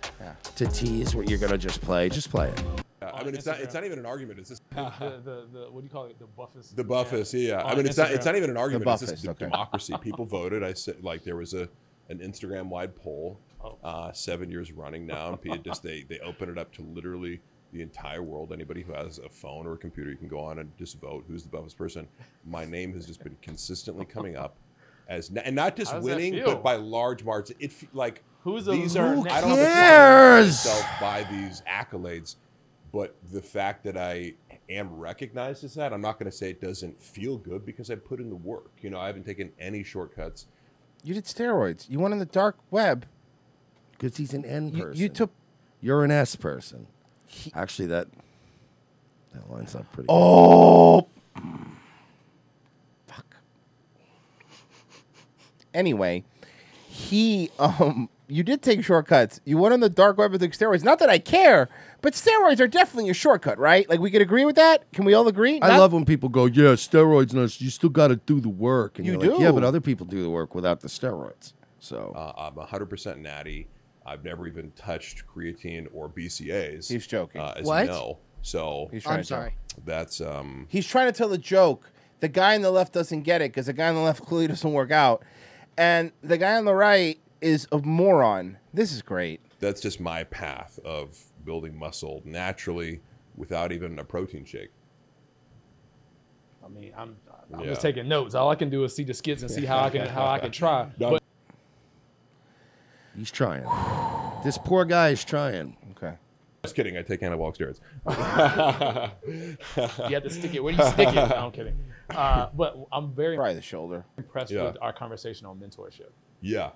S4: to tease what you're gonna just play. Just play it.
S17: Uh, I mean, it's not. It's not even an argument. It's just
S6: The, the, the, the- what do you call it? The buffest.
S17: The Buffus, yeah. I
S6: On
S17: mean, it's not, it's
S6: Instagram.
S17: not even an argument.
S3: The
S17: it's just
S3: Buffus,
S17: d-
S3: okay.
S17: democracy. People voted. I said, like, there was a an Instagram wide poll,
S6: Oh.
S17: uh, seven years running now, and people just they they open it up to literally the entire world. Anybody who has a phone or a computer, you can go on and just vote who's the Buffus person. My name has just been consistently coming up as, n- and not just
S6: How does that
S17: winning,
S6: feel?
S17: but by large margins. It f- like
S6: Who's the
S17: these
S6: who
S17: aren't. I don't
S6: cares?
S17: define myself by these accolades but the fact that I am recognized as that, I'm not going to say it doesn't feel good because I put in the work. You know, I haven't taken any shortcuts.
S3: You did steroids. You went in the dark web.
S4: Because he's an N
S3: You-
S4: person.
S3: you took
S4: You're an S person. Actually, that that lines up pretty.
S3: Oh. anyway, he um you did take shortcuts. You went on the dark web and took steroids. Not that I care, but steroids are definitely a shortcut, right? Like we could agree with that? Can we all agree?
S4: I
S3: Not-
S4: love when people go, yeah, steroids, no, you still got to do the work. And
S3: You
S4: you're Like, yeah,
S3: do.
S4: but other people do the work without the steroids. So
S17: uh, I'm 100% natty. I've never even touched creatine or BCAs.
S3: He's joking.
S17: Uh, as
S3: What?
S17: you know, so
S3: He's trying I'm to joke. sorry.
S17: That's um.
S3: He's trying to tell a joke. The guy on the left doesn't get it because the guy on the left clearly doesn't work out. And the guy on the right is a moron. This is great.
S17: That's just my path of building muscle naturally without even a protein shake.
S6: I mean, I'm, I'm just
S17: Yeah.
S6: taking notes. All I can do is see the skits and see how I can how I can try.
S4: No.
S6: But
S4: he's trying. this poor guy is trying.
S3: Okay.
S17: Just kidding. I take anabolic steroids.
S6: you have to stick it. Where do you stick it? No, I'm kidding. Uh, but I'm very
S3: probably the shoulder
S6: impressed
S17: Yeah.
S6: with our conversation on mentorship
S17: Yeah.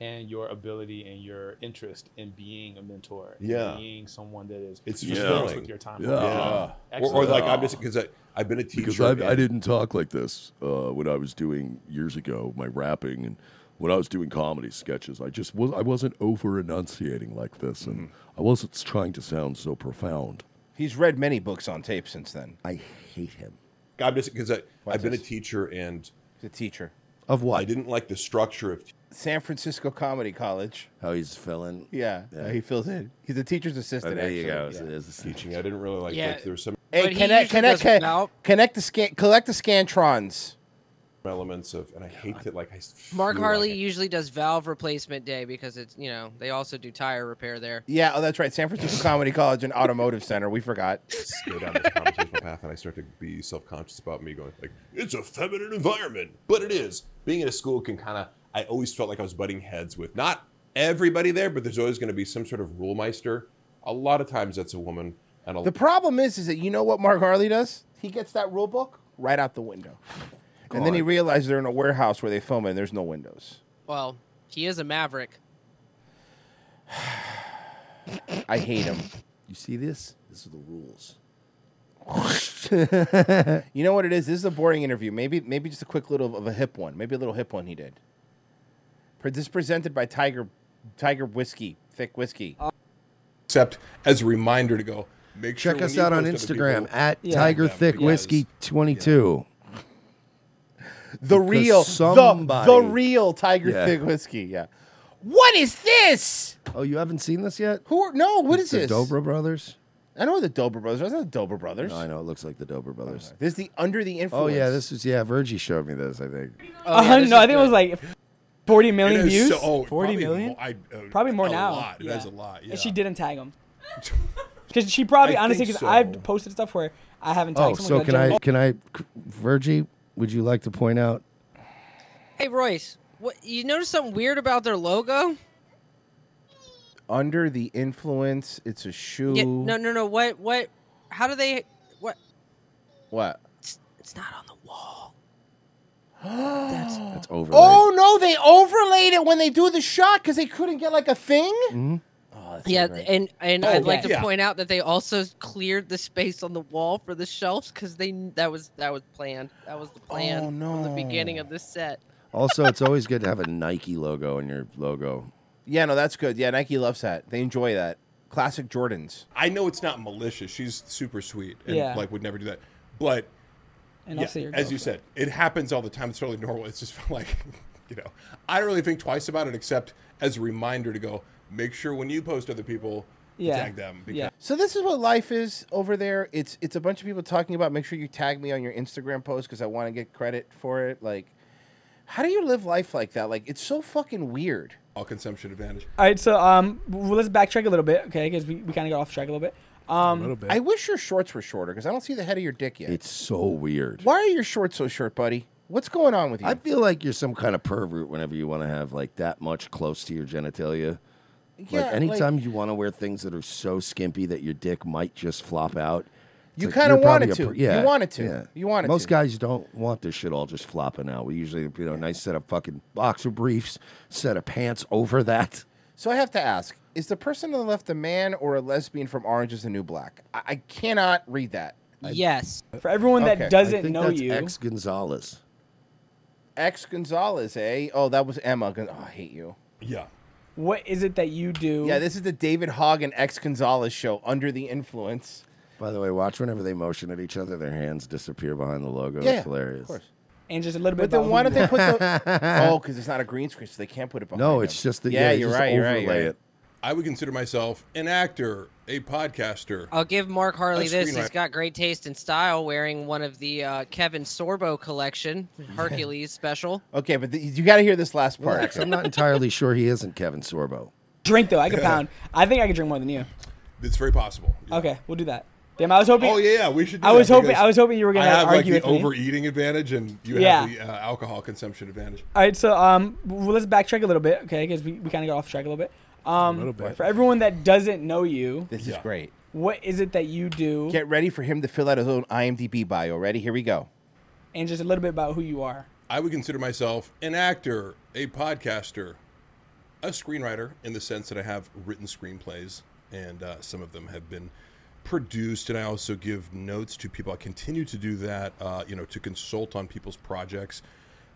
S6: and your ability and your interest in being a mentor. and
S17: Yeah.
S6: being someone that is
S17: It's
S6: generous
S17: fulfilling.
S6: with your time.
S17: Or, or
S6: Excellent.
S17: like I'm just because I've been a teacher.
S18: because I've, I
S17: and-
S18: didn't talk like this uh, when I was doing years ago my rapping and when I was doing comedy sketches. I just was I wasn't over enunciating like this, and
S17: Mm-hmm.
S18: I wasn't trying to sound so profound.
S3: He's read many books on tape since then.
S4: I hate him.
S17: I'm just because I've been a
S3: this?
S17: teacher and
S3: a teacher
S4: of what
S17: I didn't like the structure of
S3: San Francisco Comedy College.
S4: How he's filling.
S3: Yeah, uh, he fills in. He's a teacher's assistant.
S4: there you go.
S3: actually,
S4: So
S3: yeah.
S4: there's the
S17: teaching. I didn't really like
S3: Yeah.
S17: that. There's some
S3: Hey, connect, connect, connect, connect the scan, collect the scantrons.
S17: elements of, and I hate that. Like I, s-
S8: Mark
S17: feel like
S8: Harley usually does valve replacement day because it's you know they also do tire repair there.
S3: Yeah, oh, that's right. San Francisco Comedy College and Automotive Center. We forgot.
S17: go down this conversational path, and I start to be self-conscious about me going like, "It's a feminine environment," but it is. Being in a school can kind of. I always felt like I was butting heads with not everybody there, but there's always going to be some sort of rule meister. A lot of times that's a woman, and a
S3: The problem is, is that you know what Mark Harley does? He gets that rule book right out the window, and then he realizes they're in a warehouse where they film it. and There's no windows.
S8: Well, he is a maverick.
S3: I hate him.
S4: You see this? This is the rules.
S3: you know what it is? This is a boring interview. Maybe maybe just a quick little of a hip one. Maybe a little hip one he did. Pre- This is presented by Tiger Tiger Whiskey, thick whiskey.
S17: except as a reminder to go make sure
S4: Check
S17: when
S4: us
S17: you
S4: out on
S17: post other
S4: Instagram
S17: people-
S4: at Tiger Thick Whiskey 22.
S3: the real
S4: somebody-
S3: the, the real Tiger
S4: Yeah.
S3: Thick whiskey. Yeah. What is this?
S4: Oh, you haven't seen this yet?
S3: Who are no? What is
S4: the
S3: this?
S4: Dobra Brothers?
S3: I know the Dober Brothers. That's not the Dober Brothers.
S4: No, I know. It looks like the Dober Brothers.
S3: This is the under the
S4: Oh,
S3: influence.
S4: yeah. This was, yeah. Virgie showed me this, I think.
S3: Oh,
S27: Uh,
S17: Oh,
S3: yeah, this
S27: no, I
S3: is
S27: think it was like 40 million
S17: It is
S27: views.
S17: so- oh,
S27: 40
S17: probably
S27: million?
S17: more- I- uh,
S27: probably more
S17: a
S27: now.
S17: lot. It is a lot,
S27: And she
S17: yeah.
S27: didn't tag him. Because she probably,
S17: I
S27: honestly,
S17: think
S27: because
S17: so.
S27: I've posted stuff where I haven't tagged
S4: Oh,
S27: someone.
S4: so
S27: 'cause
S4: can I,
S27: generally-
S4: can I, Virgie, would you like to point out?
S8: Hey Royce, what you notice something weird about their logo?
S3: Under the influence. It's a shoe.
S8: Yeah, no, no, no. What? What? How do they? What?
S3: What?
S8: It's not on the wall.
S3: That's
S4: That's over.
S3: Oh no, they overlaid it when they do the shot because they couldn't get like a thing.
S8: yeah, and and
S3: Mm-hmm. Oh,
S8: I'd like
S3: okay.
S8: to
S3: Yeah.
S8: point out that they also cleared the space on the wall for the shelves because they kn- that was that was planned. That was the plan
S3: Oh,
S8: from the beginning of this set.
S4: Also, it's always good to have a Nike logo in your logo.
S3: Yeah, no, that's good. Yeah, Nike loves that. They enjoy that. Classic Jordans.
S17: I know it's not malicious. She's super sweet and
S27: Yeah.
S17: like would never do that. But
S27: And
S17: yeah,
S27: also your
S17: as you
S27: girlfriend.
S17: said, it happens all the time. It's totally normal. It's just like, you know, I don't really think twice about it except as a reminder to go make sure when you post other people, you
S27: Yeah.
S17: tag them. Because
S3: So this is what life is over there. It's it's a bunch of people talking about. Make sure you tag me on your Instagram post because I want to get credit for it. Like, how do you live life like that? Like, it's so fucking weird.
S17: All consumption advantage.
S27: All right, so um, well, let's backtrack a little bit, okay? Because we, we kind of got off track a little bit. Um,
S3: I wish your shorts were shorter because I don't see the head of your dick yet.
S4: It's so weird.
S3: Why are your shorts so short, buddy? What's going on with you?
S4: I feel like you're some kind of pervert whenever you want to have like that much close to your genitalia.
S3: Yeah,
S4: like
S3: like-
S4: anytime you want to wear things that are so skimpy that your dick might just flop out. it's
S3: You
S4: like,
S3: kinda
S4: you're probably
S3: want it
S4: a
S3: to.
S4: per-
S3: You
S4: yeah,
S3: want it to.
S4: yeah.
S3: You want it
S4: Most
S3: to.
S4: guys don't want this shit all just flopping out. We usually, you know, nice set of fucking boxer briefs, set of pants over that.
S3: So I have to ask: Is the person on the left a man or a lesbian from Orange Is the New Black? I, I cannot read that.
S8: yes.
S27: For everyone that
S3: Okay.
S27: doesn't
S3: I think
S27: know
S3: that's
S27: you,
S3: ex-
S4: It's Gonzalez.
S3: Ex Gonzalez, eh? Oh, that was Emma. Gon- Oh, I hate you.
S17: Yeah.
S27: what is it that you do?
S3: Yeah, this is the David Hogg and ex Gonzalez show, Under the Influence.
S4: By the way, watch whenever they motion at each other, their hands disappear behind the logo.
S3: Yeah,
S4: it's
S3: of
S4: hilarious.
S3: course.
S27: and just a little bit.
S3: But then
S27: about
S3: why
S27: who
S3: don't
S27: you
S3: they
S27: are.
S3: put the? oh, because it's not a green screen, so they can't put it behind.
S4: Ah. No,
S3: them.
S4: it's just that-
S3: yeah.
S4: yeah,
S3: you're
S4: just
S3: right. You're right.
S4: overlay
S3: you're right.
S4: it.
S17: I would consider myself an actor, a podcaster.
S8: I'll give Mark Harley
S17: A
S8: this. He's
S17: screenwriter.
S8: got great taste and style, wearing one of the uh, Kevin Sorbo collection Hercules special.
S3: Okay, but th- you got to hear Oh, this last part.
S4: Relax, I'm not entirely sure he isn't Kevin Sorbo.
S27: Drink though, I could pound. I think I could drink more than you.
S17: It's very possible.
S27: Okay, we'll do that. Damn, I was hoping.
S17: Oh yeah, we should. Do
S27: I was
S17: that
S27: hoping.
S17: because
S27: I was hoping you were gonna
S17: I have
S27: argue
S17: like the
S27: with me.
S17: overeating advantage, and you
S27: Yeah.
S17: have the uh, alcohol consumption advantage.
S27: All right, so um, well, let's backtrack a little bit, okay? Because we, we kind of got off track a little bit. Um,
S3: little bit.
S27: For everyone that doesn't know you,
S3: This is great.
S27: What is it that you do?
S3: Get ready for him to fill out his own IMDb bio. Ready? Here we go.
S27: and just a little bit about who you are.
S17: I would consider myself an actor, a podcaster, a screenwriter in the sense that I have written screenplays, and uh, some of them have been produced. And I also give notes to people. I continue to do that, uh, you know, to consult on people's projects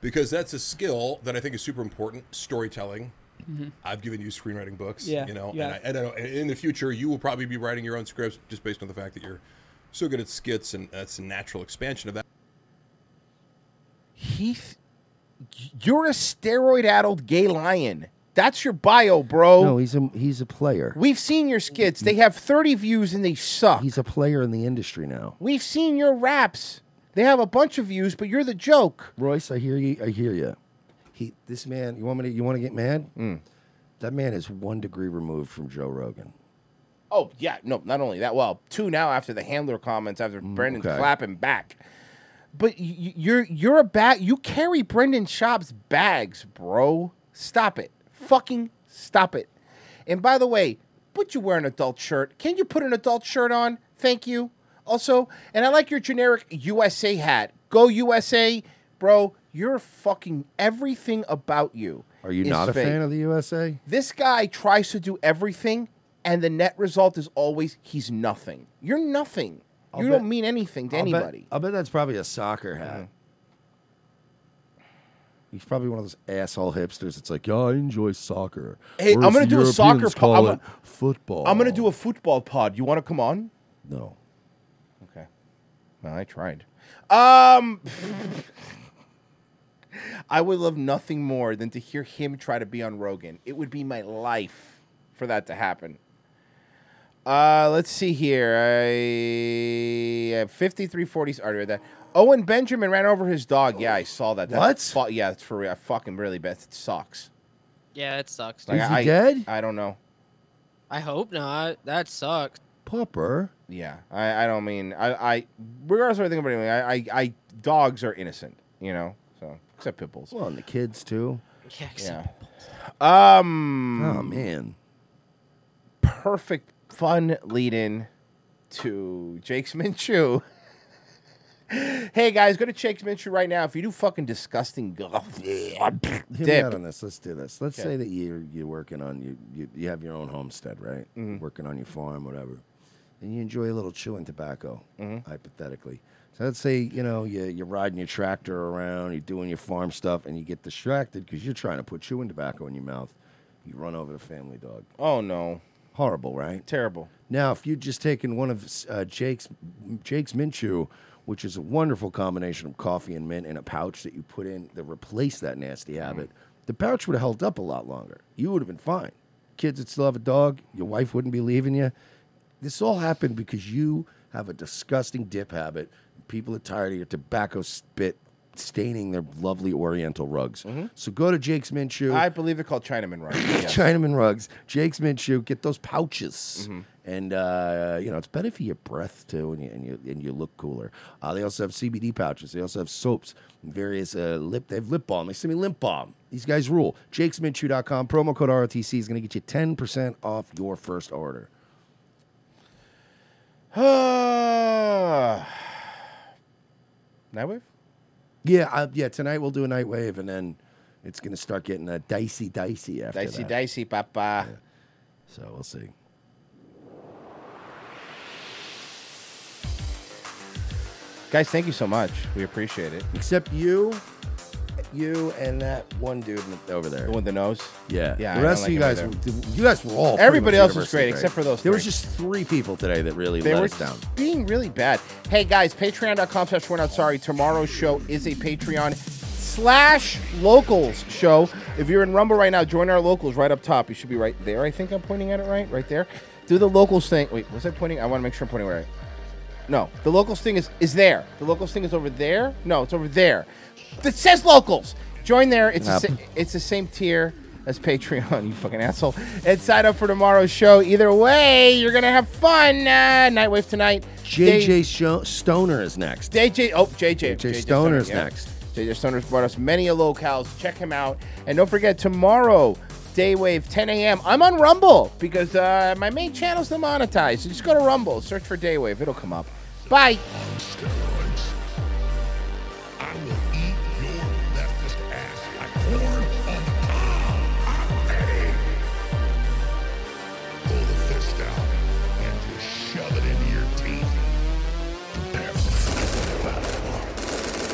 S17: because that's a skill that I think is super important. Storytelling.
S27: Mhm.
S17: I've given you screenwriting books,
S27: Yeah,
S17: you know,
S27: yeah.
S17: and I, I don't know. and In the future, you will probably be writing your own scripts just based on the fact that you're so good at skits, and that's a natural expansion of that.
S3: Heath You're a steroid-addled gay lion. That's your bio, bro.
S4: No, he's a he's a player.
S3: We've seen your skits. They have 30 views and they suck.
S4: He's a player in the industry now.
S3: We've seen your raps. They have a bunch of views, but you're the joke.
S4: Royce, I hear you. I hear you. He, this man, you want me to, you want to get mad?
S3: Hmm.
S4: That man is one degree removed from Joe Rogan.
S3: Oh yeah, no, not only that. Well, two now after the handler comments after Brendan
S4: Mm, okay.
S3: clapping back. But y- y- you're you're a bag. You carry Brendan Schaub's bags, bro. Stop it. Fucking stop it. And by the way, but you wear an adult shirt. Can you put an adult shirt on? Thank you. Also, and I like your generic USA hat. Go USA, bro. You're fucking everything about you.
S4: Are you
S3: is
S4: not a
S3: fake.
S4: fan of the USA?
S3: This guy tries to do everything, and the net result is always he's nothing. You're nothing.
S4: I'll
S3: you
S4: bet-
S3: don't mean anything to
S4: I'll bet-
S3: anybody. Uh-huh.
S4: I bet that's probably a soccer hat. He's probably one of those asshole hipsters. It's like,
S18: Yeah, I enjoy soccer.
S3: Hey, I'm
S18: Whereas
S3: gonna
S18: the
S3: do a
S18: Europeans
S3: soccer po-
S18: Call
S3: I'm
S18: it
S3: gonna-
S18: football.
S3: I'm gonna do a football pod. You want to come on?
S4: No.
S3: Okay. Well, I tried. Um, I would love nothing more than to hear him try to be on Rogan. It would be my life for that to happen. Uh, let's see here. I have 5340s already read that. Owen Benjamin ran over his dog. Yeah, I saw that. That
S4: What?
S3: fu- yeah, it's for real. I fucking really bet it sucks.
S8: Yeah, it sucks.
S3: Like, I,
S4: dead?
S3: I don't know.
S8: I hope not. That sucks.
S4: Pupper.
S3: Yeah, I, I don't mean I, I regardless of what I think about anything, I, I I dogs are innocent, you know. So except pit bulls.
S4: Well, and the kids too.
S8: Yeah,
S3: yeah. Um.
S4: Oh, man.
S3: Perfect fun lead in to Jake's Minshew. hey guys, go to Jake's Minshew right now. If you do fucking disgusting
S4: Hear me
S3: dip.
S4: out on this. Let's do this. Let's
S3: Okay.
S4: say that you're you're working on you you, you have your own homestead, right?
S3: Mm-hmm.
S4: Working on your farm, whatever, and you enjoy a little chewing tobacco,
S3: Mm-hmm.
S4: hypothetically. So let's say you know you you're riding your tractor around, you're doing your farm stuff, and you get distracted because you're trying to put chewing tobacco in your mouth. You run over the family dog.
S3: Oh no!
S4: Horrible, right?
S3: Terrible.
S4: Now, if you'd just taken one of uh, Jake's Jake's Mint Chew, which is a wonderful combination of coffee and mint, in a pouch that you put in that replaced that
S3: Mm.
S4: nasty habit, the pouch would have held up a lot longer. You would have been fine. Kids would still have a dog. Your wife wouldn't be leaving you. This all happened because you have a disgusting dip habit. People are tired of your tobacco spit staining their lovely Oriental rugs. So go to Jake's Mint Chew.
S3: Mm-hmm. I believe they're called Chinaman rugs. yes.
S4: Chinaman rugs, Jake's Mint Shoe, get those pouches.
S3: Mhm.
S4: And, uh, you know, it's better for your breath, too, and you, and you, and you look cooler. Uh, they also have CBD pouches. They also have soaps, various uh, lip, they have lip balm. They send me lip balm. These guys rule. Jake'sMintShoe.com, promo code ROTC is going to get you 10% off your first order.
S3: Nightwave?
S4: Yeah, uh, yeah. Tonight we'll do a night wave, and then it's going to start getting uh, dicey, dicey after
S3: Dicey,
S4: that.
S3: dicey, papa.
S4: So we'll see.
S3: Guys, thank you so much. We appreciate it.
S4: Except you, you, and that one dude in- over there. The
S3: one with the nose.
S4: Yeah.
S3: Yeah, I
S4: The
S3: don't
S4: rest
S3: like
S4: of you
S3: him
S4: guys,
S3: either.
S4: you guys were all. pretty
S3: Everybody
S4: much
S3: else was
S4: universally
S3: great except for those
S4: There was
S3: three.
S4: just three people today that really
S3: they
S4: let
S3: were
S4: us down.
S3: being really bad. Hey guys, patreon.com slash we're not sorry. Tomorrow's show is a Patreon slash locals show. If you're in Rumble right now, join our locals right up top. You should be right there. I think I'm pointing at it right, right there. Do the locals thing. Wait, was I pointing? I want to make sure I'm pointing right. No, the locals thing is is there. The locals thing is over there. No, it's over there. It says locals. Join there. It's a,
S4: Yep.
S3: sa- it's the same tier as Patreon. You fucking asshole. And sign up for tomorrow's show. Either way, you're gonna have fun. Uh, Nightwave tonight.
S4: JJ Sho- Stoner is next.
S3: JJ. Oh, JJ.
S4: JJ Stoner is
S3: yeah.
S4: next.
S3: JJ Stoner's brought us many a locales. Check him out. And don't forget tomorrow, Daywave, 10 a.m. I'm on Rumble because uh, my main channel's demonetized. So just go to Rumble, search for Daywave. It'll come up. Bye.